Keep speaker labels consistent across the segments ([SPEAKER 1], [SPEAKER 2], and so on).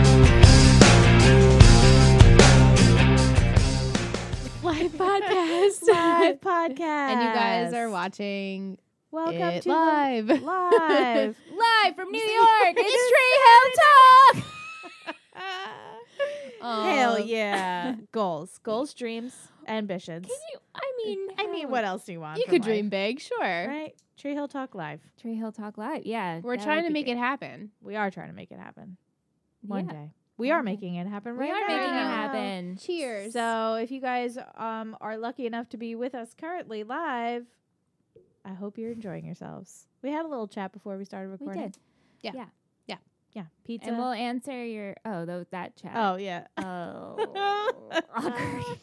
[SPEAKER 1] and you guys are watching
[SPEAKER 2] Welcome
[SPEAKER 1] it
[SPEAKER 2] to
[SPEAKER 1] live.
[SPEAKER 2] the live.
[SPEAKER 3] Live from New York, it's Tree Hill Talk. Um,
[SPEAKER 2] Hell yeah. goals, goals, dreams, ambitions.
[SPEAKER 3] Can you? I mean, um,
[SPEAKER 2] I mean,
[SPEAKER 3] hell.
[SPEAKER 2] what else do you want?
[SPEAKER 1] You
[SPEAKER 2] from
[SPEAKER 1] could
[SPEAKER 2] life,
[SPEAKER 1] dream big, sure.
[SPEAKER 2] right? Tree Hill Talk Live.
[SPEAKER 3] Tree Hill Talk Live. Yeah,
[SPEAKER 1] We're trying to make it happen.
[SPEAKER 2] We are trying to make it happen one
[SPEAKER 3] One day.
[SPEAKER 2] day. We are
[SPEAKER 3] One day.
[SPEAKER 2] making it happen
[SPEAKER 3] We
[SPEAKER 2] right
[SPEAKER 3] are
[SPEAKER 2] now.
[SPEAKER 3] making it happen.
[SPEAKER 1] Cheers.
[SPEAKER 2] So if you guys um, are lucky enough to be with us currently live, I hope you're enjoying yourselves. We had a little chat before we started
[SPEAKER 3] We
[SPEAKER 2] recording.
[SPEAKER 3] did,
[SPEAKER 2] Yeah. Pizza.
[SPEAKER 3] and we'll answer your oh tho- that chat.
[SPEAKER 2] oh, yeah.
[SPEAKER 3] oh, awkward.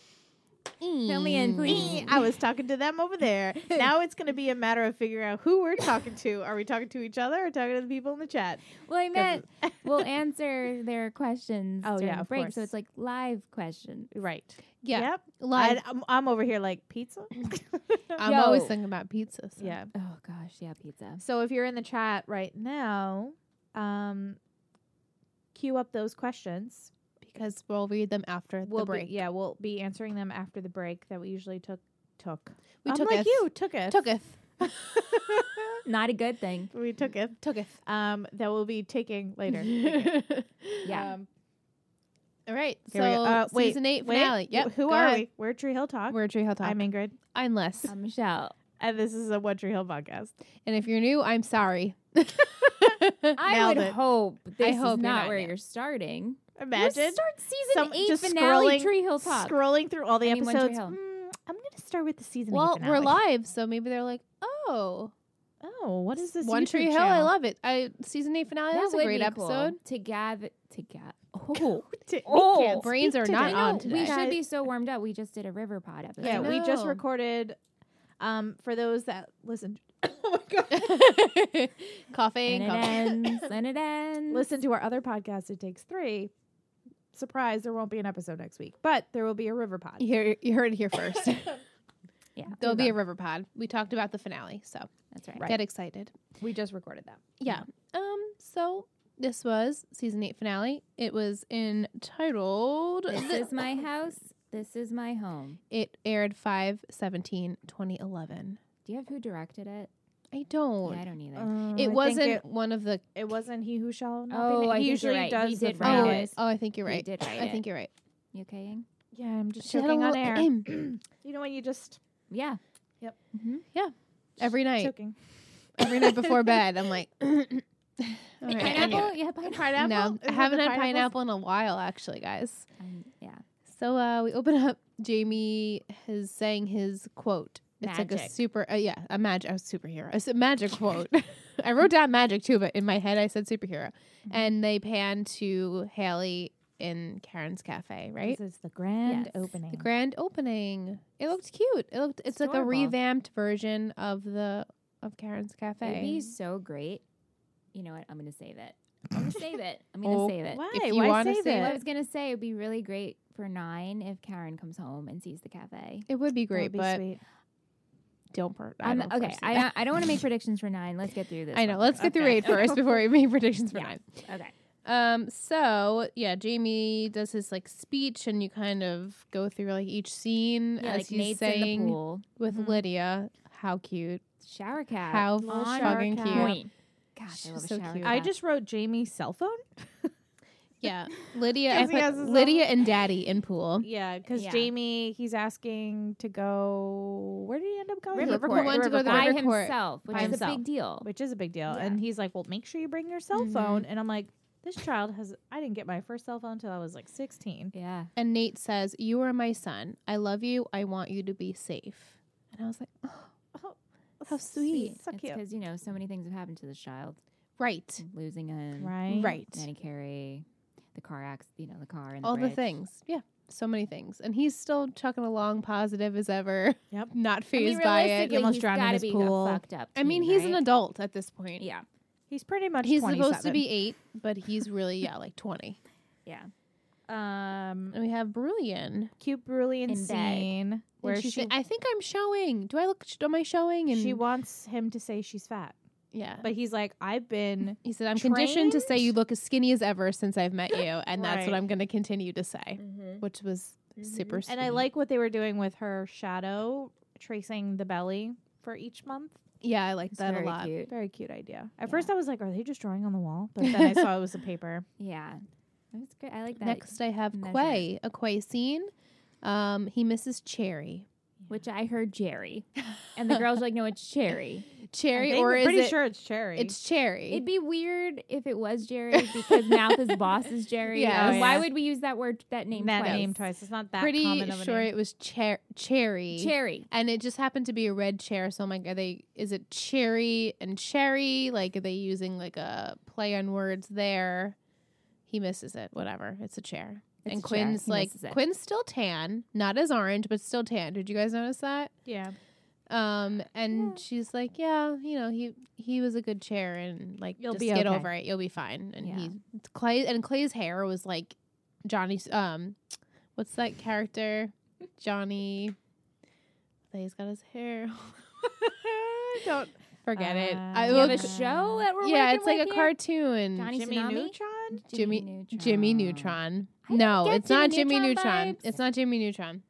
[SPEAKER 3] Fill me in, please.
[SPEAKER 2] Mm. I was talking to them over there. Now it's going to be a matter of figuring out who we're talking to. Are we talking to each other or talking to the people in the chat?
[SPEAKER 3] Well, I meant we'll answer their questions.
[SPEAKER 2] Oh, yeah,
[SPEAKER 3] during
[SPEAKER 2] of
[SPEAKER 3] break.
[SPEAKER 2] course.
[SPEAKER 3] So it's like live question.
[SPEAKER 2] Right.
[SPEAKER 1] Yeah.
[SPEAKER 2] Yep.
[SPEAKER 1] Live.
[SPEAKER 2] I, I'm, I'm over here like pizza.
[SPEAKER 1] I'm
[SPEAKER 3] Yo.
[SPEAKER 1] always thinking about pizza. so.
[SPEAKER 2] yeah.
[SPEAKER 3] Oh gosh, yeah, pizza.
[SPEAKER 2] So if you're in the chat right now, um, queue up those questions
[SPEAKER 1] Because we'll read them after
[SPEAKER 2] we'll
[SPEAKER 1] the break.
[SPEAKER 2] Be, yeah, we'll be answering them after the break that we usually took. Took.
[SPEAKER 1] We
[SPEAKER 2] I'm
[SPEAKER 1] took
[SPEAKER 2] like
[SPEAKER 1] it.
[SPEAKER 2] you took it.
[SPEAKER 1] Tooketh.
[SPEAKER 3] Not a good thing.
[SPEAKER 2] we took it.
[SPEAKER 1] Tooketh.
[SPEAKER 2] Um, that we'll be taking later.
[SPEAKER 3] Yeah.
[SPEAKER 1] Um, all right.
[SPEAKER 2] Here
[SPEAKER 1] so
[SPEAKER 2] we go. Uh, wait,
[SPEAKER 1] season eight
[SPEAKER 2] Wait,
[SPEAKER 1] finale. Yep.
[SPEAKER 2] Who
[SPEAKER 1] go
[SPEAKER 2] are
[SPEAKER 1] on.
[SPEAKER 2] we? We're Tree Hill Talk.
[SPEAKER 1] We're Tree Hill Talk.
[SPEAKER 2] I'm Ingrid,
[SPEAKER 1] I'm Les.
[SPEAKER 2] Um,
[SPEAKER 3] I'm uh, Michelle.
[SPEAKER 2] and this is a What Tree Hill podcast.
[SPEAKER 1] and if you're new, I'm sorry.
[SPEAKER 3] I
[SPEAKER 2] Nailed
[SPEAKER 3] would
[SPEAKER 2] it.
[SPEAKER 3] hope this is
[SPEAKER 1] hope
[SPEAKER 3] not,
[SPEAKER 1] you're not
[SPEAKER 3] where
[SPEAKER 1] new.
[SPEAKER 3] you're starting. You
[SPEAKER 2] Imagine
[SPEAKER 3] start season
[SPEAKER 2] some-
[SPEAKER 3] eight
[SPEAKER 2] just
[SPEAKER 3] finale
[SPEAKER 2] scrolling-
[SPEAKER 3] Tree Hill Talk.
[SPEAKER 2] scrolling through all the
[SPEAKER 3] I mean, One Tree
[SPEAKER 2] episodes.
[SPEAKER 3] Hill.
[SPEAKER 2] Mm, I'm going to start with the season. eight
[SPEAKER 1] well, we're
[SPEAKER 2] finale.
[SPEAKER 1] live, so maybe they're like, oh,
[SPEAKER 2] Oh, what is this?
[SPEAKER 1] One
[SPEAKER 2] YouTube
[SPEAKER 1] Tree Hill.
[SPEAKER 2] channel?
[SPEAKER 1] I love it. I season eight finale. That was a
[SPEAKER 3] would
[SPEAKER 1] great
[SPEAKER 3] be cool.
[SPEAKER 1] episode.
[SPEAKER 3] To gather, to gather. Oh,
[SPEAKER 2] T-
[SPEAKER 3] Oh,
[SPEAKER 2] we can't
[SPEAKER 1] brains
[SPEAKER 2] speak
[SPEAKER 1] are
[SPEAKER 2] today.
[SPEAKER 1] not on
[SPEAKER 3] no,
[SPEAKER 1] today.
[SPEAKER 3] we should
[SPEAKER 2] Guys-
[SPEAKER 3] be so warmed up. We just did a river pod episode.
[SPEAKER 2] Yeah, we just
[SPEAKER 1] know.
[SPEAKER 2] recorded. Um, for those that listened, oh my god,
[SPEAKER 1] coughing.
[SPEAKER 3] and it
[SPEAKER 1] coughing.
[SPEAKER 3] ends, and it ends.
[SPEAKER 2] listen to our other podcast, It Takes Three. Surprise, there won't be an episode next week, but there will be a river pod.
[SPEAKER 1] You, hear, you heard it here first.
[SPEAKER 3] yeah,
[SPEAKER 1] There'll be a river pod. We talked about the finale, so
[SPEAKER 3] that's right.
[SPEAKER 1] get excited.
[SPEAKER 2] We just recorded that.
[SPEAKER 1] Yeah. Um. So this was season eight finale. It was entitled.
[SPEAKER 3] This is my house. This is my home.
[SPEAKER 1] it aired 5 17 2011.
[SPEAKER 3] Do you have who directed it?
[SPEAKER 1] I don't.
[SPEAKER 3] Yeah, I don't either.
[SPEAKER 1] It
[SPEAKER 2] I
[SPEAKER 1] wasn't
[SPEAKER 2] think It,
[SPEAKER 1] one of the.
[SPEAKER 2] it wasn't he who shall not
[SPEAKER 3] Oh,
[SPEAKER 2] be named. he
[SPEAKER 3] I think you're
[SPEAKER 2] usually
[SPEAKER 3] right.
[SPEAKER 2] does
[SPEAKER 3] He
[SPEAKER 2] the
[SPEAKER 3] did write
[SPEAKER 1] Oh,
[SPEAKER 2] finale.
[SPEAKER 3] it.
[SPEAKER 1] oh, I think you're
[SPEAKER 3] He
[SPEAKER 1] right.
[SPEAKER 3] did write
[SPEAKER 1] I
[SPEAKER 3] it.
[SPEAKER 1] think you're right.
[SPEAKER 3] you okay? Ying?
[SPEAKER 2] Yeah, I'm just
[SPEAKER 1] She had a
[SPEAKER 2] choking on
[SPEAKER 1] little
[SPEAKER 2] air.
[SPEAKER 1] aim.
[SPEAKER 2] you know when you just
[SPEAKER 3] Yeah.
[SPEAKER 2] Yep.
[SPEAKER 3] hmm
[SPEAKER 1] Every night,
[SPEAKER 2] choking
[SPEAKER 1] every night before bed, I'm like. All right, anyway.
[SPEAKER 3] Pineapple. Yeah, pineapple.
[SPEAKER 2] pineapple.
[SPEAKER 1] No,
[SPEAKER 2] Is
[SPEAKER 1] I
[SPEAKER 2] it
[SPEAKER 1] haven't
[SPEAKER 2] the
[SPEAKER 1] had
[SPEAKER 2] pineapples?
[SPEAKER 1] pineapple in a while, actually, guys.
[SPEAKER 3] Um, yeah.
[SPEAKER 1] So uh, we open up. Jamie is saying his quote. It's like a
[SPEAKER 3] Magic.
[SPEAKER 1] super, uh, yeah, a magic, a superhero. It's a magic quote. I wrote down magic too, but in my head I said superhero. And they pan to Haley in Karen's cafe, right?
[SPEAKER 2] This is the grand
[SPEAKER 3] Yes.
[SPEAKER 2] opening.
[SPEAKER 1] The grand opening. It looked cute. It looked. It's like a
[SPEAKER 3] Adorable.
[SPEAKER 1] revamped version of the of Karen's cafe.
[SPEAKER 3] It'd be so great. You know what? I'm gonna save it. I'm gonna save it. I'm gonna
[SPEAKER 1] Oh,
[SPEAKER 3] save it.
[SPEAKER 2] Why?
[SPEAKER 1] If you
[SPEAKER 2] Why
[SPEAKER 1] wanna
[SPEAKER 2] save
[SPEAKER 1] say
[SPEAKER 3] Well, I
[SPEAKER 2] it?
[SPEAKER 3] was gonna say it'd be really great for nine if Karen comes home and sees the cafe.
[SPEAKER 1] It would be
[SPEAKER 2] That
[SPEAKER 1] great,
[SPEAKER 2] would be
[SPEAKER 1] but
[SPEAKER 2] sweet.
[SPEAKER 1] don't. Per- I
[SPEAKER 3] I'm
[SPEAKER 1] don't
[SPEAKER 3] okay.
[SPEAKER 1] foresee
[SPEAKER 3] I
[SPEAKER 1] that.
[SPEAKER 3] don't, I don't want to make predictions for nine. Let's get through this.
[SPEAKER 1] I know.
[SPEAKER 3] one.
[SPEAKER 1] Let's get through
[SPEAKER 3] Okay.
[SPEAKER 1] eight first before we make predictions for
[SPEAKER 3] Yeah.
[SPEAKER 1] nine.
[SPEAKER 3] Okay.
[SPEAKER 1] Um, so yeah, Jamie does his like speech and you kind of go through like each scene
[SPEAKER 3] Yeah,
[SPEAKER 1] as
[SPEAKER 3] like
[SPEAKER 1] he's
[SPEAKER 3] Nate's in
[SPEAKER 1] saying
[SPEAKER 3] the pool.
[SPEAKER 1] with
[SPEAKER 2] Mhm.
[SPEAKER 1] Lydia. How cute.
[SPEAKER 3] Shower cat.
[SPEAKER 1] How
[SPEAKER 2] Little
[SPEAKER 3] on
[SPEAKER 2] shower
[SPEAKER 1] fucking
[SPEAKER 2] cat.
[SPEAKER 1] cute.
[SPEAKER 3] point. Gosh, I
[SPEAKER 1] She's
[SPEAKER 3] love a
[SPEAKER 1] so
[SPEAKER 3] shower
[SPEAKER 1] cute.
[SPEAKER 3] cat.
[SPEAKER 2] I just wrote Jamie's cell phone.
[SPEAKER 1] Yeah. Lydia I
[SPEAKER 2] Because he
[SPEAKER 1] put
[SPEAKER 2] has his
[SPEAKER 1] Lydia and Daddy in pool.
[SPEAKER 2] Yeah, because
[SPEAKER 3] Yeah.
[SPEAKER 2] Jamie, he's asking to go. Where did he end up going?
[SPEAKER 3] Riverport.
[SPEAKER 1] He wanted to go to the
[SPEAKER 3] by
[SPEAKER 1] river court.
[SPEAKER 3] himself, which
[SPEAKER 2] By
[SPEAKER 3] is
[SPEAKER 2] himself.
[SPEAKER 3] a big deal.
[SPEAKER 2] which is a big deal.
[SPEAKER 3] Yeah.
[SPEAKER 2] And he's like, "Well, make sure you bring your cell
[SPEAKER 1] Mhm.
[SPEAKER 2] phone." And I'm like, "This child has. I didn't get my first cell phone until I was like 16."
[SPEAKER 3] Yeah.
[SPEAKER 1] And Nate says, You are my son. I love you. I want you to be safe. And I was like, oh, How sweet.
[SPEAKER 2] So
[SPEAKER 3] It's
[SPEAKER 2] cute.
[SPEAKER 3] because you know so many things have happened to this child,
[SPEAKER 1] Right.
[SPEAKER 3] losing him,
[SPEAKER 2] Right.
[SPEAKER 1] Right.
[SPEAKER 3] Nanny Carey, the car accident, you know, the car and
[SPEAKER 1] All the
[SPEAKER 3] bridge.
[SPEAKER 1] things. Yeah. So many things. And he's still chucking along positive as ever.
[SPEAKER 2] Yep.
[SPEAKER 1] Not
[SPEAKER 3] I mean,
[SPEAKER 1] phased by
[SPEAKER 3] realistically,
[SPEAKER 1] it.
[SPEAKER 2] almost
[SPEAKER 3] he's
[SPEAKER 2] drowned in
[SPEAKER 3] gotta
[SPEAKER 2] his
[SPEAKER 3] be a
[SPEAKER 2] pool.
[SPEAKER 3] Fucked up.
[SPEAKER 1] I mean,
[SPEAKER 3] teen,
[SPEAKER 1] he's
[SPEAKER 3] right?
[SPEAKER 1] an adult at this point.
[SPEAKER 3] Yeah.
[SPEAKER 2] He's pretty much.
[SPEAKER 1] He's supposed to
[SPEAKER 2] 27.
[SPEAKER 1] be eight, but he's really yeah, like twenty.
[SPEAKER 3] Yeah.
[SPEAKER 2] um
[SPEAKER 1] And we have Brillian.
[SPEAKER 2] cute brilliant
[SPEAKER 3] In bed.
[SPEAKER 2] scene where
[SPEAKER 1] she,
[SPEAKER 2] she she,
[SPEAKER 1] I think I'm showing. Do I look? Am I showing? And
[SPEAKER 2] wants him to say she's fat,
[SPEAKER 1] yeah.
[SPEAKER 2] but he's like, "I've been."
[SPEAKER 1] he said, "I'm conditioned to say
[SPEAKER 2] trained?
[SPEAKER 1] you look as skinny as ever since I've met you, and that's what
[SPEAKER 2] Right.
[SPEAKER 1] I'm going to continue to say," which was
[SPEAKER 3] Mhm.
[SPEAKER 1] super. Sweet.
[SPEAKER 2] And I like what they were doing with her shadow tracing the belly for each month.
[SPEAKER 1] Yeah, I like
[SPEAKER 3] It's
[SPEAKER 1] that a
[SPEAKER 3] very
[SPEAKER 1] lot.
[SPEAKER 3] cute.
[SPEAKER 2] Very cute idea. At
[SPEAKER 3] Yeah.
[SPEAKER 2] first, I was like, "Are they just drawing on the wall?" But then I saw it was a paper.
[SPEAKER 3] Yeah, that's great. I like that.
[SPEAKER 1] Next, I have
[SPEAKER 3] measure.
[SPEAKER 1] Quay, a Quay scene. Um, he misses Cherry.
[SPEAKER 3] which I heard Jerry, and the girls were like, no, it's Cherry.
[SPEAKER 1] Cherry,
[SPEAKER 2] I think-
[SPEAKER 1] or
[SPEAKER 2] I'm
[SPEAKER 1] is
[SPEAKER 2] pretty
[SPEAKER 1] it?
[SPEAKER 2] sure it's cherry.
[SPEAKER 1] It's Cherry.
[SPEAKER 3] It'd be weird if it was Jerry because mouth is boss is Jerry.
[SPEAKER 1] Yeah.
[SPEAKER 3] and
[SPEAKER 2] Oh,
[SPEAKER 3] Why
[SPEAKER 2] yeah.
[SPEAKER 3] would we use that word that name
[SPEAKER 2] that
[SPEAKER 3] twice?
[SPEAKER 2] name twice. It's not that
[SPEAKER 1] pretty
[SPEAKER 2] common of a
[SPEAKER 1] sure
[SPEAKER 2] name.
[SPEAKER 1] it was cher- Cherry.
[SPEAKER 3] Cherry.
[SPEAKER 1] And it just happened to be a red chair, so I'm like, are they? Is it cherry and cherry? Like, are they using like a play on words there? He misses it. Whatever. It's a chair.
[SPEAKER 3] It's
[SPEAKER 1] and
[SPEAKER 3] a chair.
[SPEAKER 1] Quinn's
[SPEAKER 3] He
[SPEAKER 1] like,
[SPEAKER 3] misses it.
[SPEAKER 1] Quinn's still tan, not as orange, but still tan. Did you guys notice that?
[SPEAKER 2] Yeah,
[SPEAKER 1] Um, and
[SPEAKER 3] Yeah.
[SPEAKER 1] she's like, yeah, you know, he he was a good chair, and like,
[SPEAKER 2] You'll
[SPEAKER 1] just
[SPEAKER 2] be
[SPEAKER 1] get
[SPEAKER 2] okay."
[SPEAKER 1] over it. You'll be fine. And
[SPEAKER 3] Yeah.
[SPEAKER 1] he Clay and Clay's hair was like Johnny's. Um, what's that character? Johnny. Clay's got his hair.
[SPEAKER 2] don't
[SPEAKER 1] Forget it.
[SPEAKER 2] Uh,
[SPEAKER 1] I
[SPEAKER 3] You have a
[SPEAKER 1] look.
[SPEAKER 3] show that we're
[SPEAKER 1] yeah,
[SPEAKER 3] working
[SPEAKER 1] it's like a
[SPEAKER 3] with here?
[SPEAKER 1] cartoon.
[SPEAKER 3] Johnny
[SPEAKER 2] Jimmy
[SPEAKER 3] Tsunami?
[SPEAKER 2] Neutron.
[SPEAKER 1] Jimmy- Jimmy Neutron.
[SPEAKER 3] I don't
[SPEAKER 1] No,
[SPEAKER 3] get
[SPEAKER 1] it's not
[SPEAKER 3] Jimmy
[SPEAKER 1] Jimmy
[SPEAKER 3] Neutron
[SPEAKER 1] Neutron.
[SPEAKER 3] vibes.
[SPEAKER 1] It's not Jimmy Neutron.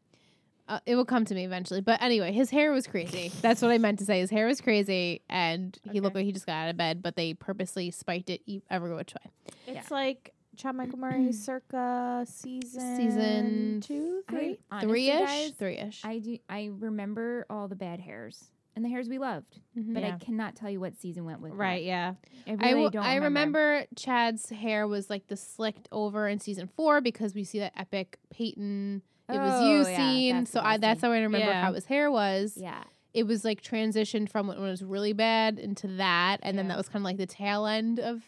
[SPEAKER 1] Uh, it will come to me eventually. But anyway, his hair was crazy. That's what I meant to say. His hair was crazy, and he looked like he just got out of bed. But they purposely spiked it e- every which way.
[SPEAKER 2] It's like John Michael Murray circa season
[SPEAKER 1] Season
[SPEAKER 2] two,
[SPEAKER 3] I-
[SPEAKER 2] three.
[SPEAKER 3] honestly,
[SPEAKER 1] Three ish,
[SPEAKER 3] guys,
[SPEAKER 1] three ish.
[SPEAKER 3] I do. I remember all the bad hairs and the hairs we loved, but
[SPEAKER 2] Yeah.
[SPEAKER 3] I cannot tell you what season went with.
[SPEAKER 2] right. Yeah.
[SPEAKER 3] What. I
[SPEAKER 1] Mm-hmm. I,
[SPEAKER 3] really
[SPEAKER 1] will-
[SPEAKER 3] don't.
[SPEAKER 1] I
[SPEAKER 3] remember.
[SPEAKER 1] remember Chad's hair was like the slicked over in season four because we see that epic Peyton. It was
[SPEAKER 3] Oh,
[SPEAKER 1] you
[SPEAKER 3] yeah,
[SPEAKER 1] scene,
[SPEAKER 3] that's
[SPEAKER 1] so
[SPEAKER 3] what
[SPEAKER 1] I, that's
[SPEAKER 3] see.
[SPEAKER 1] how I remember
[SPEAKER 2] Yeah.
[SPEAKER 1] how his hair was.
[SPEAKER 3] Yeah,
[SPEAKER 1] it was like transitioned from when it was really bad into that, and then
[SPEAKER 2] Yeah.
[SPEAKER 1] that was kind of like the tail end of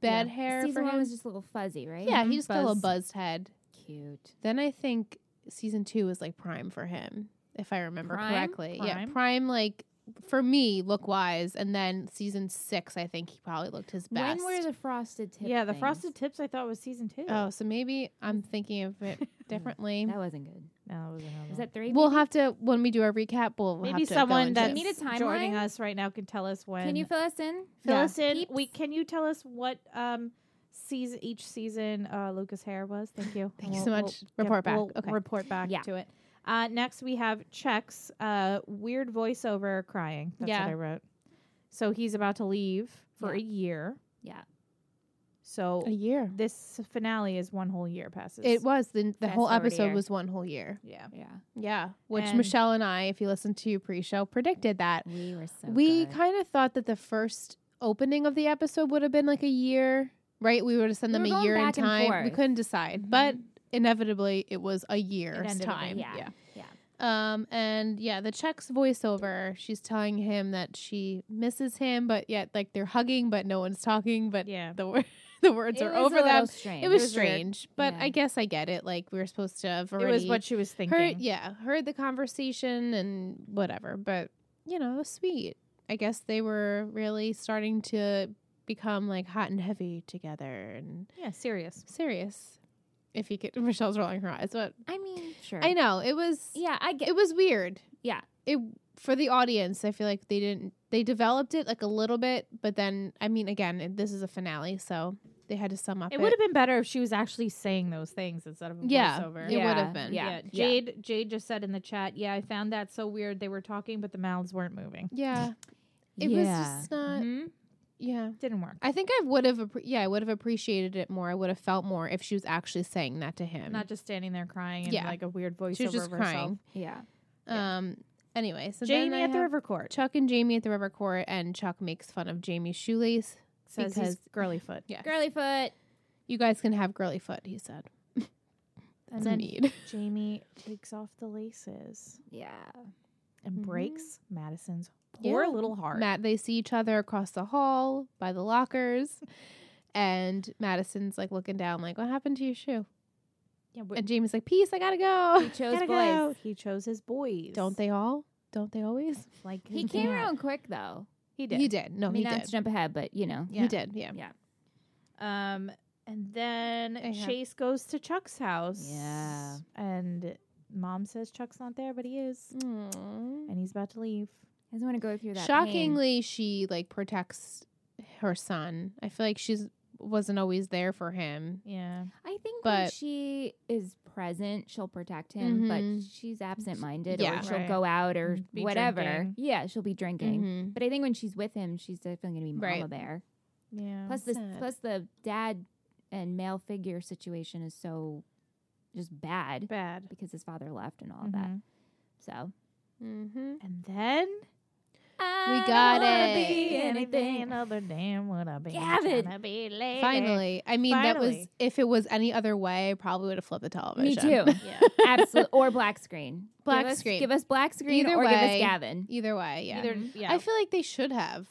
[SPEAKER 1] bad hair
[SPEAKER 3] season
[SPEAKER 1] for him.
[SPEAKER 3] one was Mm-hmm. just a little fuzzy, right?
[SPEAKER 1] yeah, he just got a little
[SPEAKER 2] buzzed.
[SPEAKER 1] buzzed head.
[SPEAKER 3] cute.
[SPEAKER 1] Then I think season two was like prime for him, if I remember
[SPEAKER 3] Prime?
[SPEAKER 1] correctly. Yeah,
[SPEAKER 2] Prime?
[SPEAKER 1] prime like for me look wise, and then season six I think he probably looked his best.
[SPEAKER 3] When were the frosted tips?
[SPEAKER 2] yeah, the frosted tips I thought was season two.
[SPEAKER 1] oh, so maybe I'm thinking of it differently.
[SPEAKER 3] That wasn't good.
[SPEAKER 2] no, it was another.
[SPEAKER 3] Was that three?
[SPEAKER 1] We'll
[SPEAKER 3] maybe?
[SPEAKER 1] have to when we do our recap. We'll we'll
[SPEAKER 2] Maybe
[SPEAKER 1] have to go
[SPEAKER 2] someone
[SPEAKER 1] into
[SPEAKER 2] that's
[SPEAKER 1] it.
[SPEAKER 3] We need a timeline?
[SPEAKER 2] joining us right now can tell us when.
[SPEAKER 3] Can you fill us in?
[SPEAKER 2] fill
[SPEAKER 1] Yeah.
[SPEAKER 2] us in?
[SPEAKER 3] Peeps?
[SPEAKER 2] We can you tell us what um season each season uh, Lucas Hare was? Thank you.
[SPEAKER 1] Thank you
[SPEAKER 2] We'll-
[SPEAKER 1] so
[SPEAKER 2] we'll
[SPEAKER 1] much.
[SPEAKER 2] get-
[SPEAKER 1] Report back.
[SPEAKER 2] we'll
[SPEAKER 1] Okay.
[SPEAKER 2] Report back
[SPEAKER 3] Yeah.
[SPEAKER 2] to it. Uh, next we have Chex. Uh, weird voiceover crying. That's
[SPEAKER 1] Yeah.
[SPEAKER 2] what I wrote. So he's about to leave for
[SPEAKER 3] Yeah.
[SPEAKER 2] a year.
[SPEAKER 3] Yeah.
[SPEAKER 2] So
[SPEAKER 1] a year.
[SPEAKER 2] this finale is one whole year passes.
[SPEAKER 1] It was the, the
[SPEAKER 3] Fast
[SPEAKER 1] whole
[SPEAKER 3] forward a
[SPEAKER 1] episode
[SPEAKER 3] year.
[SPEAKER 1] was one whole year.
[SPEAKER 2] yeah.
[SPEAKER 3] Yeah,
[SPEAKER 1] Yeah, which
[SPEAKER 2] And-
[SPEAKER 1] Michelle and I, if you listen to pre-show, predicted that.
[SPEAKER 3] we were so.
[SPEAKER 1] we
[SPEAKER 3] good.
[SPEAKER 1] kind of thought that the first opening of the episode would have been like a year, right? We would have sent
[SPEAKER 3] We
[SPEAKER 1] them
[SPEAKER 3] were
[SPEAKER 1] a
[SPEAKER 3] going
[SPEAKER 1] year in
[SPEAKER 3] back and
[SPEAKER 1] time. We
[SPEAKER 3] forth. Mm-hmm.
[SPEAKER 1] couldn't decide, but inevitably it was a year's
[SPEAKER 3] ended up being-
[SPEAKER 1] time.
[SPEAKER 3] yeah,
[SPEAKER 1] Um and yeah, the Czech's voiceover, she's telling him that she misses him, but yet like they're hugging, but no one's talking, but
[SPEAKER 2] Yeah.
[SPEAKER 1] the wor- the words
[SPEAKER 3] It
[SPEAKER 1] are
[SPEAKER 3] was a
[SPEAKER 1] over
[SPEAKER 3] little
[SPEAKER 1] them.
[SPEAKER 3] strange.
[SPEAKER 1] It was,
[SPEAKER 3] weird.
[SPEAKER 1] strange, but
[SPEAKER 3] yeah.
[SPEAKER 1] I guess I get it. Like we were supposed to have
[SPEAKER 2] It was
[SPEAKER 1] already-
[SPEAKER 2] what she was thinking.
[SPEAKER 1] Heard, yeah, heard the conversation and whatever, but you know, it was sweet. I guess they were really starting to become like hot and heavy together and
[SPEAKER 2] yeah, serious.
[SPEAKER 1] serious. If you could, Michelle's rolling her eyes, but
[SPEAKER 3] I mean, sure.
[SPEAKER 1] I know it was.
[SPEAKER 3] Yeah, I get.
[SPEAKER 1] it was weird.
[SPEAKER 3] Yeah.
[SPEAKER 1] it for the audience. I feel like they didn't. They developed it like a little bit, but then I mean, again, it- this is a finale, so they had to sum up.
[SPEAKER 2] It would have been better if she was actually saying those things instead of a
[SPEAKER 1] Yeah,
[SPEAKER 2] voiceover.
[SPEAKER 1] it
[SPEAKER 3] Yeah.
[SPEAKER 1] would have been.
[SPEAKER 3] Yeah.
[SPEAKER 2] Yeah. Jade Jade just said in the chat, yeah, I found that so weird. They were talking, but the mouths weren't moving.
[SPEAKER 1] yeah. It
[SPEAKER 3] Yeah.
[SPEAKER 1] was just not.
[SPEAKER 2] Mhm.
[SPEAKER 1] Yeah.
[SPEAKER 2] Didn't work.
[SPEAKER 1] I think I would have, appre- yeah, I would have appreciated it more. I would have felt more if she was actually saying that to him.
[SPEAKER 2] Not just standing there crying and
[SPEAKER 1] Yeah.
[SPEAKER 2] like a weird voiceover.
[SPEAKER 1] she was just
[SPEAKER 2] of herself.
[SPEAKER 1] crying.
[SPEAKER 3] Yeah,
[SPEAKER 1] Um. Anyway, so then
[SPEAKER 2] Jamie
[SPEAKER 1] I
[SPEAKER 2] at the
[SPEAKER 1] have
[SPEAKER 2] River Court
[SPEAKER 1] Chuck and Jamie at the river court, and Chuck makes fun of Jamie's shoelace.
[SPEAKER 2] says
[SPEAKER 1] because-
[SPEAKER 2] he's girly foot.
[SPEAKER 1] Yeah,
[SPEAKER 3] girly foot.
[SPEAKER 1] you guys can have girly foot. He said.
[SPEAKER 2] And
[SPEAKER 1] It's a
[SPEAKER 2] then
[SPEAKER 1] need.
[SPEAKER 2] Jamie takes off the laces
[SPEAKER 3] Yeah.
[SPEAKER 2] and
[SPEAKER 1] Mhm.
[SPEAKER 2] breaks Madison's
[SPEAKER 1] Yeah.
[SPEAKER 2] poor little heart.
[SPEAKER 1] Matt, they see each other across the hall by the lockers, and Madison's like looking down, like, "What happened to your shoe?"
[SPEAKER 2] yeah, but
[SPEAKER 1] And Jamie's like, "Peace, I gotta go."
[SPEAKER 3] He chose
[SPEAKER 2] gotta
[SPEAKER 3] boys.
[SPEAKER 2] go. He chose his boys.
[SPEAKER 1] Don't they all? Don't they always?
[SPEAKER 2] Like
[SPEAKER 3] He came
[SPEAKER 2] that.
[SPEAKER 3] around quick though.
[SPEAKER 2] He did.
[SPEAKER 1] He did. No,
[SPEAKER 3] I mean,
[SPEAKER 1] he
[SPEAKER 3] not
[SPEAKER 1] did.
[SPEAKER 3] to jump ahead, but you know,
[SPEAKER 2] Yeah.
[SPEAKER 1] He did. Yeah.
[SPEAKER 2] Um, and
[SPEAKER 1] I
[SPEAKER 2] then
[SPEAKER 1] have-
[SPEAKER 2] Chase goes to Chuck's house.
[SPEAKER 3] Yeah.
[SPEAKER 2] And mom says Chuck's not there, but he is.
[SPEAKER 1] Aw.
[SPEAKER 2] And he's about to leave.
[SPEAKER 3] doesn't want to go through that. pain.
[SPEAKER 1] Shockingly, she like protects her son. I feel like she's wasn't always there for him.
[SPEAKER 2] Yeah.
[SPEAKER 3] I think when
[SPEAKER 1] But-
[SPEAKER 3] she is present, she'll protect him,
[SPEAKER 1] Mhm.
[SPEAKER 3] but she's absent minded
[SPEAKER 1] Yeah.
[SPEAKER 3] or she'll
[SPEAKER 2] Right.
[SPEAKER 3] go out or
[SPEAKER 2] Be
[SPEAKER 3] whatever.
[SPEAKER 2] drinking.
[SPEAKER 3] Yeah, she'll be drinking.
[SPEAKER 1] Mhm.
[SPEAKER 3] But I think when she's with him, she's definitely gonna be mama
[SPEAKER 1] Right.
[SPEAKER 3] bear.
[SPEAKER 2] Yeah.
[SPEAKER 3] Plus this
[SPEAKER 1] sad.
[SPEAKER 3] plus the dad and male figure situation is so just bad
[SPEAKER 2] bad.
[SPEAKER 3] because his father left and all of that.
[SPEAKER 2] Mhm.
[SPEAKER 3] So
[SPEAKER 1] Mm-hmm.
[SPEAKER 2] And then
[SPEAKER 3] I
[SPEAKER 1] got
[SPEAKER 3] don't wanna
[SPEAKER 1] it.
[SPEAKER 3] be
[SPEAKER 2] anything
[SPEAKER 3] anything.
[SPEAKER 2] other than what I've been
[SPEAKER 3] Gavin.
[SPEAKER 2] tryna be lately.
[SPEAKER 1] Finally, I mean that was
[SPEAKER 2] Finally.
[SPEAKER 1] if it was any other way, I probably would have flipped the
[SPEAKER 3] Me
[SPEAKER 1] television.
[SPEAKER 3] too.
[SPEAKER 2] Yeah.
[SPEAKER 3] Absolutely. Or black screen.
[SPEAKER 1] Black
[SPEAKER 3] Give us-
[SPEAKER 1] screen.
[SPEAKER 3] Give us black screen
[SPEAKER 1] Either
[SPEAKER 3] or give us
[SPEAKER 1] way.
[SPEAKER 3] Gavin.
[SPEAKER 1] Either way, yeah.
[SPEAKER 2] Either, yeah.
[SPEAKER 1] I feel like they should have.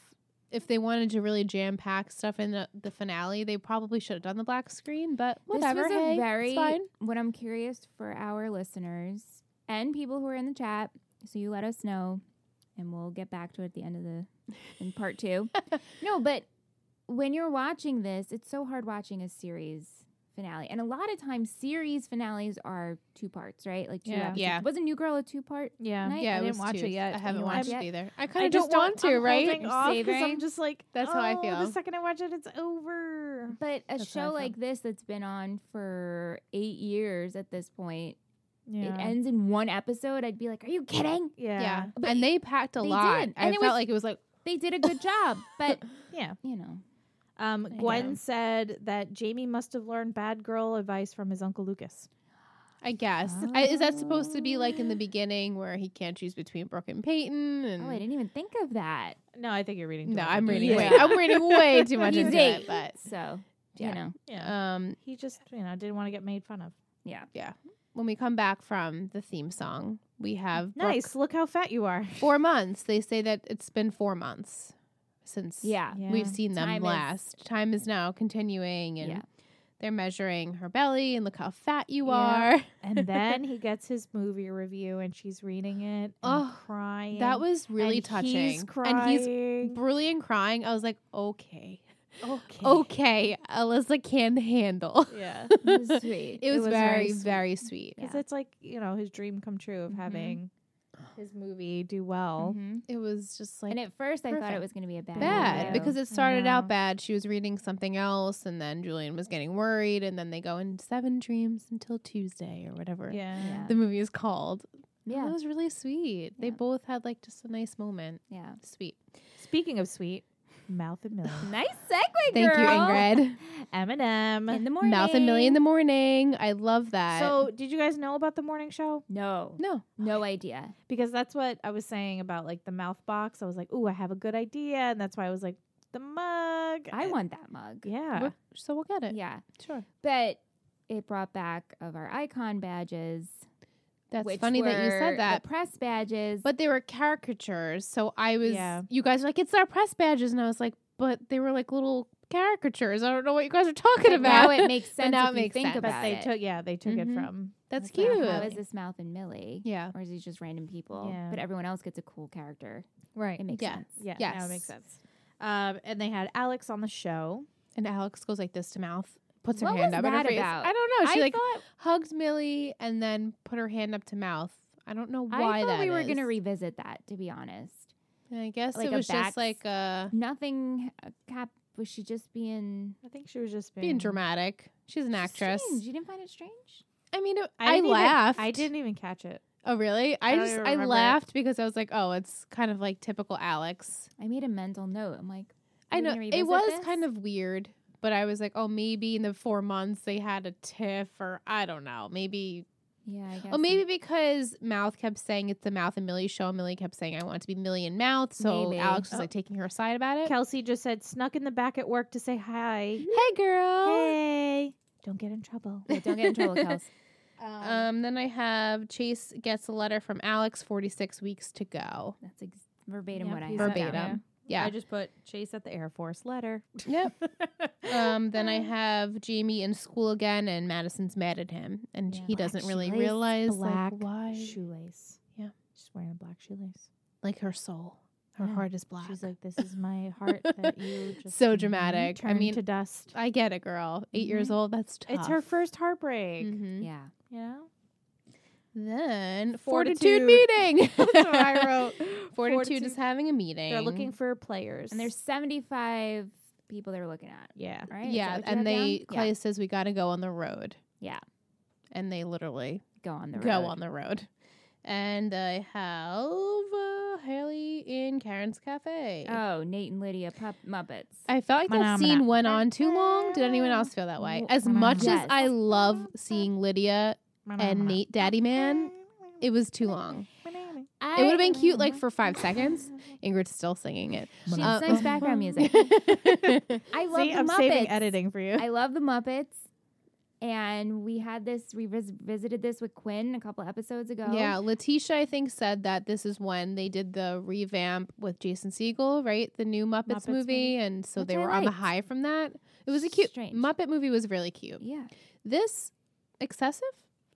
[SPEAKER 1] If they wanted to really jam pack stuff in the, the finale, they probably should have done the black screen, but whatever.
[SPEAKER 3] This was
[SPEAKER 1] hey,
[SPEAKER 3] a very.
[SPEAKER 1] it's fine.
[SPEAKER 3] What I'm curious for our listeners and people who are in the chat, so you let us know, and we'll get back to it at the end of the in part two. no, but when you're watching this, it's so hard watching a series finale, and a lot of times series finales are two parts, right? Like two.
[SPEAKER 2] Yeah.
[SPEAKER 3] episodes.
[SPEAKER 1] Yeah.
[SPEAKER 3] Wasn't New Girl a two part?
[SPEAKER 2] yeah.
[SPEAKER 3] Night?
[SPEAKER 1] Yeah,
[SPEAKER 2] I
[SPEAKER 1] it
[SPEAKER 2] didn't
[SPEAKER 1] was
[SPEAKER 2] watch
[SPEAKER 1] two.
[SPEAKER 2] it yet.
[SPEAKER 1] I haven't
[SPEAKER 2] You
[SPEAKER 1] watched
[SPEAKER 2] watched
[SPEAKER 1] it
[SPEAKER 2] it?
[SPEAKER 1] either. I
[SPEAKER 2] I
[SPEAKER 1] kind of
[SPEAKER 2] just
[SPEAKER 1] don't want to,
[SPEAKER 2] I'm
[SPEAKER 1] right?
[SPEAKER 2] holding off 'cause I'm
[SPEAKER 3] Savoring.
[SPEAKER 2] just like
[SPEAKER 1] That's how I
[SPEAKER 2] "Oh,
[SPEAKER 1] feel."
[SPEAKER 2] The second I watch it, it's over.
[SPEAKER 3] But a
[SPEAKER 1] That's how I
[SPEAKER 3] show
[SPEAKER 1] feel.
[SPEAKER 3] like this that's been on for eight years at this point,
[SPEAKER 2] Yeah.
[SPEAKER 3] it ends in one episode. I'd be like, "Are you kidding?"
[SPEAKER 1] Yeah,
[SPEAKER 2] yeah. Yeah.
[SPEAKER 3] But
[SPEAKER 1] and they packed a
[SPEAKER 3] they
[SPEAKER 1] lot.
[SPEAKER 3] did.
[SPEAKER 1] I
[SPEAKER 3] And it
[SPEAKER 1] felt
[SPEAKER 3] was-
[SPEAKER 1] like it was like
[SPEAKER 3] They did a good job, but you know,
[SPEAKER 2] Um,
[SPEAKER 3] I
[SPEAKER 2] Gwen
[SPEAKER 3] know.
[SPEAKER 2] said that Jamie must have learned bad girl advice from his uncle Lucas.
[SPEAKER 1] I guess I, is that supposed to be like in the beginning where he can't choose between Brooke and Peyton? And
[SPEAKER 3] Oh, I didn't even think of that.
[SPEAKER 2] No, I think you're reading. too
[SPEAKER 1] no,
[SPEAKER 2] much
[SPEAKER 1] I'm
[SPEAKER 2] into
[SPEAKER 1] reading.
[SPEAKER 2] it.
[SPEAKER 1] Way,
[SPEAKER 3] Yeah.
[SPEAKER 1] I'm reading way too much
[SPEAKER 3] He's
[SPEAKER 1] into
[SPEAKER 3] eight,
[SPEAKER 1] it, but
[SPEAKER 3] so
[SPEAKER 1] Yeah.
[SPEAKER 3] you know,
[SPEAKER 2] Yeah.
[SPEAKER 1] um,
[SPEAKER 2] he just, you know, didn't want to get made fun of.
[SPEAKER 3] yeah.
[SPEAKER 1] when we come back from the theme song, we have Brooke.
[SPEAKER 2] Nice. Look how fat you are.
[SPEAKER 1] four months. They say that it's been four months since
[SPEAKER 3] Yeah.
[SPEAKER 2] Yeah.
[SPEAKER 1] we've seen them
[SPEAKER 3] Time is-
[SPEAKER 1] last. Time is now continuing, and
[SPEAKER 3] Yeah.
[SPEAKER 1] they're measuring her belly and look how fat you
[SPEAKER 2] Yeah.
[SPEAKER 1] are.
[SPEAKER 2] And then he gets his movie review, and she's reading it, and
[SPEAKER 1] Oh,
[SPEAKER 2] crying.
[SPEAKER 1] That was
[SPEAKER 2] and
[SPEAKER 1] really touching.
[SPEAKER 2] He's
[SPEAKER 1] And he's
[SPEAKER 2] crying.
[SPEAKER 1] brilliant crying. I was like, okay,
[SPEAKER 2] okay.
[SPEAKER 1] okay, Alyssa can handle.
[SPEAKER 2] Yeah.
[SPEAKER 3] It was sweet.
[SPEAKER 1] It was,
[SPEAKER 2] was very
[SPEAKER 1] very,
[SPEAKER 2] sweet.
[SPEAKER 1] very sweet.
[SPEAKER 3] Yeah.
[SPEAKER 2] Because it's like you know his dream come true of
[SPEAKER 3] Mhm.
[SPEAKER 2] having his movie do well.
[SPEAKER 3] Mhm.
[SPEAKER 1] It was just like
[SPEAKER 3] And at first, I thought
[SPEAKER 1] Perfect.
[SPEAKER 3] it was going to be a bad,
[SPEAKER 1] bad
[SPEAKER 3] review.
[SPEAKER 1] because it started out
[SPEAKER 2] know.
[SPEAKER 1] bad. She was reading something else, and then Julian was getting worried, and then they go in seven dreams until Tuesday or whatever.
[SPEAKER 2] Yeah.
[SPEAKER 3] yeah,
[SPEAKER 1] the movie is called. Yeah. It
[SPEAKER 3] yeah,
[SPEAKER 1] was really sweet. They
[SPEAKER 3] Yeah.
[SPEAKER 1] both had like just a nice moment.
[SPEAKER 3] yeah.
[SPEAKER 1] Sweet.
[SPEAKER 2] Speaking of sweet, Mouth and Millie,
[SPEAKER 3] Nice segue,
[SPEAKER 1] Thank you,
[SPEAKER 3] girl.
[SPEAKER 1] Ingrid.
[SPEAKER 2] Eminem.
[SPEAKER 3] In the morning,
[SPEAKER 1] Mouth and Millie in the morning. I love that.
[SPEAKER 2] So, did you guys know about the morning show?
[SPEAKER 3] No,
[SPEAKER 1] no.
[SPEAKER 3] no idea.
[SPEAKER 2] Because that's what I was saying about like the mouth box. I was like, "Ooh, I have a good idea," and that's why I was like, "The mug."
[SPEAKER 3] I want that mug.
[SPEAKER 2] Yeah.
[SPEAKER 1] We're- so we'll get it.
[SPEAKER 3] yeah.
[SPEAKER 1] Sure.
[SPEAKER 3] But it brought back of our icon badges.
[SPEAKER 1] That's
[SPEAKER 3] which
[SPEAKER 1] funny that you
[SPEAKER 3] were
[SPEAKER 1] said that.
[SPEAKER 3] The press badges,
[SPEAKER 1] But they were caricatures. So I was
[SPEAKER 2] Yeah.
[SPEAKER 1] you guys were like, it's our press badges and I was like, but they were like little caricatures. I don't know what you guys are talking
[SPEAKER 3] But now
[SPEAKER 1] about.
[SPEAKER 3] it makes sense.
[SPEAKER 1] now it
[SPEAKER 3] if you
[SPEAKER 1] makes
[SPEAKER 3] think
[SPEAKER 1] sense. But
[SPEAKER 3] about
[SPEAKER 2] But they
[SPEAKER 3] it.
[SPEAKER 2] took yeah, they took
[SPEAKER 1] Mhm.
[SPEAKER 2] it Mm-hmm. from
[SPEAKER 1] That's
[SPEAKER 3] It's like,
[SPEAKER 1] cute.
[SPEAKER 3] how is this Mouth and Millie?
[SPEAKER 1] yeah.
[SPEAKER 3] Or is he just random people?
[SPEAKER 2] Yeah.
[SPEAKER 3] But everyone else gets a cool character.
[SPEAKER 2] right.
[SPEAKER 3] It makes
[SPEAKER 1] Yeah.
[SPEAKER 3] sense.
[SPEAKER 2] Yeah, now it
[SPEAKER 1] Yes.
[SPEAKER 2] makes sense. Um, and they had Alex on the show.
[SPEAKER 1] And Alex goes like this to mouth, puts her
[SPEAKER 3] What
[SPEAKER 1] hand
[SPEAKER 3] was
[SPEAKER 1] up in her
[SPEAKER 3] that
[SPEAKER 1] face.
[SPEAKER 3] about?
[SPEAKER 1] I don't know. She
[SPEAKER 3] I
[SPEAKER 1] like
[SPEAKER 3] thought,
[SPEAKER 1] hugged Millie and then put her hand up to mouth. I don't know why
[SPEAKER 3] I thought
[SPEAKER 1] that
[SPEAKER 3] we were
[SPEAKER 1] is.
[SPEAKER 3] gonna revisit that. To be honest,
[SPEAKER 1] I guess
[SPEAKER 3] like
[SPEAKER 1] it
[SPEAKER 3] a
[SPEAKER 1] was
[SPEAKER 3] back-
[SPEAKER 1] just like uh,
[SPEAKER 3] nothing. uh, Cap was she just being
[SPEAKER 2] I think she was just being,
[SPEAKER 1] being dramatic. She's an actress.
[SPEAKER 3] Strange. You didn't find it strange?
[SPEAKER 1] I mean, it-
[SPEAKER 2] I,
[SPEAKER 1] I,
[SPEAKER 2] didn't even-
[SPEAKER 1] laughed.
[SPEAKER 2] I didn't even catch it.
[SPEAKER 1] Oh, really? I,
[SPEAKER 2] I don't
[SPEAKER 1] just
[SPEAKER 2] even
[SPEAKER 1] I
[SPEAKER 2] remember it.
[SPEAKER 1] laughed because I was like, oh, it's kind of like typical Alex.
[SPEAKER 3] I made a mental note. I'm like,
[SPEAKER 1] I
[SPEAKER 3] Are we
[SPEAKER 1] know
[SPEAKER 3] gonna
[SPEAKER 1] it
[SPEAKER 3] revisit
[SPEAKER 1] was
[SPEAKER 3] this?
[SPEAKER 1] kind of weird, but I was like, oh, maybe in the four months they had a tiff, or I don't know, maybe.
[SPEAKER 3] yeah, I guess.
[SPEAKER 1] Oh, maybe because Mouth kept saying it's the Mouth and Millie show, and Millie kept saying I want it to be Millie and Mouth, so
[SPEAKER 3] Maybe.
[SPEAKER 1] Alex was
[SPEAKER 2] Oh.
[SPEAKER 1] like taking her side about it.
[SPEAKER 2] Kelsey just said, snuck in the back at work to say hi.
[SPEAKER 1] hey, girl.
[SPEAKER 2] Hey, don't get in trouble.
[SPEAKER 3] Yeah, don't get in trouble, Kels.
[SPEAKER 1] Um, then I have Chase gets a letter from Alex, 46 weeks to go.
[SPEAKER 3] That's ex- verbatim
[SPEAKER 2] Yep,
[SPEAKER 3] what I
[SPEAKER 2] he's
[SPEAKER 3] have.
[SPEAKER 1] Verbatim.
[SPEAKER 3] down.
[SPEAKER 2] I
[SPEAKER 1] Yeah.
[SPEAKER 2] just put Chase at the Air Force letter.
[SPEAKER 1] Yep. Um, then I have Jamie in school again, and Madison's mad at him, and
[SPEAKER 3] Yeah.
[SPEAKER 1] he
[SPEAKER 3] Black
[SPEAKER 1] doesn't really
[SPEAKER 3] shoelace,
[SPEAKER 1] realize
[SPEAKER 2] black
[SPEAKER 1] like why,
[SPEAKER 2] shoelace.
[SPEAKER 1] Yeah.
[SPEAKER 2] she's wearing a black shoelace.
[SPEAKER 1] like her soul, her
[SPEAKER 2] Yeah.
[SPEAKER 1] heart is black.
[SPEAKER 2] She's like, "This is my heart that you just
[SPEAKER 1] So dramatic. I
[SPEAKER 2] turned
[SPEAKER 1] mean,
[SPEAKER 2] to dust."
[SPEAKER 1] I get it, girl. 8 years old, that's tough.
[SPEAKER 2] It's her first heartbreak.
[SPEAKER 1] Mhm.
[SPEAKER 3] yeah.
[SPEAKER 2] You know,
[SPEAKER 1] Then
[SPEAKER 2] Fortitude.
[SPEAKER 1] fortitude, meeting.
[SPEAKER 2] that's what I wrote.
[SPEAKER 1] Fortitude, is having a meeting.
[SPEAKER 2] They're looking for players,
[SPEAKER 3] And there's 75 people they're looking at,
[SPEAKER 2] Yeah.
[SPEAKER 3] right? Is that
[SPEAKER 1] yeah,
[SPEAKER 3] what you
[SPEAKER 1] and
[SPEAKER 3] have down?
[SPEAKER 1] they
[SPEAKER 3] Yeah.
[SPEAKER 1] Clay says we got to go on the road.
[SPEAKER 3] Yeah.
[SPEAKER 1] and they literally
[SPEAKER 3] go on the road.
[SPEAKER 1] go on the road, and I have uh, Haley in Karen's cafe.
[SPEAKER 3] Oh, Nate and Lydia pup- Muppets.
[SPEAKER 1] I felt like that
[SPEAKER 2] Manamana.
[SPEAKER 1] scene went on too long. Did anyone else feel that way? As much as I love seeing Lydia and Nate Daddy Man, it was too long. It would have been cute like for five seconds. Ingrid's still singing it.
[SPEAKER 3] She
[SPEAKER 1] Uh,
[SPEAKER 3] has nice background music. I love
[SPEAKER 2] See,
[SPEAKER 3] the
[SPEAKER 2] I'm
[SPEAKER 3] Muppets.
[SPEAKER 2] saving editing for you.
[SPEAKER 3] I love the Muppets. And we had this revisited this with Quinn a couple episodes ago.
[SPEAKER 1] yeah, Letitia, I think, said that this is when they did the revamp with Jason Siegel, right? The new Muppets,
[SPEAKER 2] Muppets
[SPEAKER 1] movie.
[SPEAKER 2] movie.
[SPEAKER 1] And so
[SPEAKER 3] Which
[SPEAKER 1] they
[SPEAKER 3] I
[SPEAKER 1] were on the
[SPEAKER 3] liked.
[SPEAKER 1] high from that. It was a cute
[SPEAKER 3] Strange.
[SPEAKER 1] Muppet movie was really cute.
[SPEAKER 3] Yeah.
[SPEAKER 1] This excessive?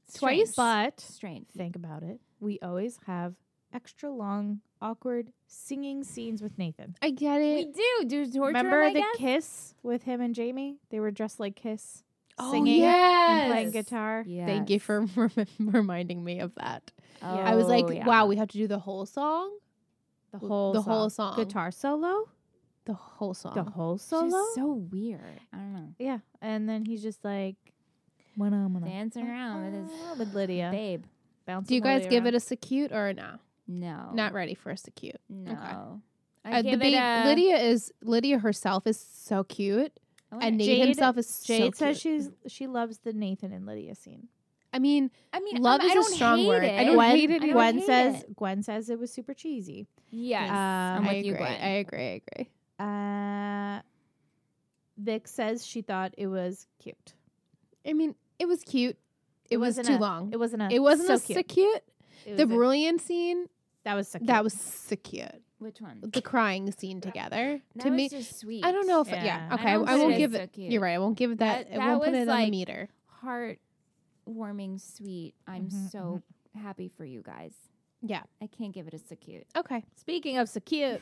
[SPEAKER 3] Strange.
[SPEAKER 1] Twice?
[SPEAKER 2] but
[SPEAKER 3] Strange.
[SPEAKER 2] think about it. We always have extra long, awkward singing scenes with Nathan.
[SPEAKER 1] I get it.
[SPEAKER 3] We do. Do torture
[SPEAKER 2] Remember
[SPEAKER 3] him, I
[SPEAKER 2] the
[SPEAKER 3] guess?
[SPEAKER 2] kiss with him and Jamie? They were dressed like Kiss,
[SPEAKER 1] Oh,
[SPEAKER 2] singing and playing
[SPEAKER 1] yes.
[SPEAKER 2] guitar.
[SPEAKER 3] Yes.
[SPEAKER 1] Thank you for rem- reminding me of that.
[SPEAKER 3] Oh,
[SPEAKER 1] I was like,
[SPEAKER 3] yeah.
[SPEAKER 1] wow, we have to do the whole song?
[SPEAKER 2] The
[SPEAKER 1] W-
[SPEAKER 2] whole
[SPEAKER 1] the
[SPEAKER 2] song.
[SPEAKER 1] whole song. Oh,
[SPEAKER 2] guitar solo,
[SPEAKER 1] The whole song.
[SPEAKER 2] the whole
[SPEAKER 3] It's just
[SPEAKER 2] solo.
[SPEAKER 3] so weird. I don't know.
[SPEAKER 2] yeah, and then he's just like, "When I'm gonna
[SPEAKER 3] Dancing around with his
[SPEAKER 2] with Lydia.
[SPEAKER 3] babe.
[SPEAKER 1] do you guys give it a secute or a no?
[SPEAKER 3] No.
[SPEAKER 1] Not ready for a secute.
[SPEAKER 3] No. I
[SPEAKER 1] Uh, the
[SPEAKER 3] give it
[SPEAKER 1] babe,
[SPEAKER 3] a-
[SPEAKER 1] Lydia is Lydia herself is so cute,
[SPEAKER 3] I
[SPEAKER 1] and
[SPEAKER 3] wonder-
[SPEAKER 1] Nate
[SPEAKER 2] Jade-
[SPEAKER 1] himself is so
[SPEAKER 2] Jade
[SPEAKER 1] cute.
[SPEAKER 2] says she's she loves the Nathan and Lydia scene.
[SPEAKER 1] I mean,
[SPEAKER 3] I mean,
[SPEAKER 1] love
[SPEAKER 3] I'm-
[SPEAKER 1] is
[SPEAKER 3] I
[SPEAKER 1] a
[SPEAKER 3] don't
[SPEAKER 1] strong
[SPEAKER 3] hate
[SPEAKER 1] word.
[SPEAKER 3] It.
[SPEAKER 1] I don't
[SPEAKER 2] Gwen,
[SPEAKER 1] hate it
[SPEAKER 3] I don't
[SPEAKER 2] Gwen
[SPEAKER 3] hate
[SPEAKER 2] says
[SPEAKER 3] it.
[SPEAKER 2] Gwen says it was super cheesy.
[SPEAKER 3] Yes.
[SPEAKER 2] Uh,
[SPEAKER 3] I'm
[SPEAKER 1] I
[SPEAKER 3] with
[SPEAKER 1] agree.
[SPEAKER 3] you, Gwen.
[SPEAKER 1] I agree. I agree.
[SPEAKER 2] Uh, Vic says she thought it was cute.
[SPEAKER 1] I mean, it was cute. It,
[SPEAKER 2] It
[SPEAKER 1] was
[SPEAKER 2] wasn't
[SPEAKER 1] too
[SPEAKER 2] a-
[SPEAKER 1] long.
[SPEAKER 2] It wasn't a
[SPEAKER 1] It wasn't
[SPEAKER 2] so
[SPEAKER 1] a
[SPEAKER 2] cute.
[SPEAKER 1] secute.
[SPEAKER 2] It
[SPEAKER 1] The
[SPEAKER 2] was a-
[SPEAKER 1] brilliant scene
[SPEAKER 2] that was so cute.
[SPEAKER 1] that was secute.
[SPEAKER 3] Which one?
[SPEAKER 1] The crying scene together
[SPEAKER 3] That
[SPEAKER 1] to
[SPEAKER 3] was
[SPEAKER 1] me.
[SPEAKER 3] just sweet.
[SPEAKER 1] I don't know if yeah.
[SPEAKER 2] Yeah. I
[SPEAKER 1] Okay, I,
[SPEAKER 3] don't
[SPEAKER 1] I won't
[SPEAKER 3] think
[SPEAKER 1] give
[SPEAKER 3] it's
[SPEAKER 1] it.
[SPEAKER 3] so cute.
[SPEAKER 1] You're right. I won't give it that.
[SPEAKER 3] That-
[SPEAKER 1] I
[SPEAKER 3] that
[SPEAKER 1] won't put
[SPEAKER 3] was
[SPEAKER 1] it on the
[SPEAKER 3] like-
[SPEAKER 1] meter.
[SPEAKER 3] Heartwarming, sweet. I'm
[SPEAKER 2] Mhm,
[SPEAKER 3] so happy for you guys.
[SPEAKER 1] Mm-hmm, Yeah.
[SPEAKER 3] I can't give it a so cute.
[SPEAKER 1] Okay,
[SPEAKER 2] Speaking of so cute,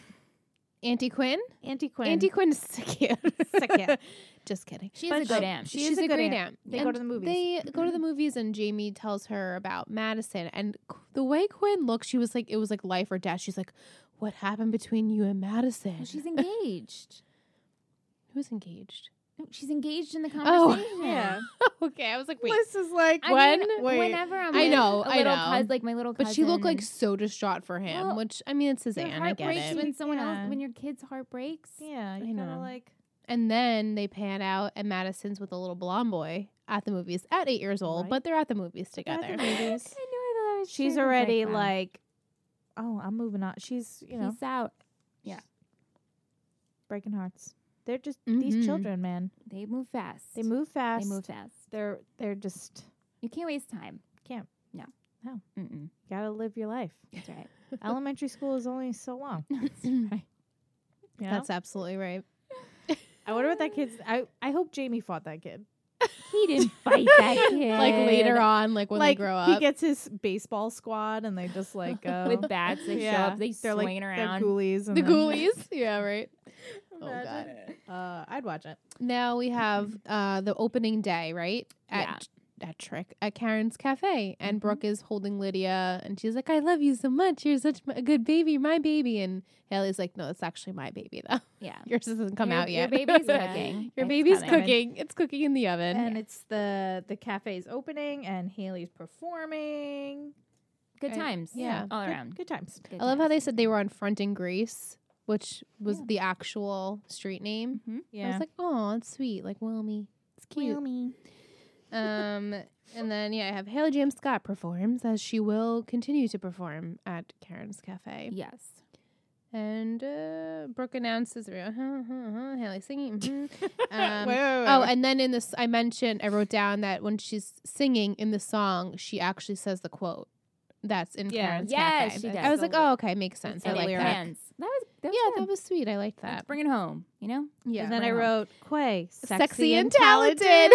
[SPEAKER 1] Auntie Quinn.
[SPEAKER 2] Auntie Quinn.
[SPEAKER 1] Auntie Quinn is so cute.
[SPEAKER 2] Secute.
[SPEAKER 1] Just kidding.
[SPEAKER 3] She's
[SPEAKER 2] But
[SPEAKER 3] a good
[SPEAKER 2] she-
[SPEAKER 3] aunt.
[SPEAKER 2] she- is a good aunt. They go to the movies.
[SPEAKER 1] They go to the movies, and Jamie tells her about Madison. And Qu- the way Quinn looked, she was like, it was like life or death. She's like, "What happened between you and Madison?"
[SPEAKER 3] Well, she's engaged.
[SPEAKER 1] Who's engaged?
[SPEAKER 3] No, she's engaged in the
[SPEAKER 1] Oh.
[SPEAKER 3] conversation.
[SPEAKER 2] yeah.
[SPEAKER 1] okay, I was like, wait.
[SPEAKER 2] Liz is like
[SPEAKER 3] I
[SPEAKER 1] When?
[SPEAKER 3] mean,
[SPEAKER 2] Wait.
[SPEAKER 3] whenever I'm
[SPEAKER 1] I
[SPEAKER 3] with
[SPEAKER 1] know,
[SPEAKER 3] a
[SPEAKER 1] I
[SPEAKER 3] little
[SPEAKER 1] know.
[SPEAKER 3] cous- like my little cousin.
[SPEAKER 1] But she looked like so distraught for him,
[SPEAKER 3] Well,
[SPEAKER 1] which I mean, it's his
[SPEAKER 3] your
[SPEAKER 1] aunt. I
[SPEAKER 3] heart
[SPEAKER 1] get
[SPEAKER 3] breaks
[SPEAKER 1] it.
[SPEAKER 3] when someone
[SPEAKER 2] Yeah.
[SPEAKER 3] else, when your kid's heart breaks.
[SPEAKER 2] yeah, you
[SPEAKER 1] I
[SPEAKER 2] kinda
[SPEAKER 1] know.
[SPEAKER 2] like
[SPEAKER 1] And then they pan out, and Madison's with a little blonde boy at the movies at eight years old,
[SPEAKER 2] Right.
[SPEAKER 1] but they're at the movies
[SPEAKER 2] They're at the
[SPEAKER 1] together.
[SPEAKER 3] I
[SPEAKER 2] movies.
[SPEAKER 3] knew I
[SPEAKER 2] Yes.
[SPEAKER 3] thought that was
[SPEAKER 2] she's
[SPEAKER 3] true. I was
[SPEAKER 2] already
[SPEAKER 3] wow.
[SPEAKER 2] like, oh, I'm moving on. She's you know
[SPEAKER 3] peace out.
[SPEAKER 2] breaking hearts. They're just
[SPEAKER 1] Mhm.
[SPEAKER 2] these children, man.
[SPEAKER 3] They move fast.
[SPEAKER 2] They move fast.
[SPEAKER 3] They move fast.
[SPEAKER 2] They're they're just
[SPEAKER 3] You can't waste time.
[SPEAKER 2] Can't.
[SPEAKER 3] No.
[SPEAKER 2] No.
[SPEAKER 3] Mm-mm.
[SPEAKER 2] gotta live your life.
[SPEAKER 3] That's right.
[SPEAKER 2] Elementary school is only so long. Yeah.
[SPEAKER 1] That's absolutely right.
[SPEAKER 2] I wonder what that kid's. I I hope Jamie fought that kid.
[SPEAKER 3] He didn't fight that kid.
[SPEAKER 1] Like later on, like when
[SPEAKER 2] like
[SPEAKER 1] they grow
[SPEAKER 2] he
[SPEAKER 1] up.
[SPEAKER 2] gets his baseball squad and they just like go
[SPEAKER 3] With bats, they
[SPEAKER 2] Oh. Yeah.
[SPEAKER 3] show up, they
[SPEAKER 2] They're
[SPEAKER 3] swing
[SPEAKER 2] like
[SPEAKER 3] around.
[SPEAKER 2] the ghoulies. And
[SPEAKER 1] the
[SPEAKER 2] then-
[SPEAKER 1] ghoulies. yeah, right. Oh, God.
[SPEAKER 2] Imagine. Uh, I'd watch it.
[SPEAKER 1] Now we have uh, the opening day, right? At,
[SPEAKER 3] Mm-hmm. Yeah. Mm-hmm.
[SPEAKER 1] At Trick at Karen's Cafe, and Brooke is holding Lydia, and she's like, "I love you so much. You're such a good baby, my baby." And Haley's like, "No, it's actually my baby though.
[SPEAKER 3] Yeah.
[SPEAKER 1] Yours doesn't come
[SPEAKER 3] Your-
[SPEAKER 1] out yet.
[SPEAKER 3] Your baby's cooking.
[SPEAKER 1] Your
[SPEAKER 3] It's
[SPEAKER 1] baby's
[SPEAKER 3] coming.
[SPEAKER 1] cooking. It's cooking in the oven.
[SPEAKER 2] And it's the the cafe's opening and Haley's performing.
[SPEAKER 3] Good
[SPEAKER 1] And-
[SPEAKER 3] times.
[SPEAKER 1] yeah.
[SPEAKER 3] All
[SPEAKER 2] Good-
[SPEAKER 3] around.
[SPEAKER 2] Good times.
[SPEAKER 1] I love how they said they were on Front and Grace, which was
[SPEAKER 3] Yeah.
[SPEAKER 1] the actual street name.
[SPEAKER 3] hmm
[SPEAKER 2] Yeah.
[SPEAKER 1] I was like, oh, it's sweet, like Wilmy. It's cute. Um, and then yeah, I have Haley James Scott performs as she will continue to perform at Karen's Cafe,
[SPEAKER 3] Yes.
[SPEAKER 1] and uh, Brooke announces Haley singing. mhm. Um,
[SPEAKER 2] Wait, wait, wait,
[SPEAKER 1] Oh,
[SPEAKER 2] wait.
[SPEAKER 1] and then in this, I mentioned, I wrote down that when she's singing in the song, she actually says the quote that's in
[SPEAKER 2] Yeah.
[SPEAKER 1] Karen's
[SPEAKER 3] Yes,
[SPEAKER 1] Cafe.
[SPEAKER 3] she
[SPEAKER 1] I
[SPEAKER 3] does.
[SPEAKER 1] was like, oh, okay, makes sense. I
[SPEAKER 2] And
[SPEAKER 1] like
[SPEAKER 2] the
[SPEAKER 1] that.
[SPEAKER 3] plans. That was that was
[SPEAKER 1] Yeah,
[SPEAKER 3] good.
[SPEAKER 1] that was sweet. I like that.
[SPEAKER 3] Let's bring it home. You know.
[SPEAKER 1] Yeah.
[SPEAKER 2] and then I
[SPEAKER 3] Wow.
[SPEAKER 2] wrote Quay, sexy,
[SPEAKER 1] sexy, and talented.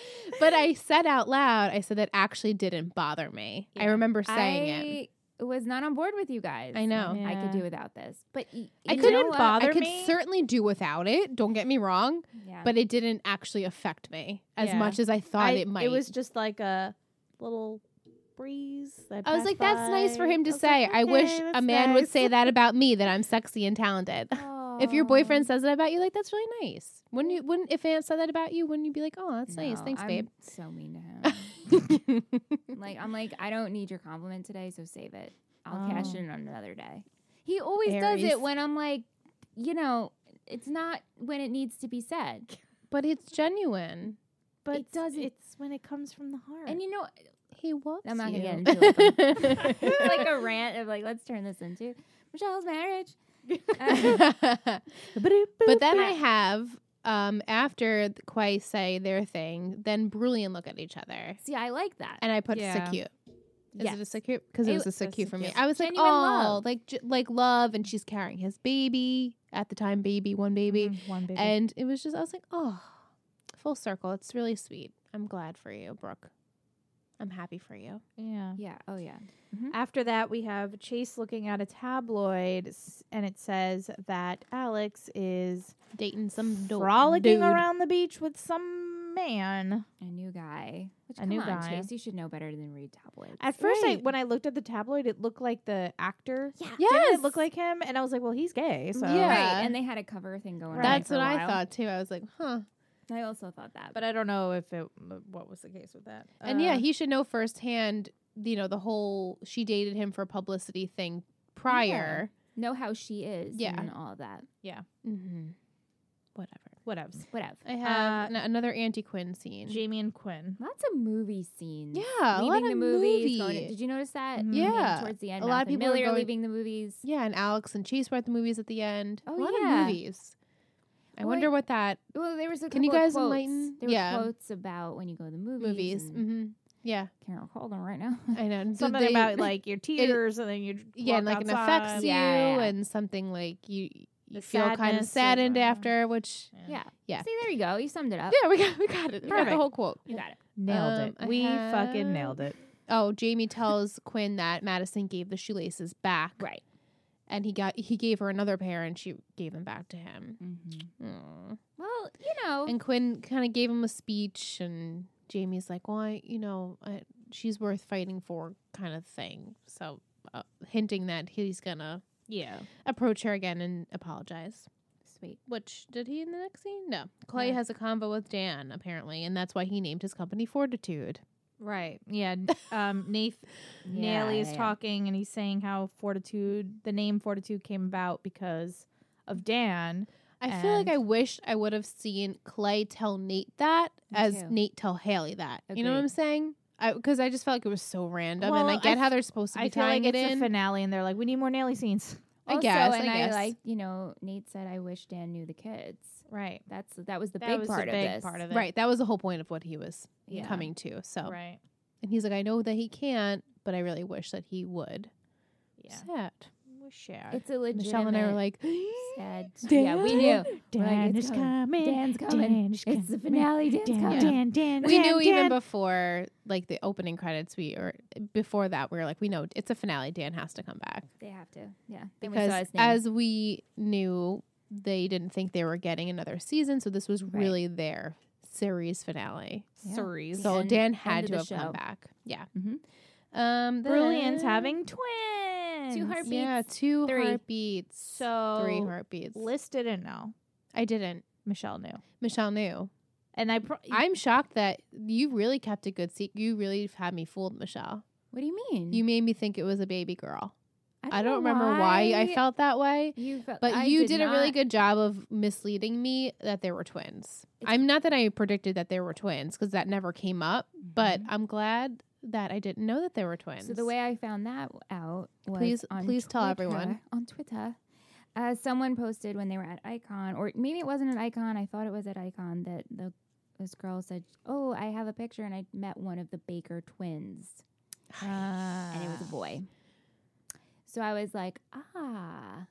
[SPEAKER 1] but I said out loud, I said that actually didn't bother me. I
[SPEAKER 3] Yeah.
[SPEAKER 1] remember saying it.
[SPEAKER 3] I was not on board with you guys.
[SPEAKER 1] I know.
[SPEAKER 3] I
[SPEAKER 2] Yeah.
[SPEAKER 3] could do without this, but y-
[SPEAKER 1] I
[SPEAKER 3] you
[SPEAKER 1] couldn't
[SPEAKER 3] know what?
[SPEAKER 2] bother-
[SPEAKER 1] I could
[SPEAKER 2] me?
[SPEAKER 1] certainly do without it. Don't get me wrong,
[SPEAKER 3] Yeah.
[SPEAKER 1] but it didn't actually affect me as
[SPEAKER 2] Yeah.
[SPEAKER 1] much as I thought
[SPEAKER 2] I-
[SPEAKER 1] it might.
[SPEAKER 2] It was just like a little breeze. that
[SPEAKER 1] I was like,
[SPEAKER 2] passed
[SPEAKER 1] that's nice for
[SPEAKER 2] by."
[SPEAKER 1] him to
[SPEAKER 2] I was like,
[SPEAKER 1] say. I wish
[SPEAKER 2] "Okay,
[SPEAKER 1] a
[SPEAKER 2] that's
[SPEAKER 1] man would
[SPEAKER 2] nice."
[SPEAKER 1] say that about me that I'm sexy and talented.
[SPEAKER 3] oh,
[SPEAKER 1] If your boyfriend says that about you, like that's really nice. Wouldn't you? Wouldn't if Aunt said that about you, wouldn't you be like, oh, that's nice,
[SPEAKER 3] No,
[SPEAKER 1] thanks,
[SPEAKER 3] I'm
[SPEAKER 1] babe.
[SPEAKER 3] So mean to him. like I'm like I don't need your compliment today, so save it. I'll cash
[SPEAKER 2] Oh.
[SPEAKER 3] it in on another day. He always does
[SPEAKER 1] Aries.
[SPEAKER 3] it when I'm like, you know, it's not when it needs to be said.
[SPEAKER 1] but it's genuine.
[SPEAKER 2] But
[SPEAKER 3] It doesn't-
[SPEAKER 2] It's when it comes from the heart.
[SPEAKER 3] And you know,
[SPEAKER 1] He loves
[SPEAKER 3] I'm not
[SPEAKER 1] you.
[SPEAKER 3] gonna get into it. it's like a rant of like, let's turn this into Michelle's marriage. Uh,
[SPEAKER 1] but then I have um after the Kwai say their thing, then Brulee and look at each other,
[SPEAKER 3] see, I like that.
[SPEAKER 1] and I put
[SPEAKER 2] Yeah.
[SPEAKER 1] so cute. Is it a
[SPEAKER 3] Yes.
[SPEAKER 1] so cute? Because it,
[SPEAKER 3] It
[SPEAKER 1] was a
[SPEAKER 3] was
[SPEAKER 1] so
[SPEAKER 2] so
[SPEAKER 1] cute for me.
[SPEAKER 2] cute.
[SPEAKER 1] I was like, oh,
[SPEAKER 3] Genuine love.
[SPEAKER 1] like j- like love, and she's carrying his baby at the time, baby, one baby,
[SPEAKER 2] Mm, one baby.
[SPEAKER 1] and it was just I was like, oh, full circle. It's really sweet. I'm glad for you, Brooke. I'm happy for you.
[SPEAKER 2] yeah.
[SPEAKER 3] yeah. Oh yeah.
[SPEAKER 1] Mm-hmm.
[SPEAKER 2] After that, we have Chase looking at a tabloid, s- and it says that Alex is
[SPEAKER 1] Dating some do-
[SPEAKER 2] frolicking
[SPEAKER 1] dude.
[SPEAKER 2] around the beach with some man.
[SPEAKER 3] A new guy. Which,
[SPEAKER 2] A
[SPEAKER 3] come
[SPEAKER 2] new
[SPEAKER 3] on,
[SPEAKER 2] guy.
[SPEAKER 3] Chase, you should know better than read tabloids.
[SPEAKER 2] At first, I,
[SPEAKER 1] Right.
[SPEAKER 2] when I looked at the tabloid, it looked like the actor. Yeah.
[SPEAKER 1] Yes.
[SPEAKER 2] It looked like him, and I was like, well, he's gay. So
[SPEAKER 1] Yeah.
[SPEAKER 3] Right. And they had a cover thing going on.
[SPEAKER 1] That's
[SPEAKER 3] for a
[SPEAKER 1] what I
[SPEAKER 3] while.
[SPEAKER 1] thought too. I was like, huh.
[SPEAKER 3] I also thought that.
[SPEAKER 2] But I don't know if it uh, what was the case with that. Uh,
[SPEAKER 1] And yeah, he should know firsthand, you know, the whole she dated him for publicity thing prior.
[SPEAKER 3] know how she is
[SPEAKER 1] Yeah.
[SPEAKER 3] and all of that.
[SPEAKER 1] Mm-hmm. Whatever.
[SPEAKER 2] whatevs.
[SPEAKER 3] Whatever.
[SPEAKER 1] I have
[SPEAKER 2] Uh,
[SPEAKER 1] an- another Auntie Quinn scene.
[SPEAKER 2] Jamie and Quinn.
[SPEAKER 3] Lots of movie scenes.
[SPEAKER 1] yeah, a lot
[SPEAKER 3] Leaving the
[SPEAKER 1] of
[SPEAKER 3] movies.
[SPEAKER 1] movies.
[SPEAKER 3] Going to- did you notice that?
[SPEAKER 2] Mhm.
[SPEAKER 3] Maybe
[SPEAKER 1] Yeah.
[SPEAKER 3] Towards the end,
[SPEAKER 1] A lot of
[SPEAKER 3] Ralph and
[SPEAKER 1] people were
[SPEAKER 3] Millie are
[SPEAKER 1] going-
[SPEAKER 3] leaving the movies.
[SPEAKER 1] yeah, and Alex and Chase were at the movies at the end.
[SPEAKER 3] Oh,
[SPEAKER 1] a lot
[SPEAKER 3] yeah.
[SPEAKER 1] of movies. I
[SPEAKER 3] Well,
[SPEAKER 1] wonder
[SPEAKER 3] like,
[SPEAKER 1] what that
[SPEAKER 3] Well, there was a
[SPEAKER 1] Can you
[SPEAKER 3] couple
[SPEAKER 1] guys
[SPEAKER 3] of quotes.
[SPEAKER 1] enlighten-
[SPEAKER 3] There were
[SPEAKER 1] Yeah.
[SPEAKER 3] quotes about when you go to the movies.
[SPEAKER 1] movies.
[SPEAKER 3] and-
[SPEAKER 1] Mm-hmm. Yeah,
[SPEAKER 3] Can't recall them right now.
[SPEAKER 1] I know. Do
[SPEAKER 2] Something
[SPEAKER 1] they-
[SPEAKER 2] about like your tears, and then you
[SPEAKER 1] yeah, and, like
[SPEAKER 2] an
[SPEAKER 1] it affects you,
[SPEAKER 3] Yeah, yeah, yeah.
[SPEAKER 1] and something like you you
[SPEAKER 2] The
[SPEAKER 1] feel kind of
[SPEAKER 2] sadness
[SPEAKER 1] saddened
[SPEAKER 2] of, uh,
[SPEAKER 1] after. Which
[SPEAKER 3] yeah.
[SPEAKER 1] Yeah.
[SPEAKER 3] See, there you go. You summed it up.
[SPEAKER 1] yeah, we got we got it. We got the
[SPEAKER 2] Perfect.
[SPEAKER 1] whole quote.
[SPEAKER 3] You got it.
[SPEAKER 2] Nailed it.
[SPEAKER 1] Um, I
[SPEAKER 2] we
[SPEAKER 1] have-
[SPEAKER 2] fucking nailed it.
[SPEAKER 1] Oh, Jamie tells Quinn that Madison gave the shoelaces back,
[SPEAKER 3] Right.
[SPEAKER 1] and he got he gave her another pair, and she gave them back to him. Aw.
[SPEAKER 3] Well, you know.
[SPEAKER 1] Mm-hmm. And Quinn kind of gave him a speech, and Jamie's like, "Well, I, you know, I, she's worth fighting for," kind of thing. So, uh, hinting that he's gonna
[SPEAKER 2] Yeah.
[SPEAKER 1] approach her again and apologize.
[SPEAKER 3] Sweet.
[SPEAKER 1] Which did he in the next scene? No, Clay
[SPEAKER 2] No.
[SPEAKER 1] has a convo with Dan apparently, and that's why he named his company Fortitude.
[SPEAKER 2] Right. Yeah. n- Um, Nath
[SPEAKER 3] Yeah,
[SPEAKER 2] Naley is
[SPEAKER 3] yeah, yeah.
[SPEAKER 2] talking and he's saying how Fortitude, the name Fortitude came about because of Dan.
[SPEAKER 1] I feel like
[SPEAKER 2] And-
[SPEAKER 1] I wish I would have seen Clay tell Nate that
[SPEAKER 3] Me
[SPEAKER 1] as
[SPEAKER 3] too.
[SPEAKER 1] Nate tell Haley that. You know what I'm
[SPEAKER 3] Agreed.
[SPEAKER 1] saying? Because I, just felt like it was so random, and
[SPEAKER 2] Well,
[SPEAKER 1] I
[SPEAKER 2] I
[SPEAKER 1] get how
[SPEAKER 2] f-
[SPEAKER 1] they're supposed to be
[SPEAKER 2] I feel
[SPEAKER 1] tying
[SPEAKER 2] like it's
[SPEAKER 1] it in.
[SPEAKER 2] the finale and they're like, we need more Naley scenes.
[SPEAKER 1] I
[SPEAKER 3] also,
[SPEAKER 1] guess, I
[SPEAKER 3] And I,
[SPEAKER 1] guess.
[SPEAKER 3] like, you know, Nate said, I wish Dan knew the kids.
[SPEAKER 2] Right.
[SPEAKER 3] That's That was the
[SPEAKER 2] That
[SPEAKER 3] big
[SPEAKER 2] was the
[SPEAKER 3] part
[SPEAKER 2] big
[SPEAKER 3] of this.
[SPEAKER 2] part of it.
[SPEAKER 1] right, that was the whole point of what he was
[SPEAKER 3] Yeah.
[SPEAKER 1] coming to. So,
[SPEAKER 2] Right.
[SPEAKER 1] and he's like, I know that he can't, but I really wish that he would.
[SPEAKER 2] Yeah.
[SPEAKER 1] Sad.
[SPEAKER 2] We share.
[SPEAKER 3] It's a legitimate.
[SPEAKER 1] Michelle and I were like,
[SPEAKER 3] sad. Yeah, we knew.
[SPEAKER 2] Dan,
[SPEAKER 3] We're like,
[SPEAKER 2] Dan
[SPEAKER 3] it's
[SPEAKER 2] is coming.
[SPEAKER 3] Dan's coming.
[SPEAKER 2] Dan is
[SPEAKER 3] It's the
[SPEAKER 2] coming.
[SPEAKER 3] finale. Dan's
[SPEAKER 2] Dan,
[SPEAKER 3] coming.
[SPEAKER 2] Dan, Dan,
[SPEAKER 1] we
[SPEAKER 2] Dan,
[SPEAKER 1] knew even
[SPEAKER 2] Dan.
[SPEAKER 1] before like the opening credits, we or before that, we were like, we know it's a finale. Dan has to come back.
[SPEAKER 3] They have to. Yeah. Then we saw
[SPEAKER 1] because
[SPEAKER 3] his name.
[SPEAKER 1] as we knew they didn't think they were getting another season so this was
[SPEAKER 3] Right.
[SPEAKER 1] really their series finale
[SPEAKER 3] Yeah.
[SPEAKER 2] Series.
[SPEAKER 1] so
[SPEAKER 3] end-
[SPEAKER 1] dan
[SPEAKER 3] end
[SPEAKER 1] had
[SPEAKER 3] of
[SPEAKER 1] to
[SPEAKER 3] the
[SPEAKER 1] have
[SPEAKER 3] show.
[SPEAKER 1] come back yeah
[SPEAKER 3] Mhm.
[SPEAKER 1] um
[SPEAKER 2] Brilliant's
[SPEAKER 1] then-
[SPEAKER 2] having twins.
[SPEAKER 3] heartbeats.
[SPEAKER 1] yeah two
[SPEAKER 3] Three.
[SPEAKER 1] heartbeats
[SPEAKER 2] So
[SPEAKER 1] three heartbeats
[SPEAKER 2] Liz didn't know.
[SPEAKER 1] i didn't
[SPEAKER 2] Michelle knew.
[SPEAKER 1] michelle knew
[SPEAKER 2] And I, pro-
[SPEAKER 1] i'm shocked that you really kept a good seat you really had me fooled michelle
[SPEAKER 3] What do you mean?
[SPEAKER 1] you made me think it was a baby girl i
[SPEAKER 3] know
[SPEAKER 1] don't remember why i felt that way
[SPEAKER 3] You felt,
[SPEAKER 1] But
[SPEAKER 3] I
[SPEAKER 1] you did, a really
[SPEAKER 3] not-
[SPEAKER 1] good job of misleading me that there were twins. I'm not that I predicted that there were twins because that never came up, but I'm glad that I didn't know that there were twins.
[SPEAKER 3] Mm-hmm. So the way I found that out was
[SPEAKER 1] Please-
[SPEAKER 3] on
[SPEAKER 1] please tell everyone.
[SPEAKER 3] Twitter- on Twitter. Uh, someone posted when they were at Icon, or maybe it wasn't an Icon. I thought it was at Icon that the this girl said, "Oh, I have a picture, and I met one of the Baker twins, and it was
[SPEAKER 2] uh,
[SPEAKER 3] a boy." So I was like, "Ah,